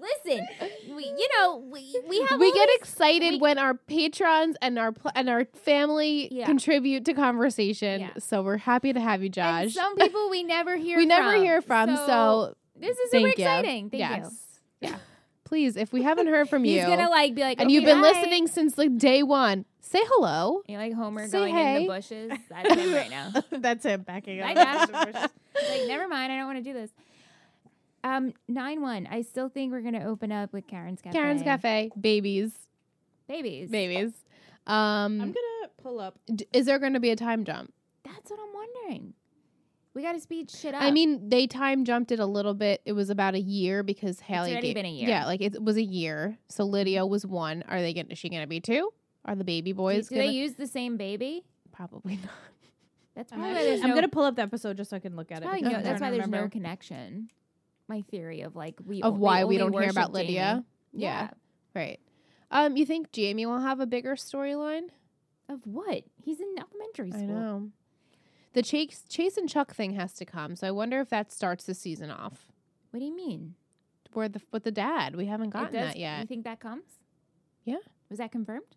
[SPEAKER 3] Listen, we, you know we we have
[SPEAKER 1] we
[SPEAKER 3] all
[SPEAKER 1] get
[SPEAKER 3] these-
[SPEAKER 1] excited
[SPEAKER 3] we-
[SPEAKER 1] when our patrons and our pl- and our family
[SPEAKER 3] Yeah.
[SPEAKER 1] contribute to conversation.
[SPEAKER 3] Yeah.
[SPEAKER 1] So we're happy to have you, Josh.
[SPEAKER 3] and some people we never hear.
[SPEAKER 1] we never
[SPEAKER 3] from.
[SPEAKER 1] hear from, so,
[SPEAKER 3] this is super
[SPEAKER 1] thank
[SPEAKER 3] exciting.
[SPEAKER 1] you.
[SPEAKER 3] Thank you.
[SPEAKER 1] yes. Yeah. Please, if we haven't heard from you
[SPEAKER 3] He's gonna like be like,
[SPEAKER 1] and
[SPEAKER 3] "Okay,
[SPEAKER 1] you've been
[SPEAKER 3] bye."
[SPEAKER 1] listening since like day one, say hello.
[SPEAKER 3] You're like Homer
[SPEAKER 1] Say
[SPEAKER 3] going in
[SPEAKER 1] hey.
[SPEAKER 3] the bushes. That's him right now.
[SPEAKER 2] That's him backing
[SPEAKER 3] Bye,
[SPEAKER 2] up.
[SPEAKER 3] Josh. like, never mind. I don't want to do this. Um, nine one. I still think we're gonna open up with Karen's cafe.
[SPEAKER 1] Karen's Cafe, babies,
[SPEAKER 3] Babies.
[SPEAKER 1] babies. Um,
[SPEAKER 2] I'm gonna pull up.
[SPEAKER 1] d- is there going to be a time jump?
[SPEAKER 3] That's what I'm wondering. We gotta speed shit up.
[SPEAKER 1] I mean, they time jumped it a little bit. It was about a year because Haley.
[SPEAKER 3] already
[SPEAKER 1] gave-
[SPEAKER 3] been a year.
[SPEAKER 1] Yeah, like it was a year. So Lydia was one. Are they going? to Is she going to be two? Are the baby
[SPEAKER 3] do,
[SPEAKER 1] boys?
[SPEAKER 3] do
[SPEAKER 1] gonna,
[SPEAKER 3] they use the same baby?
[SPEAKER 1] probably not.
[SPEAKER 3] That's
[SPEAKER 2] I'm,
[SPEAKER 3] probably why
[SPEAKER 2] actually-
[SPEAKER 3] there's
[SPEAKER 2] I'm
[SPEAKER 3] no,
[SPEAKER 2] gonna pull up the episode just so I can look at
[SPEAKER 3] that's
[SPEAKER 2] it.
[SPEAKER 3] probably
[SPEAKER 2] because
[SPEAKER 3] no-
[SPEAKER 2] I'm
[SPEAKER 3] that's
[SPEAKER 2] trying
[SPEAKER 3] why
[SPEAKER 2] to
[SPEAKER 3] there's no
[SPEAKER 2] remember.
[SPEAKER 3] connection. My theory of like we
[SPEAKER 1] Of
[SPEAKER 3] o- they
[SPEAKER 1] why we
[SPEAKER 3] only
[SPEAKER 1] don't hear
[SPEAKER 3] worship
[SPEAKER 1] about
[SPEAKER 3] Jamie.
[SPEAKER 1] Lydia. Yeah. Right. Um, you think Jamie will have a bigger storyline?
[SPEAKER 3] Of what? He's in elementary school.
[SPEAKER 1] I know. The Chase Chase and Chuck thing has to come. So I wonder if that starts the season off.
[SPEAKER 3] What do you mean?
[SPEAKER 1] Where the with the dad, we haven't
[SPEAKER 3] It
[SPEAKER 1] gotten
[SPEAKER 3] does-
[SPEAKER 1] that
[SPEAKER 3] You
[SPEAKER 1] yet.
[SPEAKER 3] think that comes?
[SPEAKER 1] Yeah.
[SPEAKER 3] Was that confirmed?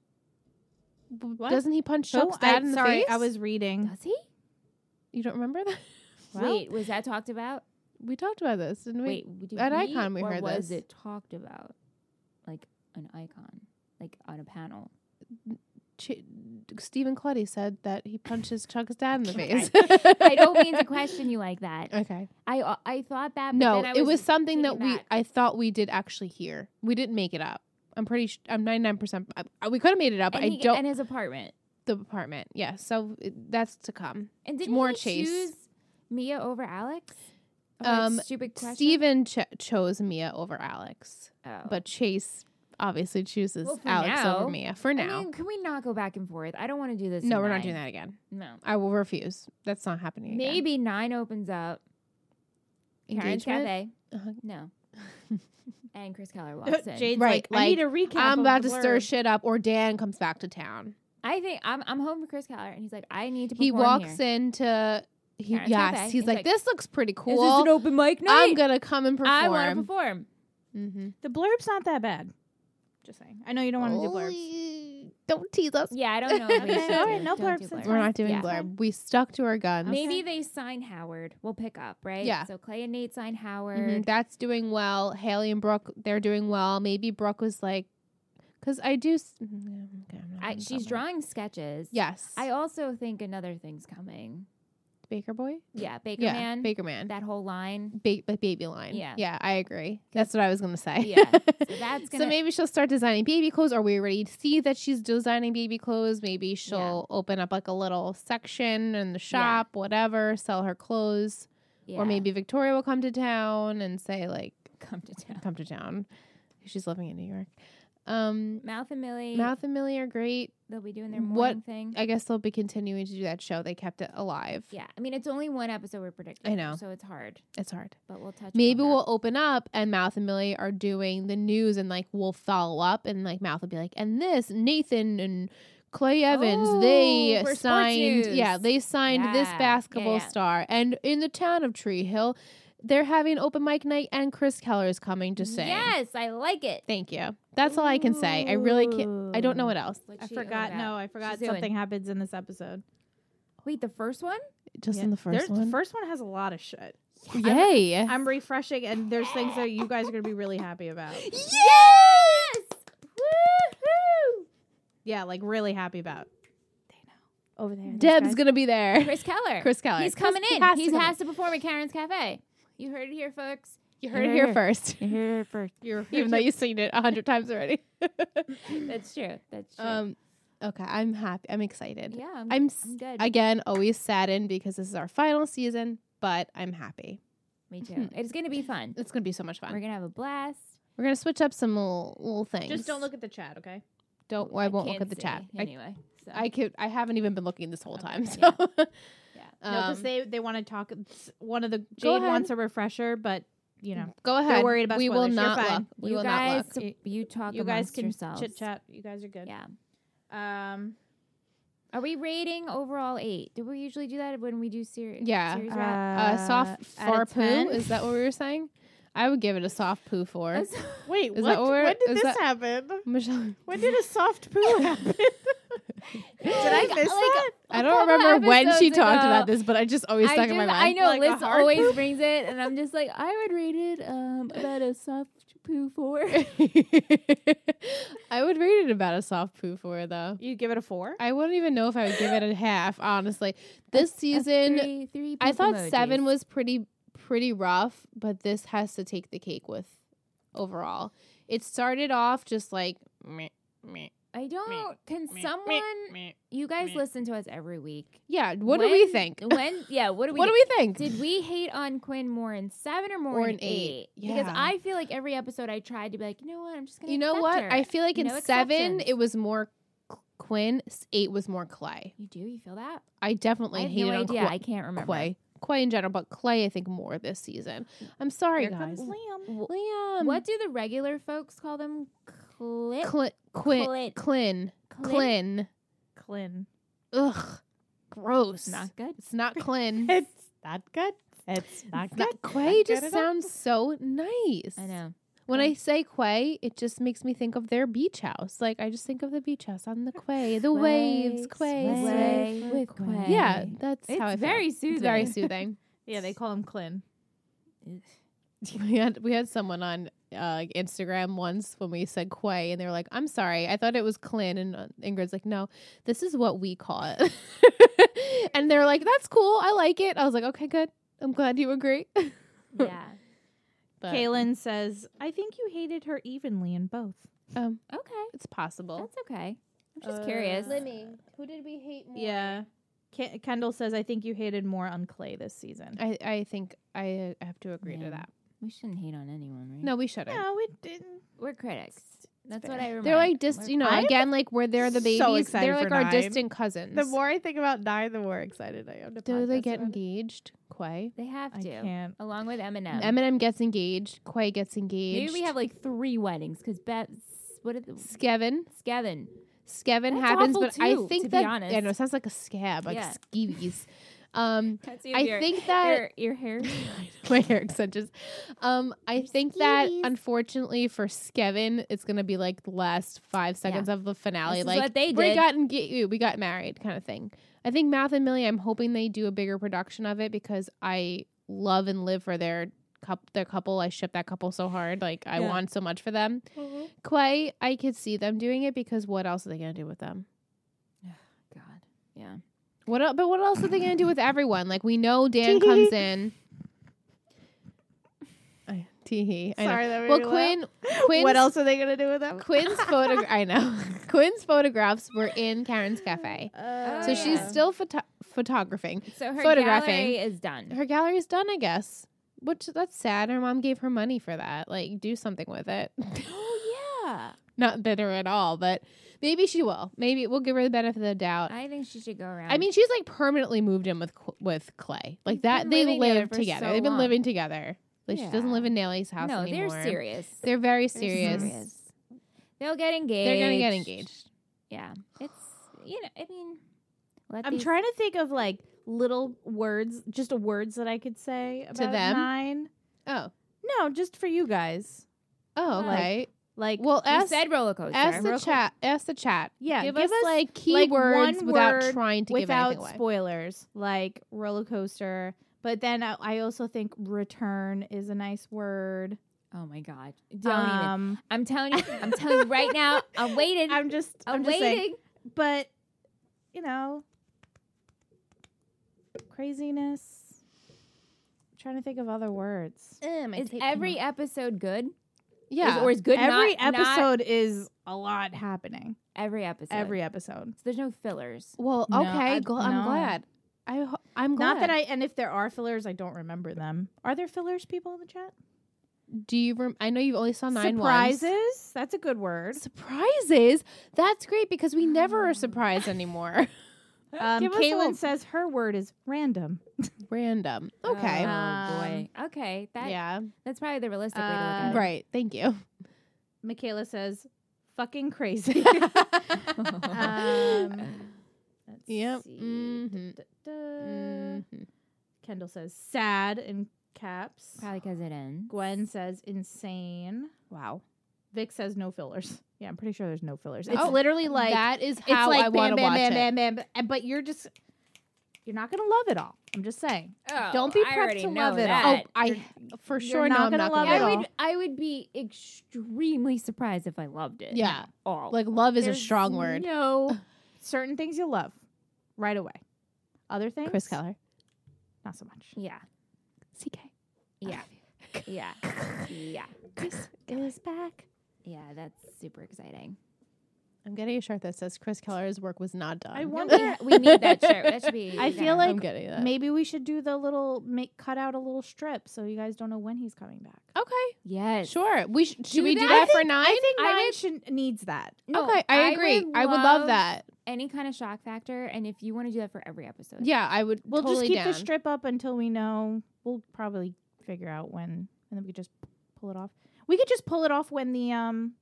[SPEAKER 2] What?
[SPEAKER 1] Doesn't he punch
[SPEAKER 2] Oh,
[SPEAKER 1] Chuck's dad
[SPEAKER 2] I-
[SPEAKER 1] in the
[SPEAKER 2] sorry,
[SPEAKER 1] face?
[SPEAKER 2] I was
[SPEAKER 1] Mm.
[SPEAKER 2] reading.
[SPEAKER 3] Does he?
[SPEAKER 1] You don't remember that?
[SPEAKER 3] Wait, was that talked about?
[SPEAKER 1] We talked about this, didn't we?
[SPEAKER 3] Wait, did
[SPEAKER 1] at
[SPEAKER 3] we,
[SPEAKER 1] Icon we
[SPEAKER 3] or
[SPEAKER 1] heard
[SPEAKER 3] was
[SPEAKER 1] this.
[SPEAKER 3] it talked about like an icon, like on a panel?
[SPEAKER 1] Ch- Stephen Clutty said that he punches Chuck's dad in the face.
[SPEAKER 3] I don't mean to question you like that.
[SPEAKER 1] Okay.
[SPEAKER 3] I uh, I thought that. but
[SPEAKER 1] No,
[SPEAKER 3] then I
[SPEAKER 1] it was something that
[SPEAKER 3] taken
[SPEAKER 1] we
[SPEAKER 3] back.
[SPEAKER 1] I thought we did actually hear. We didn't make it up. I'm pretty. Sh- I'm 99. percent We could have made it up.
[SPEAKER 3] and
[SPEAKER 1] I
[SPEAKER 3] he-
[SPEAKER 1] don't.
[SPEAKER 3] And his apartment.
[SPEAKER 1] the apartment. Yeah. So it, that's to come.
[SPEAKER 3] And didn't
[SPEAKER 1] more
[SPEAKER 3] he
[SPEAKER 1] chase.
[SPEAKER 3] choose Mia over Alex? Oh,
[SPEAKER 1] Um,
[SPEAKER 3] that stupid question.
[SPEAKER 1] Steven ch- chose Mia over Alex,
[SPEAKER 3] Oh.
[SPEAKER 1] but Chase obviously chooses
[SPEAKER 3] Well, for
[SPEAKER 1] Alex
[SPEAKER 3] now.
[SPEAKER 1] over Mia for
[SPEAKER 3] I
[SPEAKER 1] now.
[SPEAKER 3] mean, can we not go back and forth? I don't want to do this.
[SPEAKER 1] no,
[SPEAKER 3] in
[SPEAKER 1] we're not
[SPEAKER 3] nine.
[SPEAKER 1] doing that again.
[SPEAKER 3] No.
[SPEAKER 1] I will refuse. That's not happening. again.
[SPEAKER 3] Maybe nine opens up. Karen's
[SPEAKER 1] Engagement?
[SPEAKER 3] Cafe.
[SPEAKER 1] Uh-huh.
[SPEAKER 3] No. and Chris Keller walks in.
[SPEAKER 2] Jade's
[SPEAKER 1] Right,
[SPEAKER 2] like, I need a
[SPEAKER 1] like,
[SPEAKER 2] recap.
[SPEAKER 1] I'm
[SPEAKER 2] of
[SPEAKER 1] about
[SPEAKER 2] the
[SPEAKER 1] to stir
[SPEAKER 2] blurb."
[SPEAKER 1] shit up, or Dan comes back to town.
[SPEAKER 3] I think I'm I'm home for Chris Keller, and he's like, I need to.
[SPEAKER 1] He
[SPEAKER 3] perform
[SPEAKER 1] walks
[SPEAKER 3] here.
[SPEAKER 1] into he,
[SPEAKER 3] Karen's
[SPEAKER 1] yes,
[SPEAKER 3] Cafe.
[SPEAKER 1] he's,
[SPEAKER 3] He's
[SPEAKER 1] like,
[SPEAKER 3] like,
[SPEAKER 1] this looks pretty
[SPEAKER 3] Is this an
[SPEAKER 1] cool.
[SPEAKER 3] open mic night?
[SPEAKER 1] I'm gonna come and perform.
[SPEAKER 3] I want to perform.
[SPEAKER 1] Mm-hmm.
[SPEAKER 2] The blurb's not that bad. Just saying. I know you don't want to do blurbs.
[SPEAKER 1] Don't tease us.
[SPEAKER 3] Yeah, I don't know. if we
[SPEAKER 2] Okay,
[SPEAKER 3] should
[SPEAKER 2] all
[SPEAKER 3] do-
[SPEAKER 2] right, no
[SPEAKER 3] don't do
[SPEAKER 2] blurbs, that's
[SPEAKER 1] We're
[SPEAKER 2] fine.
[SPEAKER 1] not doing
[SPEAKER 3] Yeah.
[SPEAKER 1] blurb. We stuck to our guns.
[SPEAKER 3] Maybe they sign Howard. We'll pick up, right?
[SPEAKER 1] Yeah.
[SPEAKER 3] So Clay and Nate sign Howard.
[SPEAKER 1] Mhm, That's doing well. Haley and Brooke, they're doing well. Maybe Brooke was like, because I do. s- mm, okay, I'm not
[SPEAKER 3] I,
[SPEAKER 1] gonna
[SPEAKER 3] she's
[SPEAKER 1] comment.
[SPEAKER 3] drawing sketches.
[SPEAKER 1] Yes.
[SPEAKER 3] I also think another thing's coming.
[SPEAKER 1] Baker Boy?
[SPEAKER 3] Yeah, Baker
[SPEAKER 1] yeah.
[SPEAKER 3] Man.
[SPEAKER 1] Baker Man.
[SPEAKER 3] That whole line.
[SPEAKER 1] ba- like baby line.
[SPEAKER 3] Yeah.
[SPEAKER 1] Yeah, I agree. That's what I was going to say.
[SPEAKER 3] Yeah, so that's
[SPEAKER 1] So
[SPEAKER 3] gonna-
[SPEAKER 1] maybe she'll start designing baby clothes, or we already see that she's designing baby clothes. Maybe she'll open up like a little section in the shop, whatever, sell her clothes.
[SPEAKER 3] Yeah.
[SPEAKER 1] Or maybe Victoria will come to town and say, like,
[SPEAKER 3] come to town.
[SPEAKER 1] come to town. She's living in New York. Um,
[SPEAKER 3] Mouth and Millie.
[SPEAKER 1] Mouth and Millie are great.
[SPEAKER 3] They'll be doing their morning
[SPEAKER 1] What-
[SPEAKER 3] thing.
[SPEAKER 1] I guess they'll be continuing to do that show. They kept it alive.
[SPEAKER 3] yeah, I mean it's only one episode we're predicting.
[SPEAKER 1] I know.
[SPEAKER 3] so it's hard.
[SPEAKER 1] It's hard.
[SPEAKER 3] But we'll touch.
[SPEAKER 1] Maybe
[SPEAKER 3] upon that.
[SPEAKER 1] we'll open up and Mouth and Millie are doing the news and like we'll follow up and like Mouth will be like, and this Nathan and Clay Evans,
[SPEAKER 3] Oh,
[SPEAKER 1] they
[SPEAKER 3] for sports
[SPEAKER 1] signed, yeah,
[SPEAKER 3] news.
[SPEAKER 1] they signed this
[SPEAKER 3] Yeah, yeah,
[SPEAKER 1] basketball
[SPEAKER 3] yeah.
[SPEAKER 1] star. And in the town of Tree Hill, they're having open mic night and Chris Keller is coming to sing.
[SPEAKER 3] Yes, I like it.
[SPEAKER 1] Thank you. That's all I can say. I really can't, I don't know what else.
[SPEAKER 3] What's
[SPEAKER 2] I
[SPEAKER 3] she on
[SPEAKER 2] forgot.
[SPEAKER 3] about?
[SPEAKER 2] No, I forgot
[SPEAKER 3] She's doing-
[SPEAKER 2] something happens in this episode.
[SPEAKER 3] Wait, the first one?
[SPEAKER 1] Just
[SPEAKER 2] Yeah.
[SPEAKER 1] in the first
[SPEAKER 2] There's-
[SPEAKER 1] one.
[SPEAKER 2] The first one has a lot of shit.
[SPEAKER 1] Yay.
[SPEAKER 2] I'm refreshing, and there's things that you guys are gonna be really happy about.
[SPEAKER 3] Yes! Woohoo!
[SPEAKER 2] yeah, like really happy about.
[SPEAKER 3] They know.
[SPEAKER 2] Over there.
[SPEAKER 1] Deb's gonna be there.
[SPEAKER 3] Chris Keller.
[SPEAKER 1] Chris Keller.
[SPEAKER 3] He's coming
[SPEAKER 1] Chris
[SPEAKER 3] in.
[SPEAKER 1] has to
[SPEAKER 3] he
[SPEAKER 1] come
[SPEAKER 3] has to perform at Karen's Cafe. You heard it here, folks.
[SPEAKER 1] You heard it here
[SPEAKER 3] Yeah.
[SPEAKER 1] first.
[SPEAKER 3] Here first.
[SPEAKER 1] Even though you've seen it a hundred times already.
[SPEAKER 3] That's true. That's true.
[SPEAKER 1] um, okay, I'm happy. I'm excited.
[SPEAKER 3] yeah, I'm,
[SPEAKER 1] I'm s-
[SPEAKER 3] I'm good.
[SPEAKER 1] again always saddened because this is our final season, but I'm happy.
[SPEAKER 3] Me too. It's gonna be fun.
[SPEAKER 1] It's gonna be so much fun.
[SPEAKER 3] We're gonna have a blast.
[SPEAKER 1] We're gonna switch up some little, little things.
[SPEAKER 2] Just don't look at the chat, okay?
[SPEAKER 1] Don't. I won't look
[SPEAKER 3] can't
[SPEAKER 1] at the chat.
[SPEAKER 3] see
[SPEAKER 1] I,
[SPEAKER 3] anyway. So.
[SPEAKER 1] I could. I haven't even been looking this whole
[SPEAKER 3] Okay,
[SPEAKER 1] time.
[SPEAKER 3] yeah.
[SPEAKER 1] So.
[SPEAKER 3] Yeah.
[SPEAKER 2] No, because
[SPEAKER 1] Um,
[SPEAKER 2] they they want to talk. One of the
[SPEAKER 1] Go
[SPEAKER 2] Jade
[SPEAKER 1] ahead.
[SPEAKER 2] wants a refresher, but you know,
[SPEAKER 1] Go ahead.
[SPEAKER 2] worried about
[SPEAKER 1] we will
[SPEAKER 2] spoilers. You're
[SPEAKER 1] not
[SPEAKER 2] fine.
[SPEAKER 1] look. We
[SPEAKER 3] you
[SPEAKER 1] will
[SPEAKER 3] guys,
[SPEAKER 1] not look.
[SPEAKER 2] look.
[SPEAKER 3] you talk.
[SPEAKER 2] you guys
[SPEAKER 3] amongst
[SPEAKER 2] can
[SPEAKER 3] yourselves.
[SPEAKER 2] chit chat. You guys are good.
[SPEAKER 3] Yeah.
[SPEAKER 2] Um,
[SPEAKER 3] Are we rating overall eight? Do we usually do that when we do series?
[SPEAKER 1] Yeah.
[SPEAKER 3] Series wrap?
[SPEAKER 1] Uh, soft
[SPEAKER 2] at a
[SPEAKER 1] far poo.
[SPEAKER 2] 10.
[SPEAKER 1] Is that what we were saying? I would give it a soft poo four.
[SPEAKER 2] Wait,
[SPEAKER 1] Is
[SPEAKER 2] what?
[SPEAKER 1] that what we're-
[SPEAKER 2] when did
[SPEAKER 1] is
[SPEAKER 2] this
[SPEAKER 1] that-
[SPEAKER 2] happen?
[SPEAKER 1] Michelle,
[SPEAKER 2] When did a soft poo happen? did I
[SPEAKER 3] Like-
[SPEAKER 2] miss that?
[SPEAKER 3] like,
[SPEAKER 1] I
[SPEAKER 3] a
[SPEAKER 1] don't
[SPEAKER 3] couple
[SPEAKER 1] remember when she
[SPEAKER 3] episodes
[SPEAKER 1] talked
[SPEAKER 3] ago,
[SPEAKER 1] about this, but I just always
[SPEAKER 3] I,
[SPEAKER 1] stuck in my
[SPEAKER 3] just-
[SPEAKER 1] mind.
[SPEAKER 3] I know
[SPEAKER 2] Like a
[SPEAKER 3] Liz
[SPEAKER 2] hard
[SPEAKER 3] always brings it, and I'm just like, I would rate it um, about a soft poo four.
[SPEAKER 1] I would rate it about a soft poo four though.
[SPEAKER 2] You give it a four?
[SPEAKER 1] I wouldn't even know if I would give it a half, honestly. This season,
[SPEAKER 3] three, three
[SPEAKER 1] I
[SPEAKER 3] poop
[SPEAKER 1] thought
[SPEAKER 3] emojis.
[SPEAKER 1] seven was pretty pretty rough, but this has to take the cake with overall. It started off just like meh, meh,
[SPEAKER 3] I don't. Can
[SPEAKER 1] meh,
[SPEAKER 3] someone?
[SPEAKER 1] meh, meh.
[SPEAKER 3] You guys
[SPEAKER 1] meh.
[SPEAKER 3] listen to us every week.
[SPEAKER 1] Yeah, what do we
[SPEAKER 3] When-
[SPEAKER 1] think?
[SPEAKER 3] When? Yeah. What do we?
[SPEAKER 1] what do we think?
[SPEAKER 3] Did we hate on Quinn more in seven or more
[SPEAKER 1] Or in
[SPEAKER 3] in
[SPEAKER 1] eight.
[SPEAKER 3] Because
[SPEAKER 1] Yeah.
[SPEAKER 3] I feel like every episode I tried to be like, you know what, I'm just gonna.
[SPEAKER 1] you know
[SPEAKER 3] accept
[SPEAKER 1] what?
[SPEAKER 3] her."
[SPEAKER 1] I feel like in
[SPEAKER 3] No
[SPEAKER 1] seven
[SPEAKER 3] exceptions.
[SPEAKER 1] it was more Qu- Quinn, s- eight was more Clay.
[SPEAKER 3] you do. You feel that?
[SPEAKER 1] I definitely
[SPEAKER 3] I have
[SPEAKER 1] hated
[SPEAKER 3] no
[SPEAKER 1] on
[SPEAKER 3] idea.
[SPEAKER 1] Qu-
[SPEAKER 3] I can't remember.
[SPEAKER 1] Clay. Clay in general, but Clay I think more this season. I'm sorry,
[SPEAKER 2] Here
[SPEAKER 1] guys.
[SPEAKER 2] comes Liam.
[SPEAKER 3] Wh-
[SPEAKER 1] Liam.
[SPEAKER 3] what do the regular folks call them? Clit.
[SPEAKER 1] Cl- Quinn.
[SPEAKER 3] Clint.
[SPEAKER 1] Clin.
[SPEAKER 3] clit-
[SPEAKER 1] Clin.
[SPEAKER 2] Clint.
[SPEAKER 1] Ugh. Gross.
[SPEAKER 3] Not good.
[SPEAKER 1] It's not Clin.
[SPEAKER 2] It's not good. It's not
[SPEAKER 1] It's not-
[SPEAKER 2] Not
[SPEAKER 1] Quay
[SPEAKER 2] good
[SPEAKER 1] just
[SPEAKER 2] at all.
[SPEAKER 1] sounds so nice.
[SPEAKER 3] I know.
[SPEAKER 1] When I say Quay, it just makes me think of their beach house. Like I just think of the beach house on the Quay, the waves, Quay,
[SPEAKER 3] sway,
[SPEAKER 1] sway.
[SPEAKER 3] with Quay.
[SPEAKER 1] Yeah, that's
[SPEAKER 3] It's
[SPEAKER 1] how I feel.
[SPEAKER 3] very
[SPEAKER 1] It's very
[SPEAKER 3] soothing.
[SPEAKER 1] soothing.
[SPEAKER 2] Yeah, they call him Clint.
[SPEAKER 1] we had we had someone on uh, Instagram once when we said Quay, and they were like, "I'm sorry, I thought it was Clint." And uh, Ingrid's like, "No, this is what we call it." and they're like, "That's cool, I like it." I was like, "Okay, good. I'm glad you agree."
[SPEAKER 3] yeah.
[SPEAKER 1] But,
[SPEAKER 2] Kaylin says, I think you hated her evenly in both.
[SPEAKER 1] um,
[SPEAKER 3] Okay.
[SPEAKER 1] it's possible.
[SPEAKER 3] That's okay. I'm just curious.
[SPEAKER 2] Uh,
[SPEAKER 1] who did we hate more?
[SPEAKER 2] Yeah. Ke- Kendall says, I think you hated more on Clay this season.
[SPEAKER 1] I, I think I uh, have to agree
[SPEAKER 3] Yeah.
[SPEAKER 1] to that.
[SPEAKER 3] We shouldn't hate on anyone, right?
[SPEAKER 1] No, we shouldn't.
[SPEAKER 2] No, it didn't.
[SPEAKER 3] We're critics. That's
[SPEAKER 2] fair.
[SPEAKER 3] what I remember.
[SPEAKER 1] They're like just you know
[SPEAKER 2] I'm
[SPEAKER 1] again like where they're the
[SPEAKER 2] so
[SPEAKER 1] babies.
[SPEAKER 2] excited
[SPEAKER 1] they're like
[SPEAKER 2] for
[SPEAKER 1] our
[SPEAKER 2] Nine.
[SPEAKER 1] distant cousins.
[SPEAKER 2] The more I think about Nine, the more excited I am. To
[SPEAKER 1] do they
[SPEAKER 2] podcast
[SPEAKER 1] get
[SPEAKER 2] about it.
[SPEAKER 1] engaged? Quay.
[SPEAKER 3] They have
[SPEAKER 2] I
[SPEAKER 3] to.
[SPEAKER 2] can't.
[SPEAKER 3] Along with Eminem.
[SPEAKER 1] Eminem gets engaged. Quay gets engaged.
[SPEAKER 3] Maybe we have like three weddings because Beth. What did the
[SPEAKER 1] Skevin.
[SPEAKER 3] Skevin?
[SPEAKER 1] Skevin
[SPEAKER 3] That's
[SPEAKER 1] happens,
[SPEAKER 3] awful
[SPEAKER 1] but I
[SPEAKER 3] too,
[SPEAKER 1] think
[SPEAKER 3] to be
[SPEAKER 1] that
[SPEAKER 3] honest.
[SPEAKER 1] I know it sounds like a scab, like
[SPEAKER 3] Yeah.
[SPEAKER 1] skeevies. Um,
[SPEAKER 3] That's
[SPEAKER 1] I think that
[SPEAKER 3] your, your hair.
[SPEAKER 1] my hair extensions. Um, I think that
[SPEAKER 3] skeevies.
[SPEAKER 1] unfortunately for Skevin, it's gonna be like the last five seconds of the finale.
[SPEAKER 3] This is
[SPEAKER 1] like
[SPEAKER 3] what they
[SPEAKER 1] we
[SPEAKER 3] did.
[SPEAKER 1] got and get you, we got married, kind of thing. I think Math and Millie. I'm hoping they do a bigger production of it because I love and live for their couple. Their couple. I ship that couple so hard. Like I
[SPEAKER 2] Yeah.
[SPEAKER 1] want so much for them. Quay, I could see them doing it because what else are they gonna do with them?
[SPEAKER 3] God. Yeah.
[SPEAKER 1] What? el- But what else are they gonna do with everyone? Like we know Dan comes in. I, teehee. I know.
[SPEAKER 2] Sorry, that made
[SPEAKER 1] Well,
[SPEAKER 2] me laugh.
[SPEAKER 1] Quinn, Quinn's,
[SPEAKER 2] What else are they gonna do with them?
[SPEAKER 1] Quinn's photograph. I know. Quinn's photographs were in Karen's cafe,
[SPEAKER 2] Uh,
[SPEAKER 1] so
[SPEAKER 3] Oh,
[SPEAKER 1] she's
[SPEAKER 3] yeah.
[SPEAKER 1] still photo- photographing.
[SPEAKER 3] So her
[SPEAKER 1] Photographing.
[SPEAKER 3] gallery is done.
[SPEAKER 1] Her gallery's done, I guess. Which that's sad. Her mom gave her money for that. Like, do something with it.
[SPEAKER 3] oh yeah.
[SPEAKER 1] Not bitter at all, but maybe she will. Maybe we'll give her the benefit of the doubt.
[SPEAKER 3] I think she should go around.
[SPEAKER 1] I mean, she's like permanently moved in with Cl- with Clay. Like
[SPEAKER 3] They've
[SPEAKER 1] that,
[SPEAKER 3] been
[SPEAKER 1] they
[SPEAKER 3] living together
[SPEAKER 1] live
[SPEAKER 3] for
[SPEAKER 1] together.
[SPEAKER 3] so
[SPEAKER 1] They've been
[SPEAKER 3] long.
[SPEAKER 1] living together. Like she doesn't
[SPEAKER 3] Yeah.
[SPEAKER 1] live in Nellie's house
[SPEAKER 3] no,
[SPEAKER 1] anymore.
[SPEAKER 3] they're serious.
[SPEAKER 1] They're very
[SPEAKER 3] They're
[SPEAKER 1] serious.
[SPEAKER 3] They'll get engaged.
[SPEAKER 1] They're gonna get engaged.
[SPEAKER 3] Yeah. It's you know. I mean, let
[SPEAKER 2] I'm
[SPEAKER 3] these-
[SPEAKER 2] trying to think of like little words, just words that I could say about
[SPEAKER 1] them?
[SPEAKER 2] Nine.
[SPEAKER 1] Oh,
[SPEAKER 2] No, just for you guys.
[SPEAKER 1] oh,
[SPEAKER 3] Like-
[SPEAKER 1] okay.
[SPEAKER 2] Like,
[SPEAKER 1] well,
[SPEAKER 3] You
[SPEAKER 1] ask
[SPEAKER 3] said roller coaster.
[SPEAKER 1] ask the
[SPEAKER 3] Roller-
[SPEAKER 1] chat. Ask the chat.
[SPEAKER 2] yeah,
[SPEAKER 1] give, us, like
[SPEAKER 2] like,
[SPEAKER 1] keywords
[SPEAKER 2] one
[SPEAKER 1] without
[SPEAKER 2] word
[SPEAKER 1] trying to
[SPEAKER 2] without
[SPEAKER 1] give anything away.
[SPEAKER 2] spoilers, like roller coaster. But then I, I also think return is a nice word.
[SPEAKER 3] Oh my god! Don't even. I'm telling you. I'm telling you right now. I'm waiting. I'm,
[SPEAKER 2] Um, I'm just, I'm, just
[SPEAKER 3] waiting.
[SPEAKER 2] saying. But you know, craziness. I'm trying to think of other words.
[SPEAKER 3] Is every episode good? Is-
[SPEAKER 1] yeah.
[SPEAKER 3] or is good
[SPEAKER 2] every
[SPEAKER 3] not- not-
[SPEAKER 2] episode is a lot happening.
[SPEAKER 3] every episode.
[SPEAKER 2] Every episode.
[SPEAKER 3] So there's no fillers.
[SPEAKER 1] well,
[SPEAKER 2] No,
[SPEAKER 1] okay.
[SPEAKER 2] I-
[SPEAKER 1] gl- I'm
[SPEAKER 2] no.
[SPEAKER 1] glad. I ho- I'm glad.
[SPEAKER 2] Not that I. And if there are fillers, I don't remember them. Are there fillers? People in the chat.
[SPEAKER 1] do you. Rem- I know you've only saw nine
[SPEAKER 2] Surprises.
[SPEAKER 1] ones.
[SPEAKER 2] That's a good word.
[SPEAKER 1] Surprises. That's great because we never are surprised anymore.
[SPEAKER 2] Um,
[SPEAKER 1] Give us a little-
[SPEAKER 2] Kaylin says her word is random.
[SPEAKER 1] Random. Okay.
[SPEAKER 3] Oh
[SPEAKER 2] Um,
[SPEAKER 3] boy. Okay. That
[SPEAKER 1] yeah.
[SPEAKER 3] that's probably the realistic way to look at
[SPEAKER 2] uh,
[SPEAKER 3] it.
[SPEAKER 1] Right. Thank you.
[SPEAKER 2] Michaela says, "Fucking crazy." um, Mm. let's
[SPEAKER 1] Yep. Mm-hmm.
[SPEAKER 2] see. Uh,
[SPEAKER 1] Mhm.
[SPEAKER 2] Duh, duh, duh. Kendall says, "Sad" in caps.
[SPEAKER 3] Probably because it ends.
[SPEAKER 2] Gwen says, "Insane."
[SPEAKER 3] Wow.
[SPEAKER 2] Vic says, "No fillers." Yeah, I'm pretty sure there's no fillers. It's
[SPEAKER 1] Oh,
[SPEAKER 2] literally like
[SPEAKER 1] that is
[SPEAKER 2] it's
[SPEAKER 1] how
[SPEAKER 2] like
[SPEAKER 1] I
[SPEAKER 2] bam,
[SPEAKER 1] want to
[SPEAKER 2] bam,
[SPEAKER 1] watch
[SPEAKER 2] bam,
[SPEAKER 1] it.
[SPEAKER 2] bam, bam, bam, and- But you're just you're not gonna love it all. I'm just saying.
[SPEAKER 3] Oh,
[SPEAKER 2] Don't be prepped to love it all.
[SPEAKER 1] Oh, I for sure know
[SPEAKER 2] not
[SPEAKER 1] I'm
[SPEAKER 2] gonna
[SPEAKER 1] not
[SPEAKER 2] love
[SPEAKER 1] gonna
[SPEAKER 2] it
[SPEAKER 1] love
[SPEAKER 2] all.
[SPEAKER 3] I would I would be extremely surprised if I loved it.
[SPEAKER 1] Yeah.
[SPEAKER 3] All
[SPEAKER 1] Like love is
[SPEAKER 3] There's
[SPEAKER 1] a strong word.
[SPEAKER 3] No.
[SPEAKER 2] Certain things you'll love right away. Other things,
[SPEAKER 1] Chris Keller.
[SPEAKER 2] not so much.
[SPEAKER 3] Yeah.
[SPEAKER 1] CK.
[SPEAKER 3] Yeah. Yeah. yeah.
[SPEAKER 1] Chris.
[SPEAKER 2] Is back.
[SPEAKER 3] Yeah. That's super exciting.
[SPEAKER 1] I'm getting a shirt that says Chris Keller's work was not done.
[SPEAKER 2] I
[SPEAKER 3] No,
[SPEAKER 2] wonder.
[SPEAKER 3] we, we need that shirt. That should be.
[SPEAKER 2] I feel
[SPEAKER 3] yeah.
[SPEAKER 2] like-
[SPEAKER 1] I'm getting that.
[SPEAKER 2] Maybe we should do the little make cut out a little strip so you guys don't know when he's coming back.
[SPEAKER 1] Okay.
[SPEAKER 3] Yes.
[SPEAKER 1] Sure. We sh- should
[SPEAKER 3] Do
[SPEAKER 1] we do
[SPEAKER 3] that.
[SPEAKER 1] that
[SPEAKER 3] I
[SPEAKER 1] for nine?
[SPEAKER 2] I think
[SPEAKER 3] I
[SPEAKER 2] Ryan
[SPEAKER 3] would-
[SPEAKER 2] should, needs that.
[SPEAKER 3] No,
[SPEAKER 1] okay, I agree. I would, love that.
[SPEAKER 3] Any kind of shock factor, and if you want to do that for every episode,
[SPEAKER 1] Yeah, I would.
[SPEAKER 2] We'll
[SPEAKER 1] totally
[SPEAKER 2] just keep
[SPEAKER 1] down.
[SPEAKER 2] the strip up until we know. We'll probably figure out when, and then we could just pull it off. We could just pull it off when the um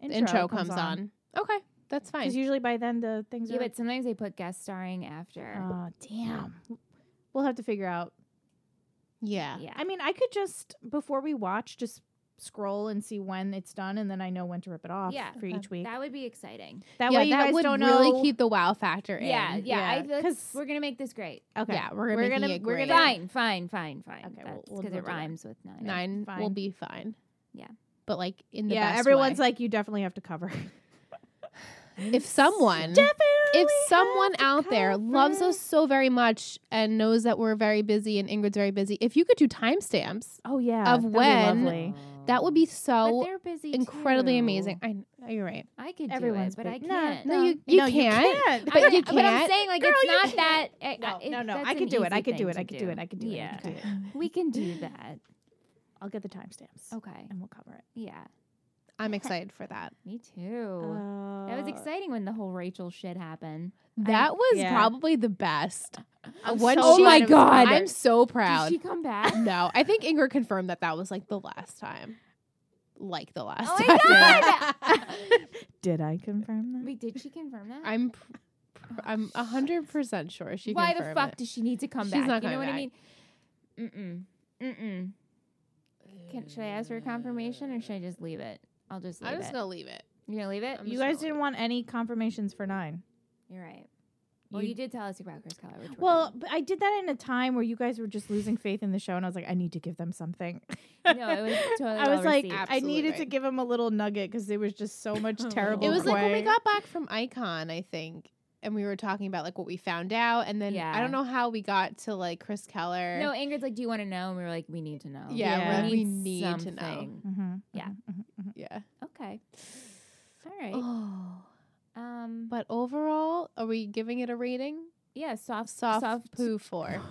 [SPEAKER 1] The
[SPEAKER 2] intro,
[SPEAKER 1] intro comes on. Okay, that's
[SPEAKER 2] Because
[SPEAKER 1] fine.
[SPEAKER 2] usually by then the things
[SPEAKER 3] Yeah,
[SPEAKER 2] are.
[SPEAKER 3] but sometimes they put guest starring after.
[SPEAKER 2] oh damn! We'll have to figure out.
[SPEAKER 1] Yeah.
[SPEAKER 3] yeah.
[SPEAKER 2] I mean, I could just before we watch, just scroll and see when it's done, and then I know when to rip it off.
[SPEAKER 3] Yeah.
[SPEAKER 2] for each week. That,
[SPEAKER 3] That would be exciting.
[SPEAKER 1] yeah,
[SPEAKER 2] way you
[SPEAKER 1] that
[SPEAKER 2] guys
[SPEAKER 1] would
[SPEAKER 2] don't
[SPEAKER 1] really
[SPEAKER 2] know.
[SPEAKER 1] keep the wow factor in.
[SPEAKER 3] Yeah, yeah.
[SPEAKER 2] yeah,
[SPEAKER 3] I feel like
[SPEAKER 2] 'cause-
[SPEAKER 3] we're gonna make this great.
[SPEAKER 2] okay.
[SPEAKER 1] Yeah, we're gonna
[SPEAKER 2] We're
[SPEAKER 1] make
[SPEAKER 2] gonna-
[SPEAKER 1] it
[SPEAKER 2] we're
[SPEAKER 1] great.
[SPEAKER 2] gonna-
[SPEAKER 3] Fine, fine, fine, fine.
[SPEAKER 2] Okay,
[SPEAKER 3] That's
[SPEAKER 2] we'll-
[SPEAKER 3] because
[SPEAKER 2] we'll- we'll do
[SPEAKER 3] it
[SPEAKER 2] that.
[SPEAKER 3] rhymes with nine.
[SPEAKER 1] Nine will
[SPEAKER 2] Fine.
[SPEAKER 1] be fine.
[SPEAKER 3] Yeah.
[SPEAKER 1] But like in the
[SPEAKER 2] yeah,
[SPEAKER 1] best
[SPEAKER 2] everyone's
[SPEAKER 1] way.
[SPEAKER 2] like, you definitely have to cover.
[SPEAKER 1] if someone if someone out there loves us so very much and knows that we're very busy and Ingrid's very busy, if you could do timestamps,
[SPEAKER 2] Oh yeah,
[SPEAKER 1] of
[SPEAKER 2] that'd be
[SPEAKER 1] when-
[SPEAKER 2] lovely.
[SPEAKER 1] that would be
[SPEAKER 3] But
[SPEAKER 1] so
[SPEAKER 3] they're busy.
[SPEAKER 1] incredibly
[SPEAKER 3] too.
[SPEAKER 1] amazing. I know, you're right.
[SPEAKER 3] I could
[SPEAKER 2] Everyone's
[SPEAKER 3] do it, but I
[SPEAKER 2] busy.
[SPEAKER 3] can't.
[SPEAKER 1] No, you, you
[SPEAKER 2] No, you
[SPEAKER 1] can't.
[SPEAKER 2] can't.
[SPEAKER 1] But
[SPEAKER 3] I'm-
[SPEAKER 1] you
[SPEAKER 3] But I'm
[SPEAKER 1] can't.
[SPEAKER 3] saying like
[SPEAKER 2] Girl,
[SPEAKER 3] it's
[SPEAKER 2] you
[SPEAKER 3] not that. eh, I-
[SPEAKER 2] No,
[SPEAKER 3] I- it-
[SPEAKER 2] no, no.
[SPEAKER 3] that's
[SPEAKER 2] I
[SPEAKER 3] an
[SPEAKER 2] could do it. I
[SPEAKER 3] easy
[SPEAKER 2] could do
[SPEAKER 3] thing
[SPEAKER 2] it.
[SPEAKER 3] to
[SPEAKER 2] I could do it. I could do it. I
[SPEAKER 3] Yeah.
[SPEAKER 2] could do it.
[SPEAKER 3] We can do that.
[SPEAKER 2] I'll get the timestamps
[SPEAKER 3] Okay.
[SPEAKER 2] and we'll cover it.
[SPEAKER 3] Yeah.
[SPEAKER 1] I'm excited for that.
[SPEAKER 3] Me too.
[SPEAKER 2] Uh,
[SPEAKER 3] that was exciting when the whole Rachel shit happened.
[SPEAKER 1] That was
[SPEAKER 2] yeah.
[SPEAKER 1] probably the best.
[SPEAKER 2] I'm
[SPEAKER 1] When
[SPEAKER 2] so
[SPEAKER 1] she-
[SPEAKER 2] Oh my God.
[SPEAKER 1] I'm so proud.
[SPEAKER 3] Did she come back?
[SPEAKER 1] no, I think Ingrid confirmed that that was like the last time. Like the last
[SPEAKER 3] Oh my
[SPEAKER 1] time.
[SPEAKER 2] Did I confirm that?
[SPEAKER 3] Wait, did she confirm that?
[SPEAKER 1] I'm pr- pr- I'm a hundred percent sure she.
[SPEAKER 3] Why the
[SPEAKER 1] confirmed
[SPEAKER 3] fuck
[SPEAKER 1] it.
[SPEAKER 3] does she need to come
[SPEAKER 1] She's
[SPEAKER 3] back?
[SPEAKER 1] not
[SPEAKER 3] you know what I
[SPEAKER 1] coming
[SPEAKER 3] mean? Mm mm. Mm mm. Can, should I ask for confirmation or should I just leave it? I'll just leave
[SPEAKER 1] I'm just
[SPEAKER 3] it.
[SPEAKER 1] gonna leave it.
[SPEAKER 3] You're gonna leave it?
[SPEAKER 1] I'm
[SPEAKER 2] You
[SPEAKER 1] just
[SPEAKER 2] guys
[SPEAKER 1] gonna
[SPEAKER 2] didn't want any confirmations for nine.
[SPEAKER 3] You're right. Well, you, did tell us about Chris Keller. Which we're
[SPEAKER 2] Well, but I did that in a time where you guys were just losing faith in the show, and I was like, I need to give them something.
[SPEAKER 3] good. no, it was totally.
[SPEAKER 2] I was
[SPEAKER 3] well
[SPEAKER 2] like,
[SPEAKER 3] received.
[SPEAKER 2] I
[SPEAKER 1] Oh, Absolutely
[SPEAKER 2] needed to
[SPEAKER 1] right.
[SPEAKER 2] give them a little nugget because there was just so much
[SPEAKER 3] Oh,
[SPEAKER 2] terrible.
[SPEAKER 1] It was like when we
[SPEAKER 2] quay.
[SPEAKER 1] got back from Icon, I think, and we were talking about like what we found out, and then I
[SPEAKER 3] Yeah.
[SPEAKER 1] don't know how we got to like Chris Keller.
[SPEAKER 3] no, Ingrid's like, do you want to know? And we were like, we need to know.
[SPEAKER 1] yeah,
[SPEAKER 2] Yeah.
[SPEAKER 1] When we need to know.
[SPEAKER 3] something.
[SPEAKER 2] Mhm,
[SPEAKER 3] Yeah.
[SPEAKER 2] mhm, mhm, mhm.
[SPEAKER 1] Yeah.
[SPEAKER 3] Okay.
[SPEAKER 2] mm-hmm.
[SPEAKER 3] All right.
[SPEAKER 1] Oh.
[SPEAKER 3] Um. But
[SPEAKER 1] But overall, are we giving it a rating?
[SPEAKER 3] yeah, soft,
[SPEAKER 1] Soft,
[SPEAKER 3] soft
[SPEAKER 1] poo four.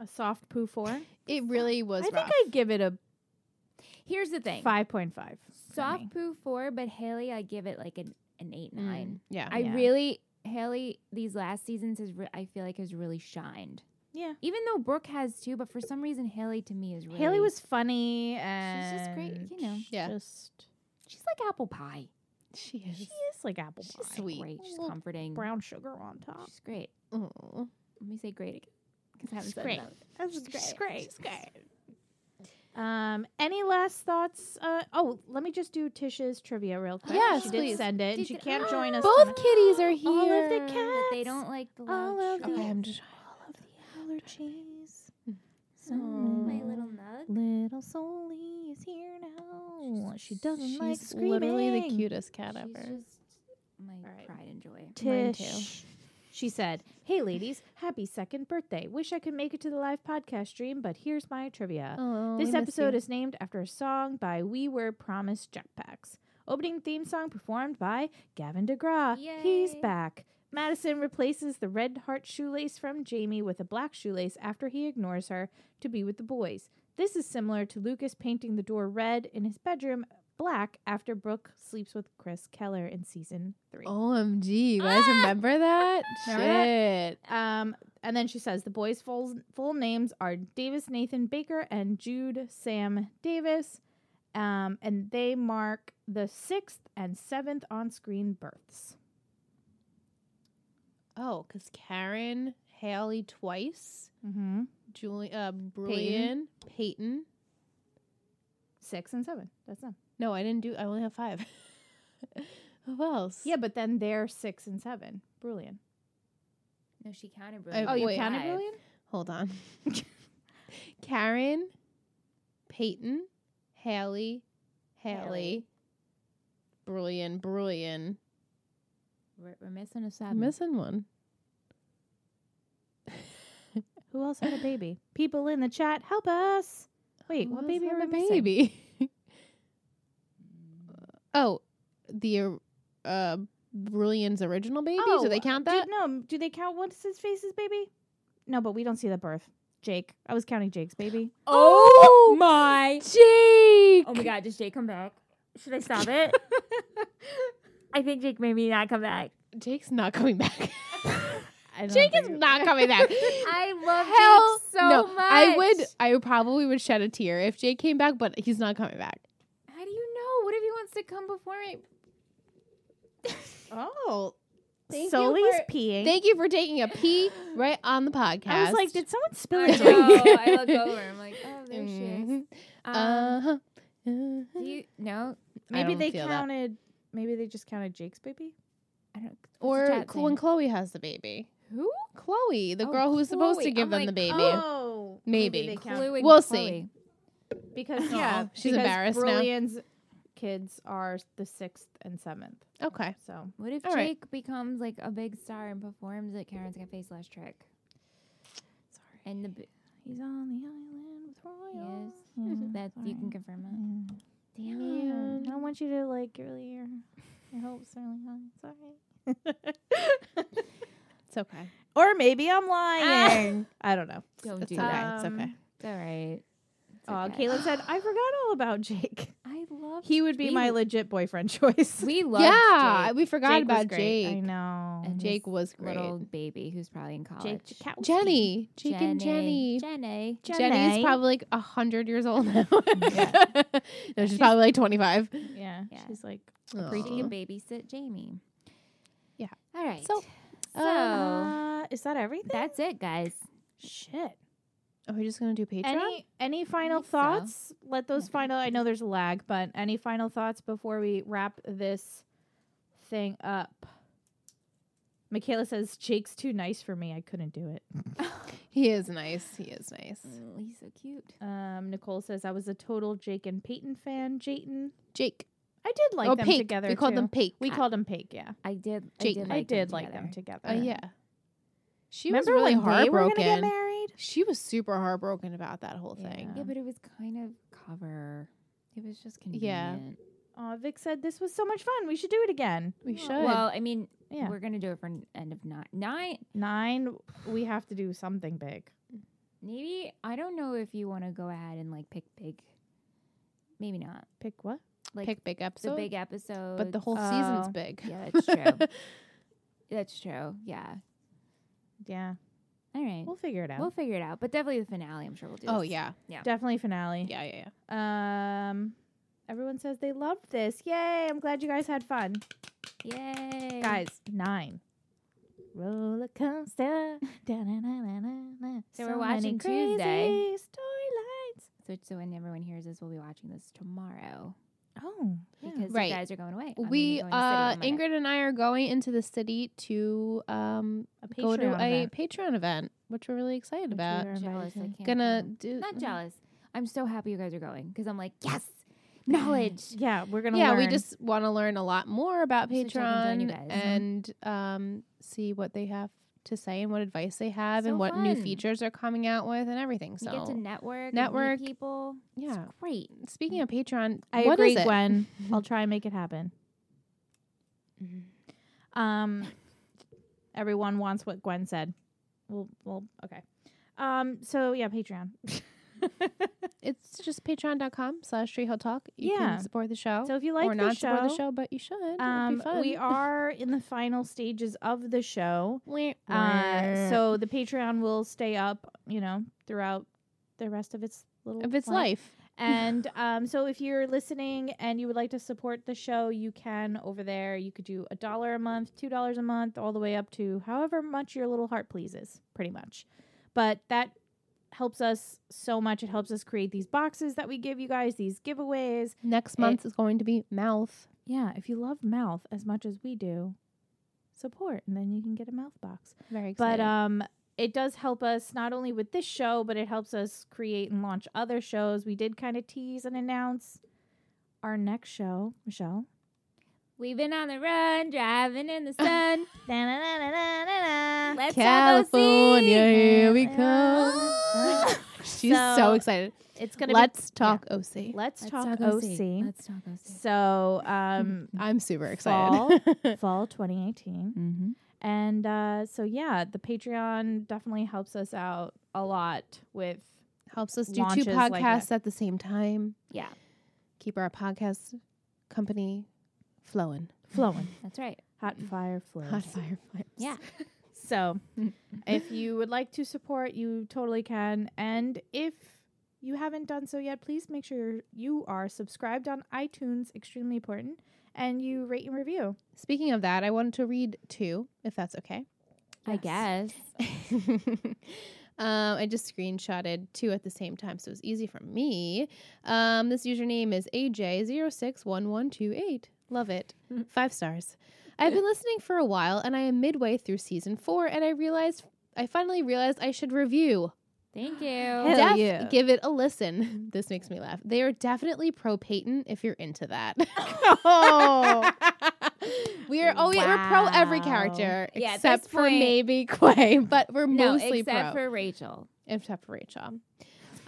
[SPEAKER 2] A soft poo four.
[SPEAKER 1] It really was.
[SPEAKER 2] I think
[SPEAKER 1] rough.
[SPEAKER 2] I'd give it a
[SPEAKER 3] Here's the thing.
[SPEAKER 2] five point five.
[SPEAKER 3] Soft poo four, but Haley, I give it like an an eight
[SPEAKER 1] Mm,
[SPEAKER 3] nine.
[SPEAKER 1] Yeah.
[SPEAKER 3] I
[SPEAKER 2] Yeah.
[SPEAKER 3] really Haley these last seasons has re- I feel like has really shined.
[SPEAKER 2] Yeah.
[SPEAKER 3] Even though Brooke has too, but for some reason Haley to me is really
[SPEAKER 2] Haley was funny and
[SPEAKER 3] just great, you know.
[SPEAKER 1] Yeah.
[SPEAKER 2] Just
[SPEAKER 3] she's like apple pie.
[SPEAKER 1] she
[SPEAKER 2] she
[SPEAKER 1] is.
[SPEAKER 2] is like apple
[SPEAKER 1] She's
[SPEAKER 2] pie.
[SPEAKER 1] sweet.
[SPEAKER 3] Great, she's
[SPEAKER 1] Well,
[SPEAKER 3] comforting.
[SPEAKER 2] Brown sugar on top.
[SPEAKER 3] She's great.
[SPEAKER 1] Oh.
[SPEAKER 3] Let me say great again because I haven't
[SPEAKER 2] She's
[SPEAKER 3] said
[SPEAKER 2] great.
[SPEAKER 3] that.
[SPEAKER 2] That's
[SPEAKER 3] great.
[SPEAKER 2] She's great. Um, any last thoughts? Uh, oh, let me just do Tish's trivia real quick.
[SPEAKER 1] Yes,
[SPEAKER 2] she
[SPEAKER 1] please.
[SPEAKER 2] did send it. and
[SPEAKER 3] Did
[SPEAKER 2] she
[SPEAKER 3] you-
[SPEAKER 2] can't join us.
[SPEAKER 1] Both
[SPEAKER 2] tonight.
[SPEAKER 1] kitties are here.
[SPEAKER 2] All of the
[SPEAKER 3] But
[SPEAKER 2] Cats.
[SPEAKER 3] they don't like the Oh,
[SPEAKER 2] All
[SPEAKER 3] loud
[SPEAKER 2] of
[SPEAKER 3] show.
[SPEAKER 2] the-
[SPEAKER 1] Okay, I'm just.
[SPEAKER 2] All of the allergies. Mm.
[SPEAKER 3] So my little nug.
[SPEAKER 2] Little Soli is here now.
[SPEAKER 1] oh,
[SPEAKER 2] She doesn't
[SPEAKER 1] She's
[SPEAKER 2] like screaming.
[SPEAKER 1] literally the cutest cat
[SPEAKER 3] She's
[SPEAKER 1] ever.
[SPEAKER 3] just my
[SPEAKER 2] right.
[SPEAKER 3] pride and joy.
[SPEAKER 1] Mine
[SPEAKER 2] Tish. She said, Hey, ladies, happy second birthday. Wish I could make it to the live podcast stream, but here's my trivia.
[SPEAKER 1] Oh,
[SPEAKER 2] this episode is named after a song by We Were Promised Jetpacks. Opening theme song performed by Gavin DeGraw. He's
[SPEAKER 3] Yay.
[SPEAKER 2] back. Madison replaces the red heart shoelace from Jamie with a black shoelace after he ignores her to be with the boys. This is similar to Lucas painting the door red in his bedroom black after Brooke sleeps with Chris Keller in season three.
[SPEAKER 1] OMG, you guys
[SPEAKER 3] Ah!
[SPEAKER 1] remember that?
[SPEAKER 2] Remember that?
[SPEAKER 1] Shit.
[SPEAKER 2] Um, and then she says the boys' full full names are Davis Nathan Baker and Jude Sam Davis, um, and they mark the sixth and seventh on screen births.
[SPEAKER 1] Oh, because Karen, Haley twice,
[SPEAKER 2] Mm-hmm.
[SPEAKER 1] Julie, uh, Brilliant, Peyton.
[SPEAKER 2] Six and seven. That's them.
[SPEAKER 1] No, I didn't do. I only have five. Who else?
[SPEAKER 2] Yeah, but then they're six and seven. Brilliant.
[SPEAKER 3] No, she counted
[SPEAKER 1] Oh,
[SPEAKER 3] brilliant.
[SPEAKER 2] Oh, you
[SPEAKER 1] wait.
[SPEAKER 2] counted
[SPEAKER 3] Five.
[SPEAKER 2] brilliant.
[SPEAKER 1] Hold on. Karen, Peyton, Haley, Haley,
[SPEAKER 3] Haley.
[SPEAKER 1] Brilliant, Brilliant.
[SPEAKER 3] We're, we're missing a
[SPEAKER 1] I'm
[SPEAKER 3] seven.
[SPEAKER 1] missing one.
[SPEAKER 2] Who else had a baby? People in the chat, help us. Wait,
[SPEAKER 1] Who
[SPEAKER 2] what
[SPEAKER 1] else
[SPEAKER 2] baby
[SPEAKER 1] had
[SPEAKER 2] are
[SPEAKER 1] a
[SPEAKER 2] we missing?
[SPEAKER 1] baby?
[SPEAKER 3] Mm.
[SPEAKER 1] oh, the uh, Brilliant's original baby. Do they
[SPEAKER 2] Oh,
[SPEAKER 1] count
[SPEAKER 2] Do-
[SPEAKER 1] that?
[SPEAKER 2] no, do they count what's his face's baby? No, but we don't see the birth. Jake. I was counting Jake's baby.
[SPEAKER 3] Oh my!
[SPEAKER 1] Jake.
[SPEAKER 3] Oh my God! Does Jake come back? Should I stop it? I think Jake maybe not come back.
[SPEAKER 1] Jake's not coming back.
[SPEAKER 2] I don't
[SPEAKER 1] Jake
[SPEAKER 2] think
[SPEAKER 1] is
[SPEAKER 2] it-
[SPEAKER 1] not coming back.
[SPEAKER 3] I love
[SPEAKER 1] Hell
[SPEAKER 3] Jake so
[SPEAKER 1] no.
[SPEAKER 3] much.
[SPEAKER 1] I would. I would probably would shed a tear if Jake came back, but he's not coming back.
[SPEAKER 3] How do you know? What if he wants to come before me?
[SPEAKER 1] Oh, thank
[SPEAKER 2] Thank
[SPEAKER 1] Solly's you. For,
[SPEAKER 2] peeing.
[SPEAKER 1] thank you for taking a pee right on the podcast.
[SPEAKER 2] I was like, did someone spill
[SPEAKER 3] I
[SPEAKER 2] a
[SPEAKER 1] That's
[SPEAKER 2] drink?
[SPEAKER 1] right.
[SPEAKER 3] know. I look over. I'm like, oh, there she is.
[SPEAKER 1] Mhm.
[SPEAKER 3] Um,
[SPEAKER 1] Uh-huh.
[SPEAKER 3] do you no?
[SPEAKER 2] Maybe
[SPEAKER 1] don't
[SPEAKER 2] they
[SPEAKER 1] feel that.
[SPEAKER 2] counted. Maybe they just counted Jake's baby.
[SPEAKER 3] I don't.
[SPEAKER 1] Or
[SPEAKER 3] chat
[SPEAKER 1] cl- when
[SPEAKER 3] thing.
[SPEAKER 1] Chloe has the baby,
[SPEAKER 3] who?
[SPEAKER 1] Chloe, the
[SPEAKER 3] Oh,
[SPEAKER 1] girl who was supposed to
[SPEAKER 3] Chloe.
[SPEAKER 1] give
[SPEAKER 3] I'm
[SPEAKER 1] them
[SPEAKER 3] like,
[SPEAKER 1] the baby.
[SPEAKER 2] Oh,
[SPEAKER 1] Maybe.
[SPEAKER 2] they count-
[SPEAKER 3] Chloe and
[SPEAKER 1] We'll see.
[SPEAKER 3] Chloe.
[SPEAKER 2] because yeah,
[SPEAKER 1] Aw, she's
[SPEAKER 2] because
[SPEAKER 1] embarrassed now.
[SPEAKER 2] Brilliant's kids are the sixth and seventh.
[SPEAKER 1] Okay,
[SPEAKER 2] So
[SPEAKER 3] What if
[SPEAKER 1] All right.
[SPEAKER 3] Jake becomes like a big star and performs at Karen's Cafe slash trick?
[SPEAKER 2] sorry,
[SPEAKER 3] And the b-
[SPEAKER 2] he's on the island with Royals. mm-hmm.
[SPEAKER 3] that you can confirm that.
[SPEAKER 2] Damn. I want you to like really your your hopes really high. Sorry.
[SPEAKER 1] it's okay.
[SPEAKER 2] or maybe I'm lying. I don't know.
[SPEAKER 3] Don't
[SPEAKER 1] It's
[SPEAKER 3] do
[SPEAKER 1] okay.
[SPEAKER 3] that.
[SPEAKER 1] it's
[SPEAKER 2] Um,
[SPEAKER 1] okay.
[SPEAKER 3] It's all right. It's
[SPEAKER 2] Oh,
[SPEAKER 3] okay.
[SPEAKER 2] Caleb said I forgot all about Jake.
[SPEAKER 3] I love.
[SPEAKER 2] He would be
[SPEAKER 3] we-
[SPEAKER 2] my legit boyfriend choice.
[SPEAKER 3] We love.
[SPEAKER 1] Yeah,
[SPEAKER 3] Jake,
[SPEAKER 1] we forgot
[SPEAKER 2] Jake was
[SPEAKER 1] about
[SPEAKER 2] great. I
[SPEAKER 1] Jake.
[SPEAKER 2] know.
[SPEAKER 3] And
[SPEAKER 1] Jake
[SPEAKER 3] his
[SPEAKER 1] was great.
[SPEAKER 3] little baby who's probably in college.
[SPEAKER 2] Jake Jakowski.
[SPEAKER 1] Jenny, Jake and Jenny.
[SPEAKER 3] Jenny.
[SPEAKER 1] Jenny's
[SPEAKER 2] Jenny.
[SPEAKER 1] probably like a hundred years old now.
[SPEAKER 2] Yeah.
[SPEAKER 1] no, she's probably like twenty five.
[SPEAKER 2] Yeah,
[SPEAKER 3] Yeah.
[SPEAKER 2] she's like
[SPEAKER 3] She can babysit Jamie.
[SPEAKER 1] Yeah.
[SPEAKER 3] All right.
[SPEAKER 1] So,
[SPEAKER 3] So,
[SPEAKER 2] Uh, is that everything?
[SPEAKER 3] Oh. that's it, guys.
[SPEAKER 2] shit.
[SPEAKER 1] Are we just gonna do Patreon?
[SPEAKER 2] Any any final
[SPEAKER 3] think so.
[SPEAKER 2] thoughts? Let those
[SPEAKER 3] Yeah.
[SPEAKER 2] final. I know there's a lag, but any final thoughts before we wrap this thing up? Michaela says Jake's too nice for me. I couldn't do it.
[SPEAKER 1] he is nice. He is nice.
[SPEAKER 3] Oh, he's so cute.
[SPEAKER 2] Um, Nicole says I was a total Jake and Peyton fan. Jayton,
[SPEAKER 1] Jake.
[SPEAKER 2] I did like
[SPEAKER 1] oh,
[SPEAKER 2] them
[SPEAKER 1] Pake.
[SPEAKER 2] together.
[SPEAKER 1] We called
[SPEAKER 2] too.
[SPEAKER 1] them Pake.
[SPEAKER 2] We called them Pake. Yeah,
[SPEAKER 3] I did.
[SPEAKER 1] Jake-
[SPEAKER 3] I did
[SPEAKER 2] I
[SPEAKER 3] like,
[SPEAKER 2] did
[SPEAKER 3] them
[SPEAKER 2] like
[SPEAKER 3] together.
[SPEAKER 2] them together.
[SPEAKER 1] Oh yeah. She
[SPEAKER 2] Remember
[SPEAKER 1] was really
[SPEAKER 2] when they were gonna
[SPEAKER 1] heartbroken.
[SPEAKER 2] get married?
[SPEAKER 1] she was super heartbroken about that whole thing.
[SPEAKER 2] Yeah.
[SPEAKER 3] Yeah, but it was kind of cover. It was just
[SPEAKER 1] Yeah.
[SPEAKER 3] convenient.
[SPEAKER 2] Oh, Vic said this was so much fun. We should do it again.
[SPEAKER 1] We should.
[SPEAKER 3] Well, I mean,
[SPEAKER 2] Yeah.
[SPEAKER 3] we're gonna do it for n- end of nine. Nine,
[SPEAKER 2] Nine, we have to do something big.
[SPEAKER 3] maybe. I don't know if you want to go ahead and like pick big. Maybe not.
[SPEAKER 2] Pick what?
[SPEAKER 3] Like
[SPEAKER 1] Pick big
[SPEAKER 3] the
[SPEAKER 1] episode.
[SPEAKER 3] big episode,
[SPEAKER 1] but the whole
[SPEAKER 2] Oh.
[SPEAKER 1] season's big.
[SPEAKER 3] Yeah, that's true. That's true. Yeah.
[SPEAKER 2] Yeah,
[SPEAKER 3] All right.
[SPEAKER 2] we'll figure it out.
[SPEAKER 3] We'll figure it out. But definitely the finale. I'm sure we'll do.
[SPEAKER 1] oh
[SPEAKER 3] this.
[SPEAKER 1] yeah.
[SPEAKER 2] Definitely finale.
[SPEAKER 1] Yeah, yeah, yeah.
[SPEAKER 2] Um, everyone says they loved this. Yay! I'm glad you guys had fun,
[SPEAKER 3] Yay,
[SPEAKER 2] guys. Nine. Roller coaster. Da-na-na-na-na-na.
[SPEAKER 3] So we're
[SPEAKER 2] many
[SPEAKER 3] watching
[SPEAKER 2] crazy
[SPEAKER 3] Tuesday.
[SPEAKER 2] storylines.
[SPEAKER 3] So, so when everyone hears this, we'll be watching this tomorrow
[SPEAKER 2] Oh, yeah.
[SPEAKER 3] because
[SPEAKER 1] Right.
[SPEAKER 3] you guys are going away. I mean,
[SPEAKER 1] we
[SPEAKER 3] you're going to
[SPEAKER 1] uh
[SPEAKER 3] City oh on Monday.
[SPEAKER 1] Ingrid and I are going into the city to um
[SPEAKER 2] a
[SPEAKER 1] go to
[SPEAKER 2] Patreon
[SPEAKER 1] a
[SPEAKER 2] event,
[SPEAKER 1] Patreon event, which we're really excited
[SPEAKER 2] which we
[SPEAKER 1] about.
[SPEAKER 2] are invited
[SPEAKER 3] Jealous, I
[SPEAKER 2] to.
[SPEAKER 3] can't
[SPEAKER 1] Gonna
[SPEAKER 3] come.
[SPEAKER 1] do Mm-hmm.
[SPEAKER 3] Not jealous. I'm so happy you guys are going because I'm like yes, knowledge.
[SPEAKER 2] Yeah, we're gonna.
[SPEAKER 1] yeah, we
[SPEAKER 2] learn.
[SPEAKER 1] just want to learn a lot more about
[SPEAKER 3] So check and join you
[SPEAKER 1] Patreon
[SPEAKER 3] guys.
[SPEAKER 1] and um, see what they have to say and what advice they have
[SPEAKER 3] So
[SPEAKER 1] and what new
[SPEAKER 3] fun.
[SPEAKER 1] features are coming out with and everything.
[SPEAKER 3] You get to
[SPEAKER 1] So
[SPEAKER 3] network, and meet
[SPEAKER 1] network.
[SPEAKER 3] people.
[SPEAKER 1] yeah,
[SPEAKER 3] it's great.
[SPEAKER 1] speaking of Patreon,
[SPEAKER 2] I
[SPEAKER 1] what
[SPEAKER 2] agree,
[SPEAKER 1] is it? Mm-hmm.
[SPEAKER 2] Gwen. I'll try and make it happen.
[SPEAKER 1] Mm-hmm.
[SPEAKER 2] Um, everyone wants what Gwen said. Well, well, okay. Um, so yeah, Patreon.
[SPEAKER 1] Oh, It's just patreon.com slash treehill talk. You
[SPEAKER 2] Yeah.
[SPEAKER 1] can support the show.
[SPEAKER 2] so if you like
[SPEAKER 1] or
[SPEAKER 2] the
[SPEAKER 1] not
[SPEAKER 2] show,
[SPEAKER 1] support the show, but you should. It'd be
[SPEAKER 2] um,
[SPEAKER 1] fun.
[SPEAKER 2] we are in the final stages of the show.
[SPEAKER 1] Wah,
[SPEAKER 2] Uh,
[SPEAKER 1] wah.
[SPEAKER 2] so the Patreon will stay up, you know, throughout the rest of its little
[SPEAKER 1] of its
[SPEAKER 2] life.
[SPEAKER 1] life.
[SPEAKER 2] And um, so, if you're listening and you would like to support the show, you can over there. You could do a dollar a month, two dollars a month, all the way up to however much your little heart pleases, pretty much. But that helps us so much. It helps us create these boxes that we give you guys, these giveaways.
[SPEAKER 1] Next month is going to be mouth.
[SPEAKER 2] Yeah, if you love mouth as much as we do, support, and then you can get a mouth box.
[SPEAKER 1] Very excited.
[SPEAKER 2] But
[SPEAKER 3] uh,
[SPEAKER 2] um it does help us not only with this show, but it helps us create and launch other shows. We did kind of tease and announce our next show, Michelle.
[SPEAKER 3] We've been on the run, driving in the sun.
[SPEAKER 2] Da-na-na-na-na-na.
[SPEAKER 3] Let's
[SPEAKER 1] California,
[SPEAKER 3] All go see.
[SPEAKER 1] here we come. She's so,
[SPEAKER 2] So,
[SPEAKER 1] excited.
[SPEAKER 2] It's gonna
[SPEAKER 1] Let's talk OC.
[SPEAKER 2] be Let's,
[SPEAKER 3] Let's
[SPEAKER 2] talk, OC.
[SPEAKER 3] Let's talk OC.
[SPEAKER 2] So um
[SPEAKER 1] I'm super excited.
[SPEAKER 2] fall fall 2018.
[SPEAKER 3] Mm-hmm.
[SPEAKER 2] And uh so yeah, the Patreon definitely helps us out a lot with
[SPEAKER 1] Helps us do two
[SPEAKER 2] Launches like
[SPEAKER 1] podcasts
[SPEAKER 2] that.
[SPEAKER 1] at the same time.
[SPEAKER 3] Yeah,
[SPEAKER 1] Keep our podcast company flowing.
[SPEAKER 2] flowing.
[SPEAKER 3] that's right.
[SPEAKER 2] Hot fire flows.
[SPEAKER 1] Hot fire flames.
[SPEAKER 3] Yeah.
[SPEAKER 2] So, if you would like to support, you totally can. And if you haven't done so yet, please make sure you're, you are subscribed on iTunes, extremely important, and you rate and review.
[SPEAKER 1] Speaking of that, I wanted to read two, if that's okay.
[SPEAKER 3] I guess.
[SPEAKER 1] um, I just screenshotted two at the same time, so it's easy for me. Um, this username is AJ061128. Love it. Five stars. I've been listening for a while, and I am midway through season four, and I realized I finally realized I should review.
[SPEAKER 3] Thank
[SPEAKER 2] Hell
[SPEAKER 3] you.
[SPEAKER 1] Def-
[SPEAKER 2] yeah.
[SPEAKER 1] Give it a listen. This makes me laugh. They are definitely pro Peyton if you're into that.
[SPEAKER 2] Oh.
[SPEAKER 1] we are always we're pro every
[SPEAKER 3] Wow.
[SPEAKER 1] character
[SPEAKER 3] Yeah, at
[SPEAKER 1] except
[SPEAKER 3] this
[SPEAKER 1] for
[SPEAKER 3] point-
[SPEAKER 1] maybe Quay, but we're
[SPEAKER 3] No,
[SPEAKER 1] mostly pro
[SPEAKER 3] except for Rachel.
[SPEAKER 1] except for Rachel.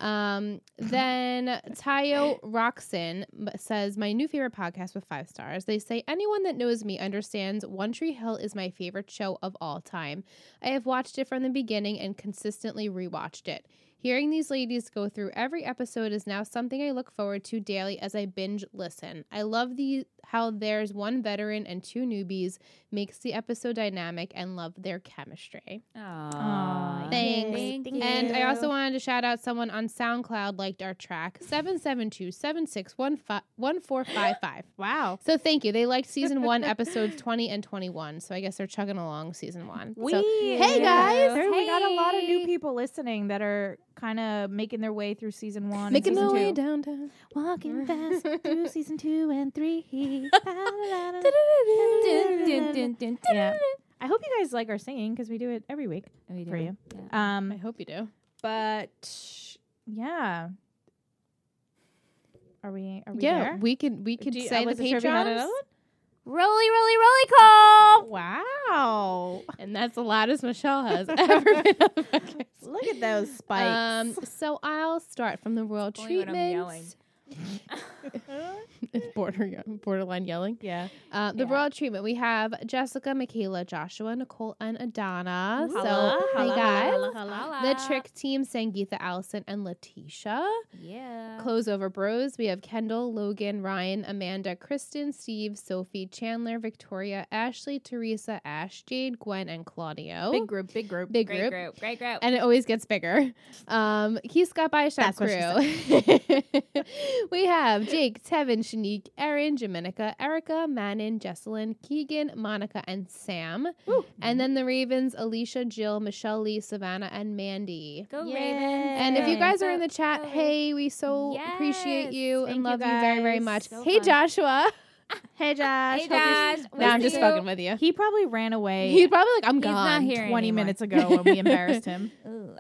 [SPEAKER 1] Um, then Tayo Roxon m- says, My new favorite podcast with five stars. They say, Anyone that knows me understands One Tree Hill is my favorite show of all time. I have watched it from the beginning and consistently rewatched it. Hearing these ladies go through every episode is now something I look forward to daily as I binge listen. I love the how there's one veteran and two newbies makes the episode dynamic and love their chemistry.
[SPEAKER 2] Aw,
[SPEAKER 1] Thanks.
[SPEAKER 2] yes,
[SPEAKER 3] Thank
[SPEAKER 1] And I
[SPEAKER 3] you.
[SPEAKER 1] also wanted to shout out someone on SoundCloud liked our track 772-761-1455.
[SPEAKER 2] Wow.
[SPEAKER 1] so thank you. They liked season 1 episodes 20 and 21. So I guess they're chugging along season 1.
[SPEAKER 2] We,
[SPEAKER 1] so
[SPEAKER 3] Hey, guys.
[SPEAKER 2] There- We got a lot of new
[SPEAKER 3] Hey.
[SPEAKER 2] people listening that are kind of making their way through season one.
[SPEAKER 1] making
[SPEAKER 2] and
[SPEAKER 1] their
[SPEAKER 2] season
[SPEAKER 1] way
[SPEAKER 2] two.
[SPEAKER 1] downtown.
[SPEAKER 2] Walking fast through season two and three.
[SPEAKER 3] Dun, dun, dun, dun, dun.
[SPEAKER 2] yeah. I hope you guys like our singing because we do it every week
[SPEAKER 3] We do.
[SPEAKER 2] for you.
[SPEAKER 3] Yeah.
[SPEAKER 1] I
[SPEAKER 2] Um,
[SPEAKER 1] hope you do.
[SPEAKER 2] but yeah, are we? Are we
[SPEAKER 1] yeah,
[SPEAKER 2] there?
[SPEAKER 1] we could we could
[SPEAKER 2] Do you- oh, I
[SPEAKER 1] say the
[SPEAKER 2] wasn't sure if you had
[SPEAKER 1] Patreons.
[SPEAKER 2] another
[SPEAKER 3] Rolly, rolly, rolly call.
[SPEAKER 2] Wow!
[SPEAKER 1] and that's the loudest Michelle has ever been on the podcast.
[SPEAKER 2] Look at those
[SPEAKER 1] Um, so I'll start from the royal
[SPEAKER 3] Only when I'm
[SPEAKER 1] treatment. Border, borderline yelling.
[SPEAKER 2] Um, yeah.
[SPEAKER 1] Uh, the
[SPEAKER 3] Yeah.
[SPEAKER 1] royal treatment. We have Jessica, Michaela, Joshua, Nicole, and Adana.
[SPEAKER 3] Ooh.
[SPEAKER 1] so
[SPEAKER 3] Holla,
[SPEAKER 1] hi
[SPEAKER 3] holla,
[SPEAKER 1] guys.
[SPEAKER 3] holla, holla,
[SPEAKER 1] The
[SPEAKER 3] holla.
[SPEAKER 1] trick team: Sangeetha, Allison, and Letitia.
[SPEAKER 3] Yeah.
[SPEAKER 1] Close over bros. We have Kendall, Logan, Ryan, Amanda, Kristen, Steve, Sophie, Chandler, Victoria, Ashley, Teresa, Ash, Jade, Gwen, and Claudio.
[SPEAKER 2] Big group. Big group.
[SPEAKER 1] Big
[SPEAKER 3] Great group. Great group.
[SPEAKER 1] and it always gets bigger. Um, Keith Scott by shot
[SPEAKER 2] That's what
[SPEAKER 1] crew. we have Jake, Tevin, Shanique, Erin, Jaminica, Erica, Manon, Jesselyn, Keegan, Monica, and Sam.
[SPEAKER 2] Woo.
[SPEAKER 1] And then the Ravens, Alicia, Jill, Michelle Lee, Savannah, and Mandy.
[SPEAKER 3] Go
[SPEAKER 2] Yay.
[SPEAKER 3] Ravens.
[SPEAKER 1] And if you
[SPEAKER 2] Yay.
[SPEAKER 1] guys
[SPEAKER 3] Go-
[SPEAKER 1] are in the chat,
[SPEAKER 3] go Ravens.
[SPEAKER 1] hey, we so appreciate
[SPEAKER 3] Yes.
[SPEAKER 1] you
[SPEAKER 2] Thank
[SPEAKER 1] and
[SPEAKER 2] you
[SPEAKER 1] love you, very, very
[SPEAKER 2] guys.
[SPEAKER 1] much.
[SPEAKER 3] So
[SPEAKER 1] hey,
[SPEAKER 3] fun.
[SPEAKER 1] Joshua.
[SPEAKER 2] Hey Josh.
[SPEAKER 3] Hey,
[SPEAKER 2] Hope you're-
[SPEAKER 3] Josh.
[SPEAKER 1] No, I'm just
[SPEAKER 3] you.
[SPEAKER 1] fucking with you.
[SPEAKER 2] He probably ran away.
[SPEAKER 1] He's probably like, I'm
[SPEAKER 3] He's
[SPEAKER 1] gone.
[SPEAKER 3] not here
[SPEAKER 2] Twenty
[SPEAKER 3] anymore.
[SPEAKER 2] minutes ago when we embarrassed him.
[SPEAKER 3] Ugh.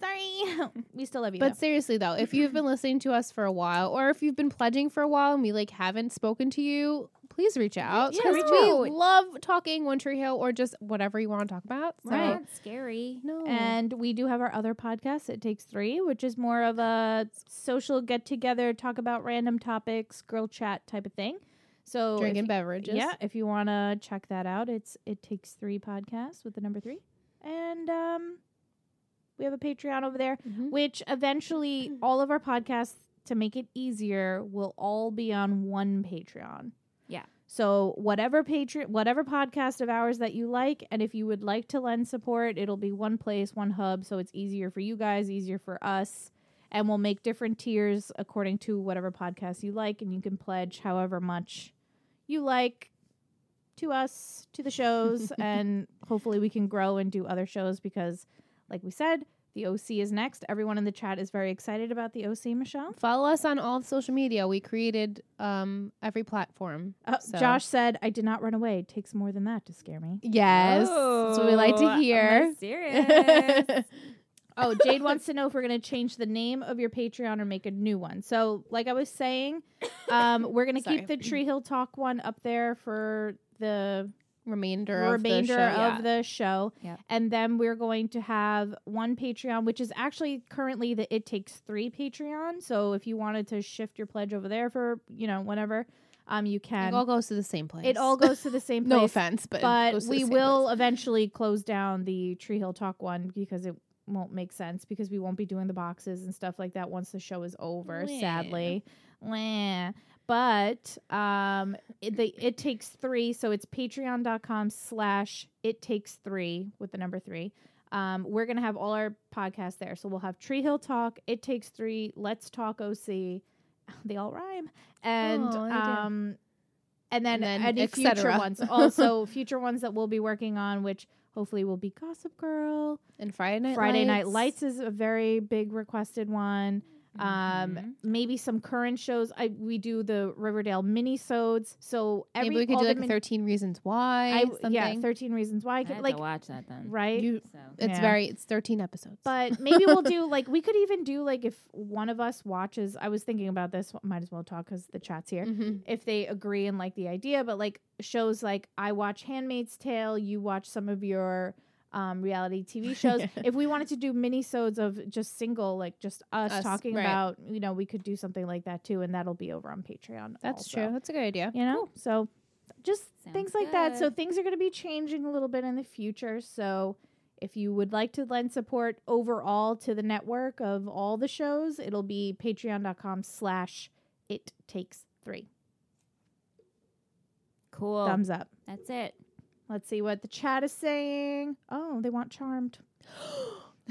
[SPEAKER 2] Sorry, sorry. we still love you.
[SPEAKER 1] But seriously though, if you've been listening to us for a while, or if you've been pledging for a while and we like haven't spoken to you, please reach out.
[SPEAKER 3] Yeah,
[SPEAKER 1] 'cause
[SPEAKER 3] reach
[SPEAKER 1] we
[SPEAKER 3] out.
[SPEAKER 1] love talking One Tree Hill or just whatever you want to talk about. So
[SPEAKER 3] Right. scary.
[SPEAKER 1] no.
[SPEAKER 2] though. and we do have our other podcast, It Takes Three, which is more of a social get together, talk about random topics, girl chat type of thing. So if
[SPEAKER 1] drinking
[SPEAKER 2] you-
[SPEAKER 1] beverages.
[SPEAKER 2] Yeah, if you want to check that out, it's It Takes Three podcast with the number three. And um, we have a Patreon over there,
[SPEAKER 1] Mhm.
[SPEAKER 2] which eventually all of our podcasts, to make it easier, will all be on one Patreon.
[SPEAKER 3] Yeah.
[SPEAKER 2] So whatever Patreon, whatever podcast of ours that you like, and if you would like to lend support, it'll be one place, one hub, so it's easier for you guys, easier for us. And we'll make different tiers according to whatever podcast you like, and you can pledge however much you like to us, to the shows, and hopefully we can grow and do other shows because, like we said, the OC is next. Everyone in the chat is very excited about the OC, Michelle.
[SPEAKER 1] Follow us on all of social media. We created um every platform.
[SPEAKER 2] Uh,
[SPEAKER 1] So-
[SPEAKER 2] Josh said, I did not run away. It takes more than that to scare me.
[SPEAKER 1] Yes. That's what we like to hear.
[SPEAKER 3] serious.
[SPEAKER 2] Oh, Jade wants to know if we're going to change the name of your Patreon or make a new one. So, like I was saying, um, we're going to keep the
[SPEAKER 1] Sorry.
[SPEAKER 2] Tree Hill Talk one up there for the
[SPEAKER 1] Remainder,
[SPEAKER 2] remainder
[SPEAKER 1] of the show. yeah.
[SPEAKER 2] of the show.
[SPEAKER 3] Yep.
[SPEAKER 2] And then we're going to have one Patreon, which is actually currently the It Takes Three Patreon. So if you wanted to shift your pledge over there for, you know, whenever, um, you
[SPEAKER 1] It
[SPEAKER 2] can.
[SPEAKER 1] all goes to the same place.
[SPEAKER 2] It all goes to the same place.
[SPEAKER 1] No offense, but it
[SPEAKER 2] But
[SPEAKER 1] goes to the
[SPEAKER 2] we
[SPEAKER 1] same
[SPEAKER 2] will eventually close down the Tree Hill Talk one because it won't make sense because we won't be doing the boxes and stuff like that once the show is over,
[SPEAKER 1] Meh.
[SPEAKER 2] sadly. Meh. But um it, the, it takes three, so it's patreon.com slash it takes three with the number three. Um, we're gonna have all our podcasts there. So we'll have Tree Hill Talk, It Takes Three, Let's Talk OC. They all rhyme. And
[SPEAKER 1] Aw, they do.
[SPEAKER 2] um and then,
[SPEAKER 1] And then
[SPEAKER 2] any
[SPEAKER 1] et
[SPEAKER 2] future
[SPEAKER 1] cetera.
[SPEAKER 2] ones. Also future ones that we'll be working on, which hopefully will be Gossip Girl.
[SPEAKER 1] And Friday night
[SPEAKER 2] Friday
[SPEAKER 1] lights.
[SPEAKER 2] Night Lights is a very big requested one.
[SPEAKER 3] Mm-hmm.
[SPEAKER 2] Um, maybe some current shows. I we do the Riverdale minisodes. So every
[SPEAKER 1] Maybe we could
[SPEAKER 2] all
[SPEAKER 1] do
[SPEAKER 2] the
[SPEAKER 1] like
[SPEAKER 2] min-
[SPEAKER 1] Thirteen Reasons Why.
[SPEAKER 2] I,
[SPEAKER 1] something.
[SPEAKER 2] yeah, Thirteen Reasons Why. I
[SPEAKER 3] I
[SPEAKER 2] could,
[SPEAKER 3] have
[SPEAKER 2] like
[SPEAKER 3] to watch that then.
[SPEAKER 2] right.
[SPEAKER 1] You-
[SPEAKER 3] So
[SPEAKER 1] it's
[SPEAKER 2] Yeah.
[SPEAKER 1] very. It's thirteen episodes.
[SPEAKER 2] but maybe we'll do like we could even do like if one of us watches. I was thinking about this. Might as well talk because the chat's here.
[SPEAKER 1] Mhm.
[SPEAKER 2] if they agree and like the idea, but like shows like I watch Handmaid's Tale, you watch some of your um, reality TV shows. if we wanted to do minisodes of just single, like just us,
[SPEAKER 1] Us,
[SPEAKER 2] talking
[SPEAKER 1] right.
[SPEAKER 2] about, you know, we could do something like that too, and that'll be over on Patreon.
[SPEAKER 1] that's
[SPEAKER 2] also,
[SPEAKER 1] true. That's a good idea.
[SPEAKER 2] You know, so just
[SPEAKER 3] Sounds
[SPEAKER 2] things like that. So
[SPEAKER 3] good.
[SPEAKER 2] things are going to be changing a little bit in the future. So. If you would like to lend support overall to the network of all the shows, it'll be patreon.com slash it takes three.
[SPEAKER 3] cool.
[SPEAKER 2] Thumbs up.
[SPEAKER 3] That's it.
[SPEAKER 2] Let's see what the chat is saying. Oh, they want charmed.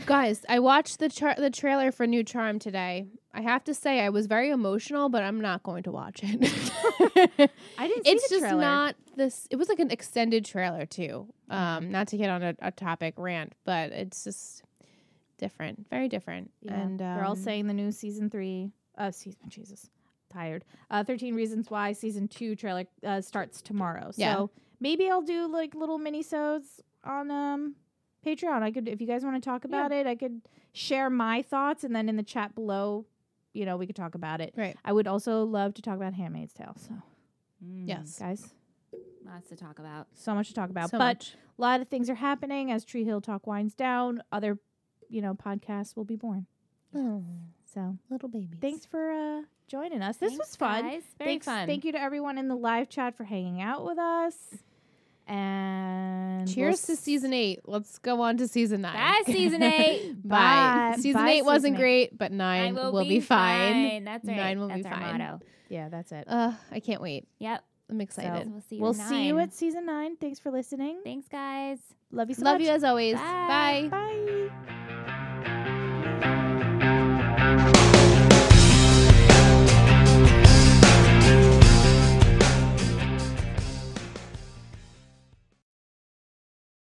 [SPEAKER 1] Guys, I watched the char- the trailer for New Charm today. I have to say I was very emotional, but I'm not going to watch it.
[SPEAKER 2] I didn't see
[SPEAKER 1] it's
[SPEAKER 2] the
[SPEAKER 1] just
[SPEAKER 2] trailer. Mm-hmm.
[SPEAKER 1] not this. It was like an extended trailer too. Um, not to get on a, a topic rant, but it's just different, very different.
[SPEAKER 2] Yeah,
[SPEAKER 1] And um,
[SPEAKER 2] they're all saying the new season three. Uh, excuse me, Jesus, tired. Uh, Thirteen Reasons Why season two trailer uh, starts tomorrow. So
[SPEAKER 1] Yeah.
[SPEAKER 2] maybe I'll do like little minisodes on um Patreon. I could, if you guys want to talk about it, I could share my thoughts, and then in the chat below, you know, we could talk about it.
[SPEAKER 1] right.
[SPEAKER 2] I would also love to talk about Handmaid's Tale. So
[SPEAKER 1] Mm. Yes.
[SPEAKER 2] guys,
[SPEAKER 3] Mm. Lots to talk about.
[SPEAKER 2] so much to talk about,
[SPEAKER 1] So
[SPEAKER 2] but.
[SPEAKER 1] much.
[SPEAKER 2] a lot of things are happening as Tree Hill Talk winds down. Other, you know, podcasts will be born.
[SPEAKER 1] Oh,
[SPEAKER 2] So
[SPEAKER 1] little babies.
[SPEAKER 2] thanks for uh, joining us. This
[SPEAKER 3] Thanks,
[SPEAKER 2] was fun.
[SPEAKER 3] Guys. Very
[SPEAKER 2] Thanks-
[SPEAKER 3] fun.
[SPEAKER 2] Thank you to everyone in the live chat for hanging out with us. And
[SPEAKER 1] Cheers to season eight. Let's go on to season nine.
[SPEAKER 3] Bye, season eight.
[SPEAKER 1] Bye.
[SPEAKER 2] Bye.
[SPEAKER 1] Season
[SPEAKER 2] Bye,
[SPEAKER 1] eight wasn't
[SPEAKER 2] season eight.
[SPEAKER 1] great, but nine
[SPEAKER 3] I
[SPEAKER 1] will, be, fine.
[SPEAKER 3] That's right.
[SPEAKER 1] Nine will
[SPEAKER 3] That's
[SPEAKER 1] be
[SPEAKER 3] our
[SPEAKER 1] fine.
[SPEAKER 3] motto.
[SPEAKER 2] Yeah, that's it.
[SPEAKER 1] Ugh, I can't wait.
[SPEAKER 3] Yep.
[SPEAKER 1] I'm
[SPEAKER 3] So
[SPEAKER 1] excited.
[SPEAKER 3] we'll see you.
[SPEAKER 2] we'll
[SPEAKER 3] at
[SPEAKER 2] see you
[SPEAKER 3] nine.
[SPEAKER 2] at season nine. Thanks for listening.
[SPEAKER 3] Thanks, guys.
[SPEAKER 2] Love you so
[SPEAKER 1] Love
[SPEAKER 2] much.
[SPEAKER 1] you as always.
[SPEAKER 3] Bye.
[SPEAKER 1] Bye.
[SPEAKER 2] Bye.